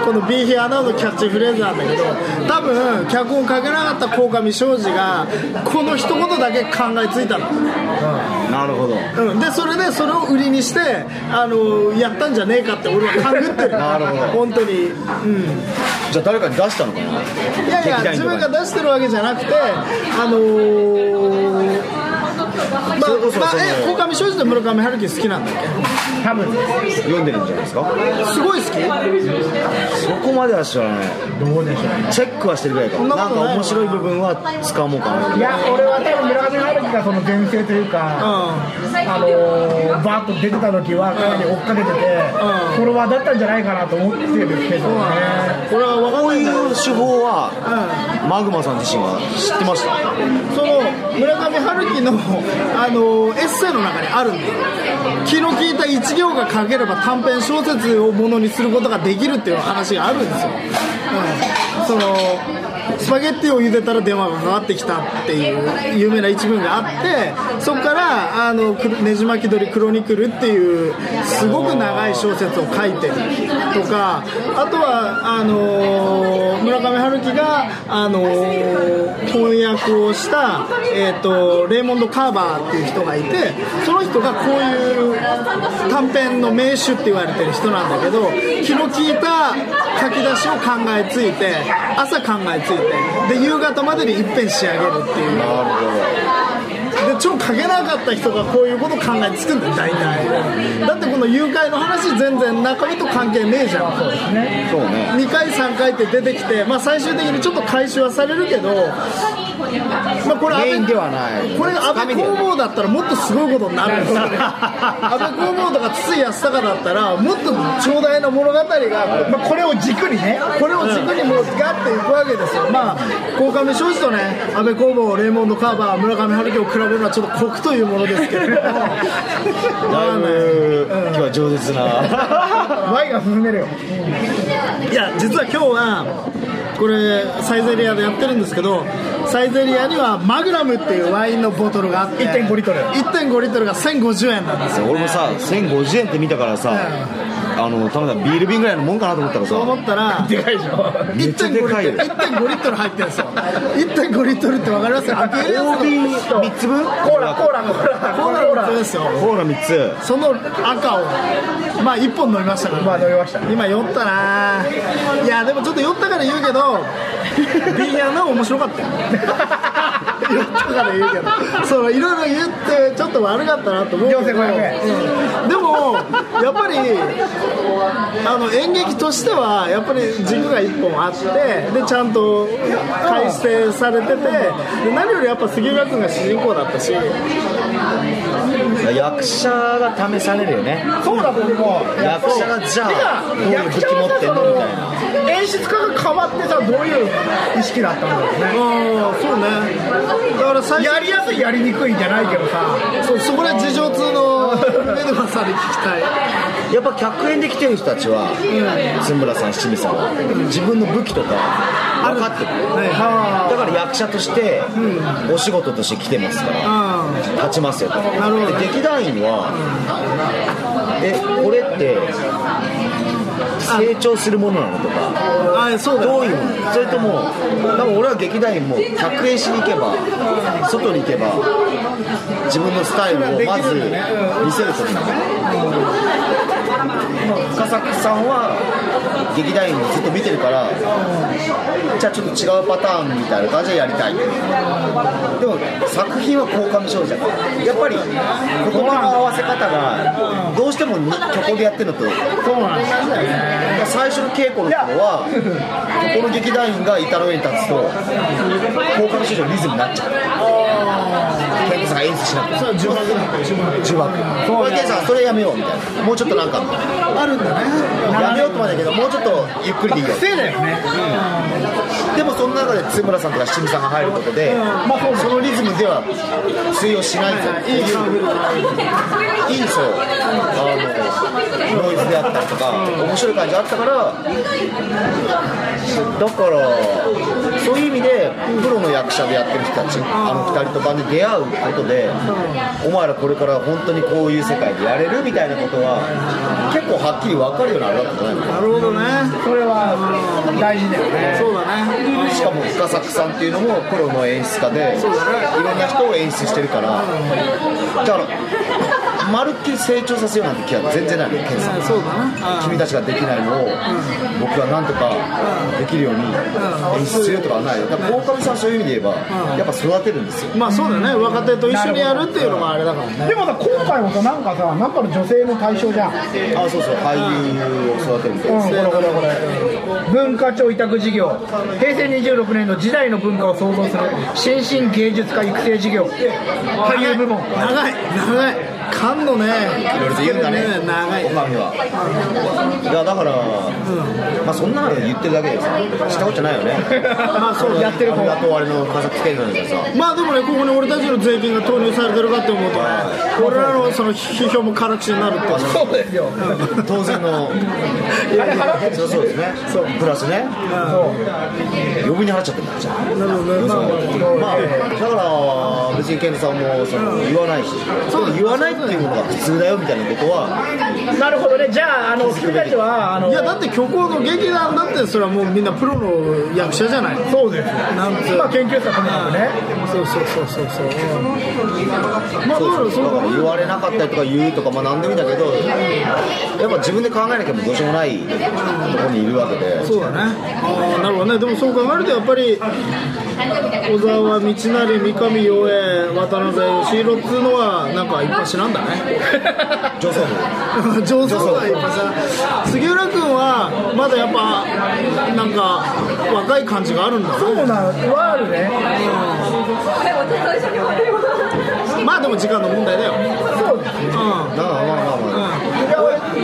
[SPEAKER 1] この「ビーヒアナウ」のキャッチフレーズなんだけど多分脚本書けなかった鴻上庄司がこの一言だけ考えついたの
[SPEAKER 3] なるほど
[SPEAKER 1] うん、でそれでそれを売りにして、あのやったんじゃねえかって俺は勘ぐってる
[SPEAKER 3] <laughs> なるほど
[SPEAKER 1] 本当に
[SPEAKER 3] じゃあ誰かに出したのかない
[SPEAKER 1] やい
[SPEAKER 3] 劇
[SPEAKER 1] や
[SPEAKER 3] 団員
[SPEAKER 1] 自
[SPEAKER 3] とか
[SPEAKER 1] 分
[SPEAKER 3] に
[SPEAKER 1] が出してるわけじゃなくてあのーまあ
[SPEAKER 3] それこそ
[SPEAKER 1] まあ
[SPEAKER 3] その
[SPEAKER 1] え鴻上庄司と村上春樹好きなんだっ
[SPEAKER 2] 多分
[SPEAKER 3] 読んでるんじゃないですか
[SPEAKER 1] けすごい好き
[SPEAKER 3] そこまでは知らない
[SPEAKER 2] どうでしょう
[SPEAKER 3] チェックはしてるぐらいか
[SPEAKER 1] ん
[SPEAKER 3] な
[SPEAKER 1] なこ
[SPEAKER 3] ん
[SPEAKER 1] と
[SPEAKER 3] か
[SPEAKER 1] ない
[SPEAKER 3] 面白い部分は掴もうかない
[SPEAKER 2] や俺は多分村上春樹がその前世というか、
[SPEAKER 1] う
[SPEAKER 2] あのー、バーッと出てた時はかなり追っかけてて、フォロワーだったんじゃないかなと思ってるけどね
[SPEAKER 1] ん俺は分かん
[SPEAKER 3] こう
[SPEAKER 1] ないいんだけど
[SPEAKER 3] う手法はマグマさん自身は知ってました
[SPEAKER 1] その村上春樹の、あのエッセイの中にあるんだよ気の利いた一行が書ければ短編小説をものにすることができるっていう話があるんですよ、うん、そのスパゲッティを茹でたら電話がかかってきたっていう有名な一文があってそこからあのくる「ねじ巻き鳥クロニクル」っていうすごく長い小説を書いてるとかあとはあの村上春樹があの翻訳をした、えー、とレーモンド・カーバーっていう人がいてその人がこういう短編の名手って言われてる人なんだけど気の利いた書き出しを考えついて朝考えついてで夕方までにいっぺん仕上げるっていうで
[SPEAKER 3] なるほど
[SPEAKER 1] 超書けなかった人がこういうこと考えつくんだよ大体だってこの誘拐の話全然中身と関係ねえじゃん
[SPEAKER 3] そうね
[SPEAKER 1] 2回3回って出てきて、まあ、最終的にちょっと回収はされるけど、まあ、これ
[SPEAKER 3] メインではない
[SPEAKER 1] これ安倍工房だったらもっとすごいことになるんですよ安倍工房とか筒井康隆だったらもっと長大な物語が、まあ、これを軸にねこれを軸にもうガッていくわけですよまあ鴻上尚史とね安倍工房レーモンド・カーバー村上春樹を比べるのはちょっと酷というものですけれども
[SPEAKER 3] だいぶ今日は饒舌な
[SPEAKER 2] Y が進めるよ
[SPEAKER 1] <laughs> いや実は今日はこれサイゼリアでやってるんですけどサイゼリアにはマグラムっていうワインのボトルがあって
[SPEAKER 2] 1.5リットル
[SPEAKER 1] 1.5リットルが1050円なんですよ
[SPEAKER 3] 俺もさ1050円って見たからさあのたまたビール瓶ぐらいのもんかなと思ったら
[SPEAKER 1] と思
[SPEAKER 3] さ
[SPEAKER 1] ったら
[SPEAKER 2] でかいでしょ
[SPEAKER 3] めっちゃでかいよ
[SPEAKER 1] 1.5リットル入ってるんですよ1.5リットルって分かりますか開けるやつの
[SPEAKER 3] 3つ分コ
[SPEAKER 2] コーラコーラコーラ
[SPEAKER 1] コーラのボトルですよ
[SPEAKER 3] ーラ3つ
[SPEAKER 1] その赤をまあ1本飲みましたから、
[SPEAKER 2] まあ飲みました
[SPEAKER 1] 今酔った
[SPEAKER 2] <laughs>
[SPEAKER 1] ないやでもちょっと酔ったから言うけどビーヤーの面白かったよ言ったから言うけどそのいろいろ言ってちょっと悪かったなと思うけど
[SPEAKER 4] 4500
[SPEAKER 1] うんでもやっぱりあの演劇としてはやっぱり軸が1本あってでちゃんと改正されててで何よりやっぱ杉浦君が主人公だったし
[SPEAKER 3] 役者が試されるよね
[SPEAKER 4] そうだ僕も
[SPEAKER 3] 役者がじゃあどういう
[SPEAKER 4] 役
[SPEAKER 3] 武
[SPEAKER 4] 者
[SPEAKER 3] 器持
[SPEAKER 4] は
[SPEAKER 3] っ
[SPEAKER 4] さ
[SPEAKER 3] て
[SPEAKER 4] そ
[SPEAKER 3] んのみたいな
[SPEAKER 4] の演出家が変わってさどういう意識だったんだろうね
[SPEAKER 1] ああそうねだから最初
[SPEAKER 4] やりやすいやりにくいじゃないけどさ
[SPEAKER 1] そうそこで事情通のメドバさんに聞きたい
[SPEAKER 3] やっぱ客演で来てる人たちは津村さん七味さんは自分の武器とか分かってる
[SPEAKER 1] はい
[SPEAKER 3] だから役者としてお仕事として来てますから
[SPEAKER 1] あ
[SPEAKER 3] 立ちますよと
[SPEAKER 1] なるほど
[SPEAKER 3] で劇団員はえこれって成長するものなのとか
[SPEAKER 1] あそうだ
[SPEAKER 3] どういうものそれとも多分俺は劇団員も100円しに行けば外に行けば自分のスタイルをまず見せるときなんだ笠木さんは劇団員をずっと見てるからじゃあちょっと違うパターンみたいな感じでやりたいでも作品は交換少女だからやっぱり言葉の合わせ方がどうしても曲でやってるのと
[SPEAKER 4] そうなんですよ
[SPEAKER 3] 最初の稽古の頃はここの劇団員が板の上に立つと効果の師匠リズムになっちゃうケンコさんが演出しなくてそれは呪縛呪縛これケンコさんそれやめようみたいなもうちょっとなんか
[SPEAKER 1] あるんだね
[SPEAKER 3] やめようとまでだけどもうちょっとゆっくりでいいよ
[SPEAKER 4] 癖だよね
[SPEAKER 3] でもその中で津村さんとか清水さんが入ることでそのリズムでは通用しないぞっていういいそうあのノイズであったりとか面白い感じあったからだからそういう意味でプロの役者でやってる人たちあの2人とかに出会うことでお前らこれから本当にこういう世界でやれるみたいなことは結構はっきり分かるようになるわけじゃない
[SPEAKER 1] なるほどね
[SPEAKER 4] それは大事だよね
[SPEAKER 1] そうだね
[SPEAKER 3] しかも深作さんっていうのもプロの演出家でいろんな人を演出してるからだからまるっきり成長させようなんて気は全然ないの健さん
[SPEAKER 1] そうだね
[SPEAKER 3] 君たちができないのを僕がなんとかできるように演出するとかはないよだから鴻上さんそういう意味で言えばやっぱ育てるんですよ
[SPEAKER 1] まあそうだね若手と一緒にやるっていうのがあれだからね
[SPEAKER 4] でもさ今回もさなんかさなんかの女性の対象じゃん
[SPEAKER 3] あそうそう俳優を育てるんで
[SPEAKER 4] うん、これこれこれ文化庁委託事業平成26年の時代の文化を創造する新進芸術家育成事業俳優部門
[SPEAKER 1] 長い長いかんのねい
[SPEAKER 3] いろいろと言うんだね
[SPEAKER 1] 長い
[SPEAKER 3] 女将はいやだからまあそんなの言ってるだけでさしたことないよね
[SPEAKER 1] まあそう
[SPEAKER 3] や
[SPEAKER 1] や
[SPEAKER 3] ってる方がとあれの笠木健さんでさ
[SPEAKER 1] まあでもねここに俺たちの税金が投入されてるかって思うとね俺らのその批評も辛口になるっていう
[SPEAKER 4] そうですよ
[SPEAKER 3] 当然の
[SPEAKER 4] あれ払って
[SPEAKER 3] そうそうですねそうプラスね余分に払っちゃってるんだじゃあ
[SPEAKER 1] なるほどねま
[SPEAKER 3] まあだから別に健さんもその言わないしそう言わないっていうのが普通だよみたいなことは
[SPEAKER 4] なるほどねじゃああの君たちはあ
[SPEAKER 1] あ
[SPEAKER 4] の
[SPEAKER 1] いやだって虚構の劇団だってそれはもうみんなプロの役者じゃない
[SPEAKER 4] そうです
[SPEAKER 1] なんつう
[SPEAKER 4] まあ研究者ともかくね
[SPEAKER 1] そうそうそうそうそうまあだからそ
[SPEAKER 3] だから
[SPEAKER 1] の
[SPEAKER 3] 言われなかったりとか言うとかまあ何でもいいんだけどやっぱ自分で考えなきゃもうどうしようもないところにいるわけで
[SPEAKER 1] そうだねああなるほどねでもそう考えるとやっぱり小沢道成三上洋平渡辺義弘っつうのはなんか一発なんだね
[SPEAKER 3] 上層部
[SPEAKER 1] 上層部は一発杉浦君はまだやっぱなんか若い感じがあるんだ
[SPEAKER 4] そうなのはあるね
[SPEAKER 1] まあでも時間の問題だよ
[SPEAKER 4] そうです
[SPEAKER 1] うん
[SPEAKER 3] だからまあまあまあ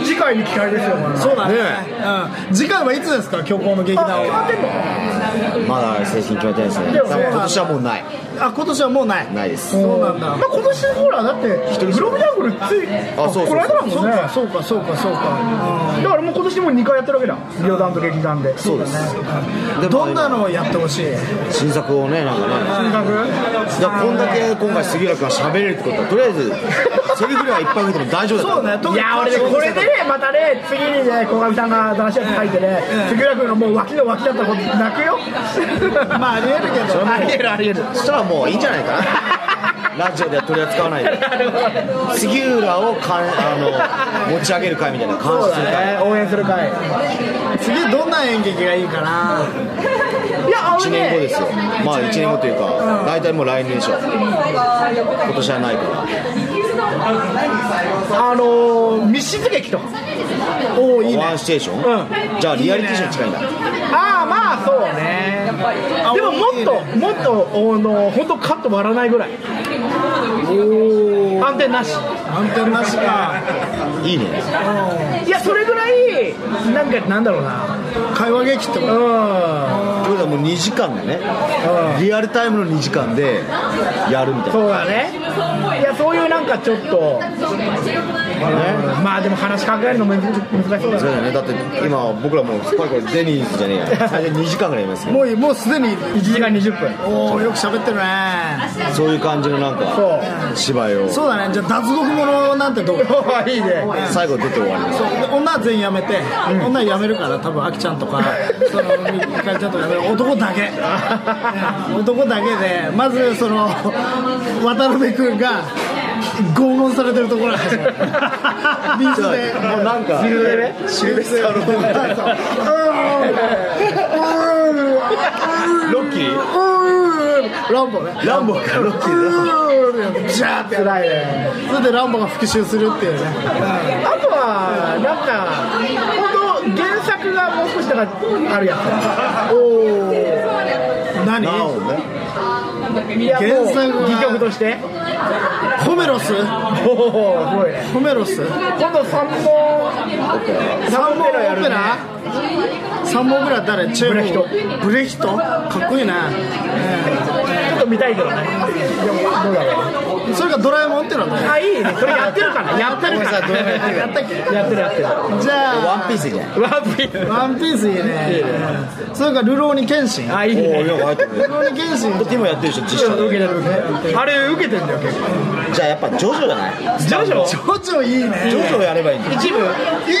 [SPEAKER 4] 次回に期待ですよまだ
[SPEAKER 1] そうだねうん、次回はいつですか虚構の劇団
[SPEAKER 4] あ決ま
[SPEAKER 1] は
[SPEAKER 4] ってんの
[SPEAKER 3] まだ正式に決めてないですね
[SPEAKER 4] でも
[SPEAKER 3] 今年はもうない
[SPEAKER 1] あ今年はもうない
[SPEAKER 3] ないです
[SPEAKER 1] そうなんだ
[SPEAKER 4] まあ今年ほらだってグローブジャングルつい
[SPEAKER 3] あそうそうそう
[SPEAKER 4] この間だもんね
[SPEAKER 1] そうかそうかそうかそうか、
[SPEAKER 4] だからもう今年もう2回やってるわけだ旅団と劇団で
[SPEAKER 3] そうです
[SPEAKER 1] うん、どんなのをやってほしい
[SPEAKER 3] 新作をねなんかね
[SPEAKER 4] とにかく
[SPEAKER 3] いやこんだけ今回杉浦君が喋れるってことはとりあえずセリフ量はいっぱい増えても大丈夫だと
[SPEAKER 1] そ
[SPEAKER 3] 思
[SPEAKER 1] うね
[SPEAKER 4] いや俺ねこれでねまたね次にね鴻上さんが新しいやつ書いてね杉浦君がもう脇の脇だったこと泣くよ
[SPEAKER 1] まあありえるけど
[SPEAKER 4] ありえるありえる
[SPEAKER 3] そしたらもういいんじゃないかなラジオでは取り扱わないで杉浦をかんあの持ち上げる会みたいな感
[SPEAKER 2] そう
[SPEAKER 3] じする会、
[SPEAKER 2] だね応援する会
[SPEAKER 1] 次どんな演劇がいいかない
[SPEAKER 2] やあ
[SPEAKER 3] 1
[SPEAKER 2] 俺
[SPEAKER 3] 年後で
[SPEAKER 2] ね
[SPEAKER 3] すよまあ1年後というか、大体もう来年でしょ今年はないから
[SPEAKER 2] あのー、密室劇とか
[SPEAKER 1] おおいいね
[SPEAKER 3] ワンステーション、じゃあリアリティション近いんだ
[SPEAKER 2] ああまあそうねでももっともっとあの本当カット割らないぐらい
[SPEAKER 1] おお
[SPEAKER 2] 安定なし
[SPEAKER 1] 安定なしか
[SPEAKER 3] いいね
[SPEAKER 2] いやそれぐらいなんかなんだろうな
[SPEAKER 1] 会話劇ってこと
[SPEAKER 2] うん
[SPEAKER 3] ということはもう2時間でね、リアルタイムの2時間でやるみたいな、
[SPEAKER 2] そうだねいやそういうなんかちょっとまあでも話考えるの難しそうだ
[SPEAKER 3] そう
[SPEAKER 2] ね
[SPEAKER 3] だよねだって今僕らもうすっかりこれデニーズじゃねえや最初2時間ぐらいいますけど
[SPEAKER 1] もうもうすでに
[SPEAKER 2] 1時間20分
[SPEAKER 1] おおよく喋ってるね
[SPEAKER 3] そういう感じのなん
[SPEAKER 2] そ
[SPEAKER 3] か芝居を
[SPEAKER 1] そうだねじゃあ脱獄者なんてどう
[SPEAKER 2] ういいね
[SPEAKER 3] 最後出て終わります
[SPEAKER 1] 女は全員辞めて、女は辞めるから多分あきちゃんとかそのみかりちゃんとか男だけうん男だけでまずその渡辺君が拷問されてるところが始まる水で
[SPEAKER 3] もうなんか
[SPEAKER 2] 昼でね
[SPEAKER 3] シルベスタローンみたいなロッキー
[SPEAKER 1] ランボね
[SPEAKER 3] ランボーからロッキー
[SPEAKER 1] ジャーって
[SPEAKER 2] 辛いね
[SPEAKER 1] それでランボが復讐するっていうね、
[SPEAKER 2] あとはなんか本当原作がもう少しだからあるやつ
[SPEAKER 1] おお何
[SPEAKER 3] なおね
[SPEAKER 2] いやもう
[SPEAKER 1] 原作が
[SPEAKER 2] 戯曲として
[SPEAKER 1] ホメロス
[SPEAKER 2] おおすごいね
[SPEAKER 1] ホメロス
[SPEAKER 2] 今度三本三本オペラやるね
[SPEAKER 1] 三本オペラ誰チェーブレヒトブレヒトかっこいいな
[SPEAKER 2] ちょっと見たいけどねでもどうだろう
[SPEAKER 1] それがドラえもんってのはね
[SPEAKER 2] あいいねそれやってるかなやってるかな
[SPEAKER 1] やったっけ
[SPEAKER 2] やってるやってる
[SPEAKER 1] じゃあ
[SPEAKER 3] ワンピースじゃん
[SPEAKER 2] ワンピース
[SPEAKER 1] ワンピースいいねうんそれからルローニケンシンル
[SPEAKER 2] あいい
[SPEAKER 3] おお
[SPEAKER 2] ね
[SPEAKER 3] よく入ってるね
[SPEAKER 1] ローニケンシン
[SPEAKER 3] だって今やってるでしょ実写
[SPEAKER 2] 受け
[SPEAKER 3] で
[SPEAKER 2] てる受けてるあれ受けてんだよ結構
[SPEAKER 3] じゃあやっぱジョジョじゃない
[SPEAKER 2] ジョジョ
[SPEAKER 1] ちょちょいいね
[SPEAKER 3] ジョジョやればいいんだよ
[SPEAKER 2] 一部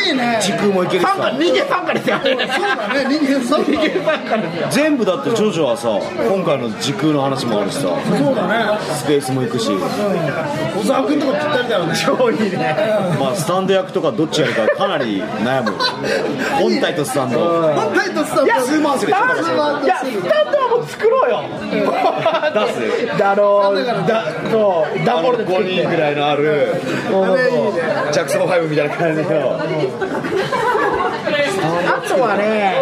[SPEAKER 1] いいね
[SPEAKER 3] 時空もいけるし
[SPEAKER 2] 参加
[SPEAKER 3] さ
[SPEAKER 2] 人間参加ですよ
[SPEAKER 1] そうだね人間そう
[SPEAKER 2] 人間参加ですよ
[SPEAKER 3] 全部だってジョジョはさ今回の時空の話もあるしさ
[SPEAKER 1] そうだね
[SPEAKER 3] スペースも行くし
[SPEAKER 1] 小沢君とかぴったりだよね
[SPEAKER 2] 超いいね
[SPEAKER 3] まあスタンド役とかどっちやるかかなり悩む本体とスタンド
[SPEAKER 1] 本体とスタッ
[SPEAKER 2] いや
[SPEAKER 1] フ
[SPEAKER 2] スタンド
[SPEAKER 1] スタッフ
[SPEAKER 2] いやスタンドはもう作ろうよ
[SPEAKER 3] 出す
[SPEAKER 2] だろうだそう
[SPEAKER 3] あ
[SPEAKER 2] ダンボー
[SPEAKER 3] の
[SPEAKER 2] ルで作
[SPEAKER 3] 5
[SPEAKER 2] って
[SPEAKER 3] 人ぐらいのある
[SPEAKER 1] あれいいね
[SPEAKER 3] ジャクソン5みたいな感じの
[SPEAKER 2] あとはね、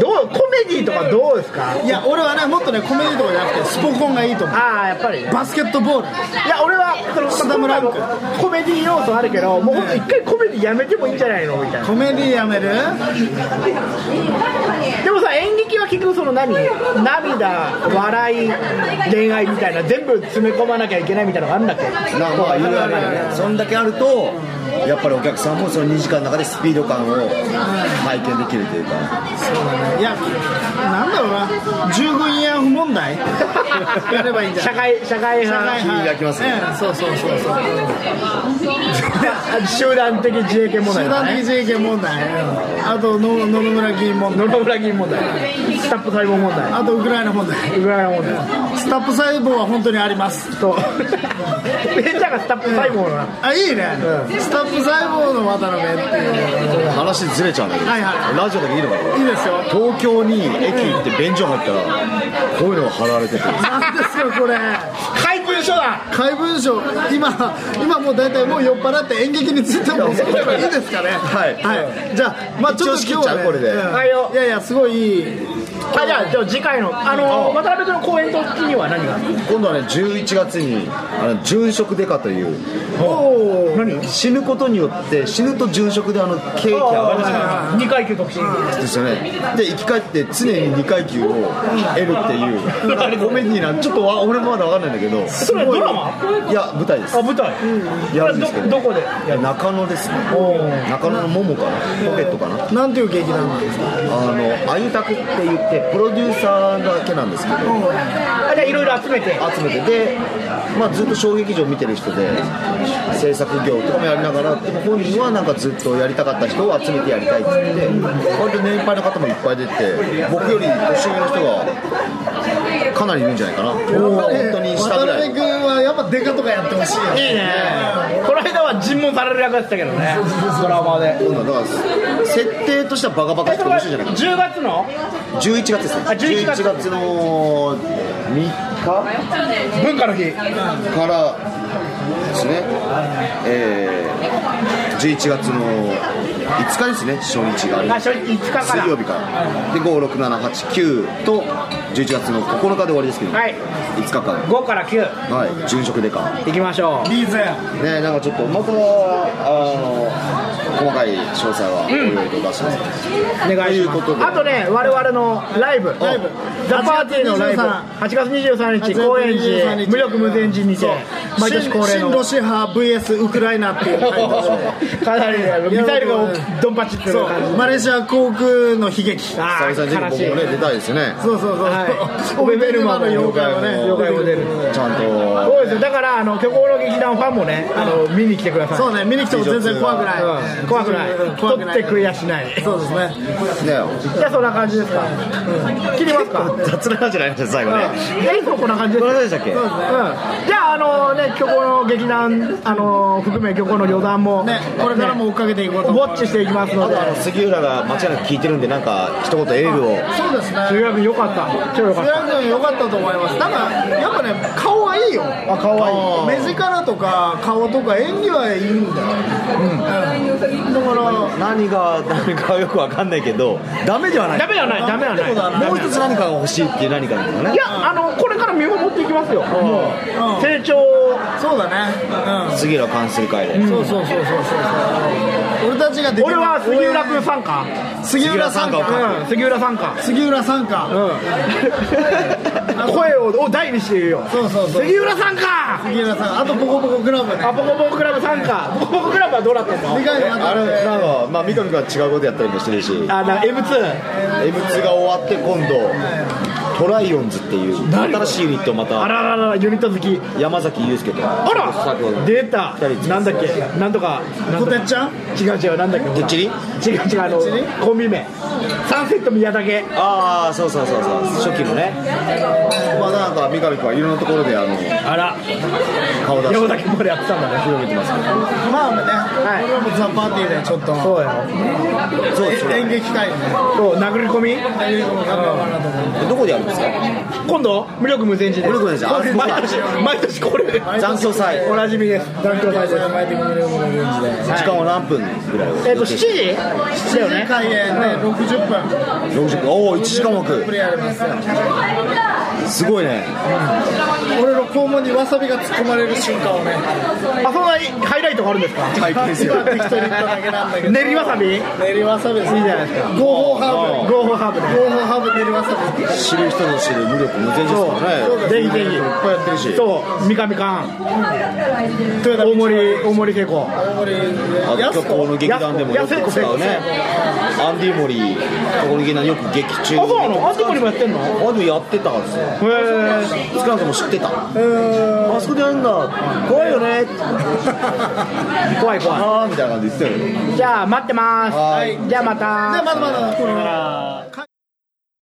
[SPEAKER 2] どうコメディとかどうですか
[SPEAKER 1] いや俺はねもっとねコメディとかじゃなくてスポコンがいいと思う
[SPEAKER 2] ああ、やっぱり、ね、
[SPEAKER 1] バスケットボール
[SPEAKER 2] いや、俺はその
[SPEAKER 1] スダムランク
[SPEAKER 2] コメディ要素あるけど、もうほんと一回コメディやめてもいいんじゃないのみたいな。
[SPEAKER 1] コメディやめる
[SPEAKER 2] でもさ、演劇は結局、その何涙、笑い、恋愛みたいな、全部詰め込まなきゃいけないみたいなのがあるんだっけ
[SPEAKER 3] なまあいろいろあるよねそんだけあるとやっぱりお客さんもその2時間の中でスピード感を体験できるというか
[SPEAKER 1] いやなんだろうな従軍慰安婦問題やればいいんじゃな
[SPEAKER 2] 社
[SPEAKER 1] い
[SPEAKER 2] 会、社会派、
[SPEAKER 3] 切り開きますね
[SPEAKER 1] うんそうそうそうそう
[SPEAKER 2] 集団的自衛権問題
[SPEAKER 1] 集
[SPEAKER 2] とか
[SPEAKER 1] 団
[SPEAKER 2] ね。
[SPEAKER 1] 的自衛権問題うんあとの野々村議員問
[SPEAKER 2] 野
[SPEAKER 1] 題
[SPEAKER 2] 々村議員問題、スタッフ細胞問 <laughs> 題、
[SPEAKER 1] あとウクライナ問題
[SPEAKER 2] ウクライナ問 <laughs> 題。
[SPEAKER 1] スタップ細胞は本当にあります
[SPEAKER 2] そう。ベンチャーがスタッフ細胞なの。
[SPEAKER 1] あいいね、スタップ細胞の渡辺っていう
[SPEAKER 3] 話ずれちゃうんだけど
[SPEAKER 1] はいは
[SPEAKER 3] ラジオだけいいのかない
[SPEAKER 1] いですよ
[SPEAKER 3] 東京に駅行って便所入ったらこういうのが貼られてて
[SPEAKER 1] なんですよこれ
[SPEAKER 2] 怪文書だ
[SPEAKER 1] 怪文書今今もう大体もう酔っ払って演劇についてもいいですかね
[SPEAKER 3] はい
[SPEAKER 1] はい、じゃあまあちょっと今日は、ね、
[SPEAKER 3] 一応仕切っちゃうこれで
[SPEAKER 1] うん
[SPEAKER 2] はいよ
[SPEAKER 1] いやいやすごいいい
[SPEAKER 2] あ、じゃあ、じゃあ次回の、あの、渡辺君の公演ときには何がある
[SPEAKER 3] 今度はね11月にあの殉職デカという
[SPEAKER 1] おー
[SPEAKER 3] 死ぬことによって死ぬと殉職であの刑期上がるじゃない
[SPEAKER 2] の二階級特進。
[SPEAKER 3] ですよねで生き返って常に2階級を得るっていうなんかコメディーなんちょっとわ俺もまだ分かんないんだけど
[SPEAKER 2] それはドラマ
[SPEAKER 3] いや舞台です
[SPEAKER 2] あ、舞台。
[SPEAKER 3] やるんですけど
[SPEAKER 2] ど、どこで
[SPEAKER 3] いや中野ですね中野の桃かなポケットかな
[SPEAKER 1] なんていう劇団なんですか
[SPEAKER 3] あのあゆたくって言ってプロデューサーだけなんですけど
[SPEAKER 2] あ、じゃあいろいろ集めて。
[SPEAKER 3] 集めてで、まあ、ずっと小劇場見てる人で制作業とかもやりながらでも本人はなんかずっとやりたかった人を集めてやりたいって言って割と年配の方もいっぱい出て僕より年上の人がかなりいるんじゃないかな僕は本当に下
[SPEAKER 1] 渡
[SPEAKER 3] ぐら
[SPEAKER 1] 辺
[SPEAKER 3] い
[SPEAKER 1] 君はやっぱデカとかやってほしいよ
[SPEAKER 2] いいねこの間は尋問される役だったけどねドラマで
[SPEAKER 3] 今度はだから設定としてはバカバカ
[SPEAKER 2] え
[SPEAKER 3] し
[SPEAKER 2] そ
[SPEAKER 3] て
[SPEAKER 2] れは
[SPEAKER 3] 面白いんじゃないかな
[SPEAKER 2] 10月の
[SPEAKER 3] 11月ですね
[SPEAKER 2] あ11月
[SPEAKER 3] の3日
[SPEAKER 2] 文化の日
[SPEAKER 3] からですね、えー、11月の5日ですね、初日がある
[SPEAKER 2] あ初日5日から
[SPEAKER 3] 水曜日から、で5、6、7、8、9と11月の9日で終わりですけど、
[SPEAKER 2] はい
[SPEAKER 3] 5日間、
[SPEAKER 2] 5から9
[SPEAKER 3] はい、殉職でか、
[SPEAKER 2] いきましょう
[SPEAKER 1] リーゼン
[SPEAKER 3] ね、なんかちょっと、またあの細かい詳細はおいおいと出し
[SPEAKER 2] お
[SPEAKER 3] ます、
[SPEAKER 2] 願いします
[SPEAKER 3] ということで
[SPEAKER 2] あとね我々のライブ
[SPEAKER 1] ライブ
[SPEAKER 2] ザ・パーティーのライブ
[SPEAKER 1] 8
[SPEAKER 2] 8月23日高円寺無力無前寺にて毎年恒例
[SPEAKER 1] 新
[SPEAKER 2] の
[SPEAKER 1] ロシア VS ウクライナっていうタイトルで
[SPEAKER 2] かなりねミサイルがドンパチって
[SPEAKER 1] <laughs>
[SPEAKER 2] る
[SPEAKER 1] そう
[SPEAKER 2] 感じ
[SPEAKER 1] マレーシア航空の悲劇そう
[SPEAKER 2] あ
[SPEAKER 3] 久々に
[SPEAKER 2] ー悲し
[SPEAKER 3] ぜひ僕
[SPEAKER 2] い
[SPEAKER 3] もね、出たいですね、
[SPEAKER 1] そうそう、
[SPEAKER 2] はい
[SPEAKER 1] オベベルマの妖怪をね
[SPEAKER 2] 妖怪も出る
[SPEAKER 3] ちゃんと
[SPEAKER 2] そうですよだからあの虚構の劇団ファンもねあの見に来てください
[SPEAKER 1] そうね見に来ても全然怖くない、
[SPEAKER 2] うん怖くない
[SPEAKER 1] うん
[SPEAKER 2] 取ってくれやしない
[SPEAKER 1] そうですね
[SPEAKER 3] ね、
[SPEAKER 2] じゃあそんな感じですか切りますか
[SPEAKER 3] 雑な感じになりました、最後ね。
[SPEAKER 2] えいこんな感じです
[SPEAKER 3] どうでしたっけ
[SPEAKER 2] うんじゃあ、あのね、虚構の劇団、あの含め虚構の旅団も、
[SPEAKER 1] ねこれからも追っかけていこう
[SPEAKER 2] ウ
[SPEAKER 1] と
[SPEAKER 2] ォッチしていきますので、
[SPEAKER 3] 杉浦が間違いなく聞いてるんで、なんか一言エールを、
[SPEAKER 1] そうですね
[SPEAKER 2] 杉浦君よかった、超よかっ
[SPEAKER 1] 杉浦君良かったと思いますなんかやっぱね顔はいいよ
[SPEAKER 2] た、あ、可愛い
[SPEAKER 1] 目力とか顔とか演技はいいんだよ、うんだから
[SPEAKER 3] 何が何かはよくわかんないけど、ダメではない、
[SPEAKER 2] ダメはない、ダメはない。
[SPEAKER 3] もう一つ何かが欲しいっていう何かだよ
[SPEAKER 2] い
[SPEAKER 3] ね、
[SPEAKER 2] や、あの、これから見守っていきますよ。も
[SPEAKER 1] うん
[SPEAKER 2] う成長。
[SPEAKER 1] そうだね
[SPEAKER 3] 杉浦関する会で
[SPEAKER 1] う、んそうそうそうそうそうそう俺たちができる
[SPEAKER 2] 俺は杉浦君参加。
[SPEAKER 1] 杉浦さん
[SPEAKER 3] 杉浦
[SPEAKER 1] か
[SPEAKER 2] うん、杉浦参加。
[SPEAKER 1] 杉浦さんか
[SPEAKER 2] うん。声を、を大にして言うよ。
[SPEAKER 1] そうそうそう
[SPEAKER 2] 杉浦さんか。
[SPEAKER 1] 杉浦さんあとボコボコクラブね
[SPEAKER 2] あ、ボコボコクラブ参加。ボコボコクラブはどうなってんの
[SPEAKER 1] で。かいの
[SPEAKER 3] あ
[SPEAKER 1] が
[SPEAKER 3] れ、なんか、まあ、三上君は違うことやったりもしてるし、M2
[SPEAKER 2] あ、な、M2。
[SPEAKER 3] が終わって、今度、トライオンズっていう、新しいユニット、ま
[SPEAKER 2] あ
[SPEAKER 3] た
[SPEAKER 2] らららら、ユニット好き。
[SPEAKER 3] 山崎祐介と、
[SPEAKER 2] あ
[SPEAKER 3] 先ほど
[SPEAKER 2] ら出たなんだっけなんとかなん
[SPEAKER 1] こ
[SPEAKER 2] と
[SPEAKER 1] て
[SPEAKER 2] か
[SPEAKER 1] っちゃん
[SPEAKER 2] 違う違うなんだっけ
[SPEAKER 3] どっちに
[SPEAKER 2] 違う違うあのコンビ名サンセット宮武
[SPEAKER 3] ああ、そうそうそうそう、初期のね、まあ、なんか三上君はいろんなところであの
[SPEAKER 2] あら
[SPEAKER 3] 顔出し
[SPEAKER 2] 山
[SPEAKER 3] て、
[SPEAKER 2] 崎までやってたんだね広げてます
[SPEAKER 1] まあね、
[SPEAKER 2] はい
[SPEAKER 1] 俺らもザ・パーティーでちょっと
[SPEAKER 2] そうよ
[SPEAKER 3] そうです
[SPEAKER 1] 演
[SPEAKER 3] ね、
[SPEAKER 1] 劇会ね
[SPEAKER 2] そう殴り込み
[SPEAKER 3] どこでやるんですか
[SPEAKER 2] 今度無力無前寺で
[SPEAKER 3] 無力無前寺あそうか
[SPEAKER 2] 毎年毎年これ
[SPEAKER 3] 残響祭
[SPEAKER 2] おなじみです残響祭です
[SPEAKER 3] 時間は何分ぐらいを
[SPEAKER 2] えっと7時だよ
[SPEAKER 1] 演劇
[SPEAKER 2] ね
[SPEAKER 1] 会でね60分
[SPEAKER 3] 60分おお1時間枠
[SPEAKER 1] プレイやりますよ
[SPEAKER 3] すごいね
[SPEAKER 1] 俺の肛門にわさびが突っ込まれる瞬間をね
[SPEAKER 2] あそんなハイライトがあるんですか
[SPEAKER 3] 体
[SPEAKER 2] <laughs>
[SPEAKER 3] 験ですよ
[SPEAKER 1] 今適当に言っただけなんだけど
[SPEAKER 2] 練りわさびいい
[SPEAKER 1] <laughs> 練りわさびです
[SPEAKER 2] じゃないですか
[SPEAKER 1] 合法ハー
[SPEAKER 2] 合法ハーブ
[SPEAKER 1] ブ合法ハーブ練りわさび
[SPEAKER 3] 知る人ぞ知る無力無全ですからね
[SPEAKER 2] でぜひぜひ
[SPEAKER 3] いっぱいやってるし
[SPEAKER 2] そう三上寛
[SPEAKER 1] 豊田
[SPEAKER 2] 大森大森聖子
[SPEAKER 1] 大森
[SPEAKER 3] あ
[SPEAKER 1] や
[SPEAKER 3] と
[SPEAKER 1] す
[SPEAKER 3] 虚構の劇団でもよく使うねアンディモリー虚構の劇団よく劇中
[SPEAKER 2] あ、そうなのアンティモリもやってんのへ
[SPEAKER 3] あでもやってたからですよ
[SPEAKER 2] え
[SPEAKER 3] 少なくとも知ってたあそこでやるんだ怖いよね
[SPEAKER 2] 怖い怖い
[SPEAKER 3] ああみたいな感じで言ってたよ
[SPEAKER 2] じゃあ待ってます
[SPEAKER 3] は
[SPEAKER 2] じゃあまた
[SPEAKER 1] まだまだこの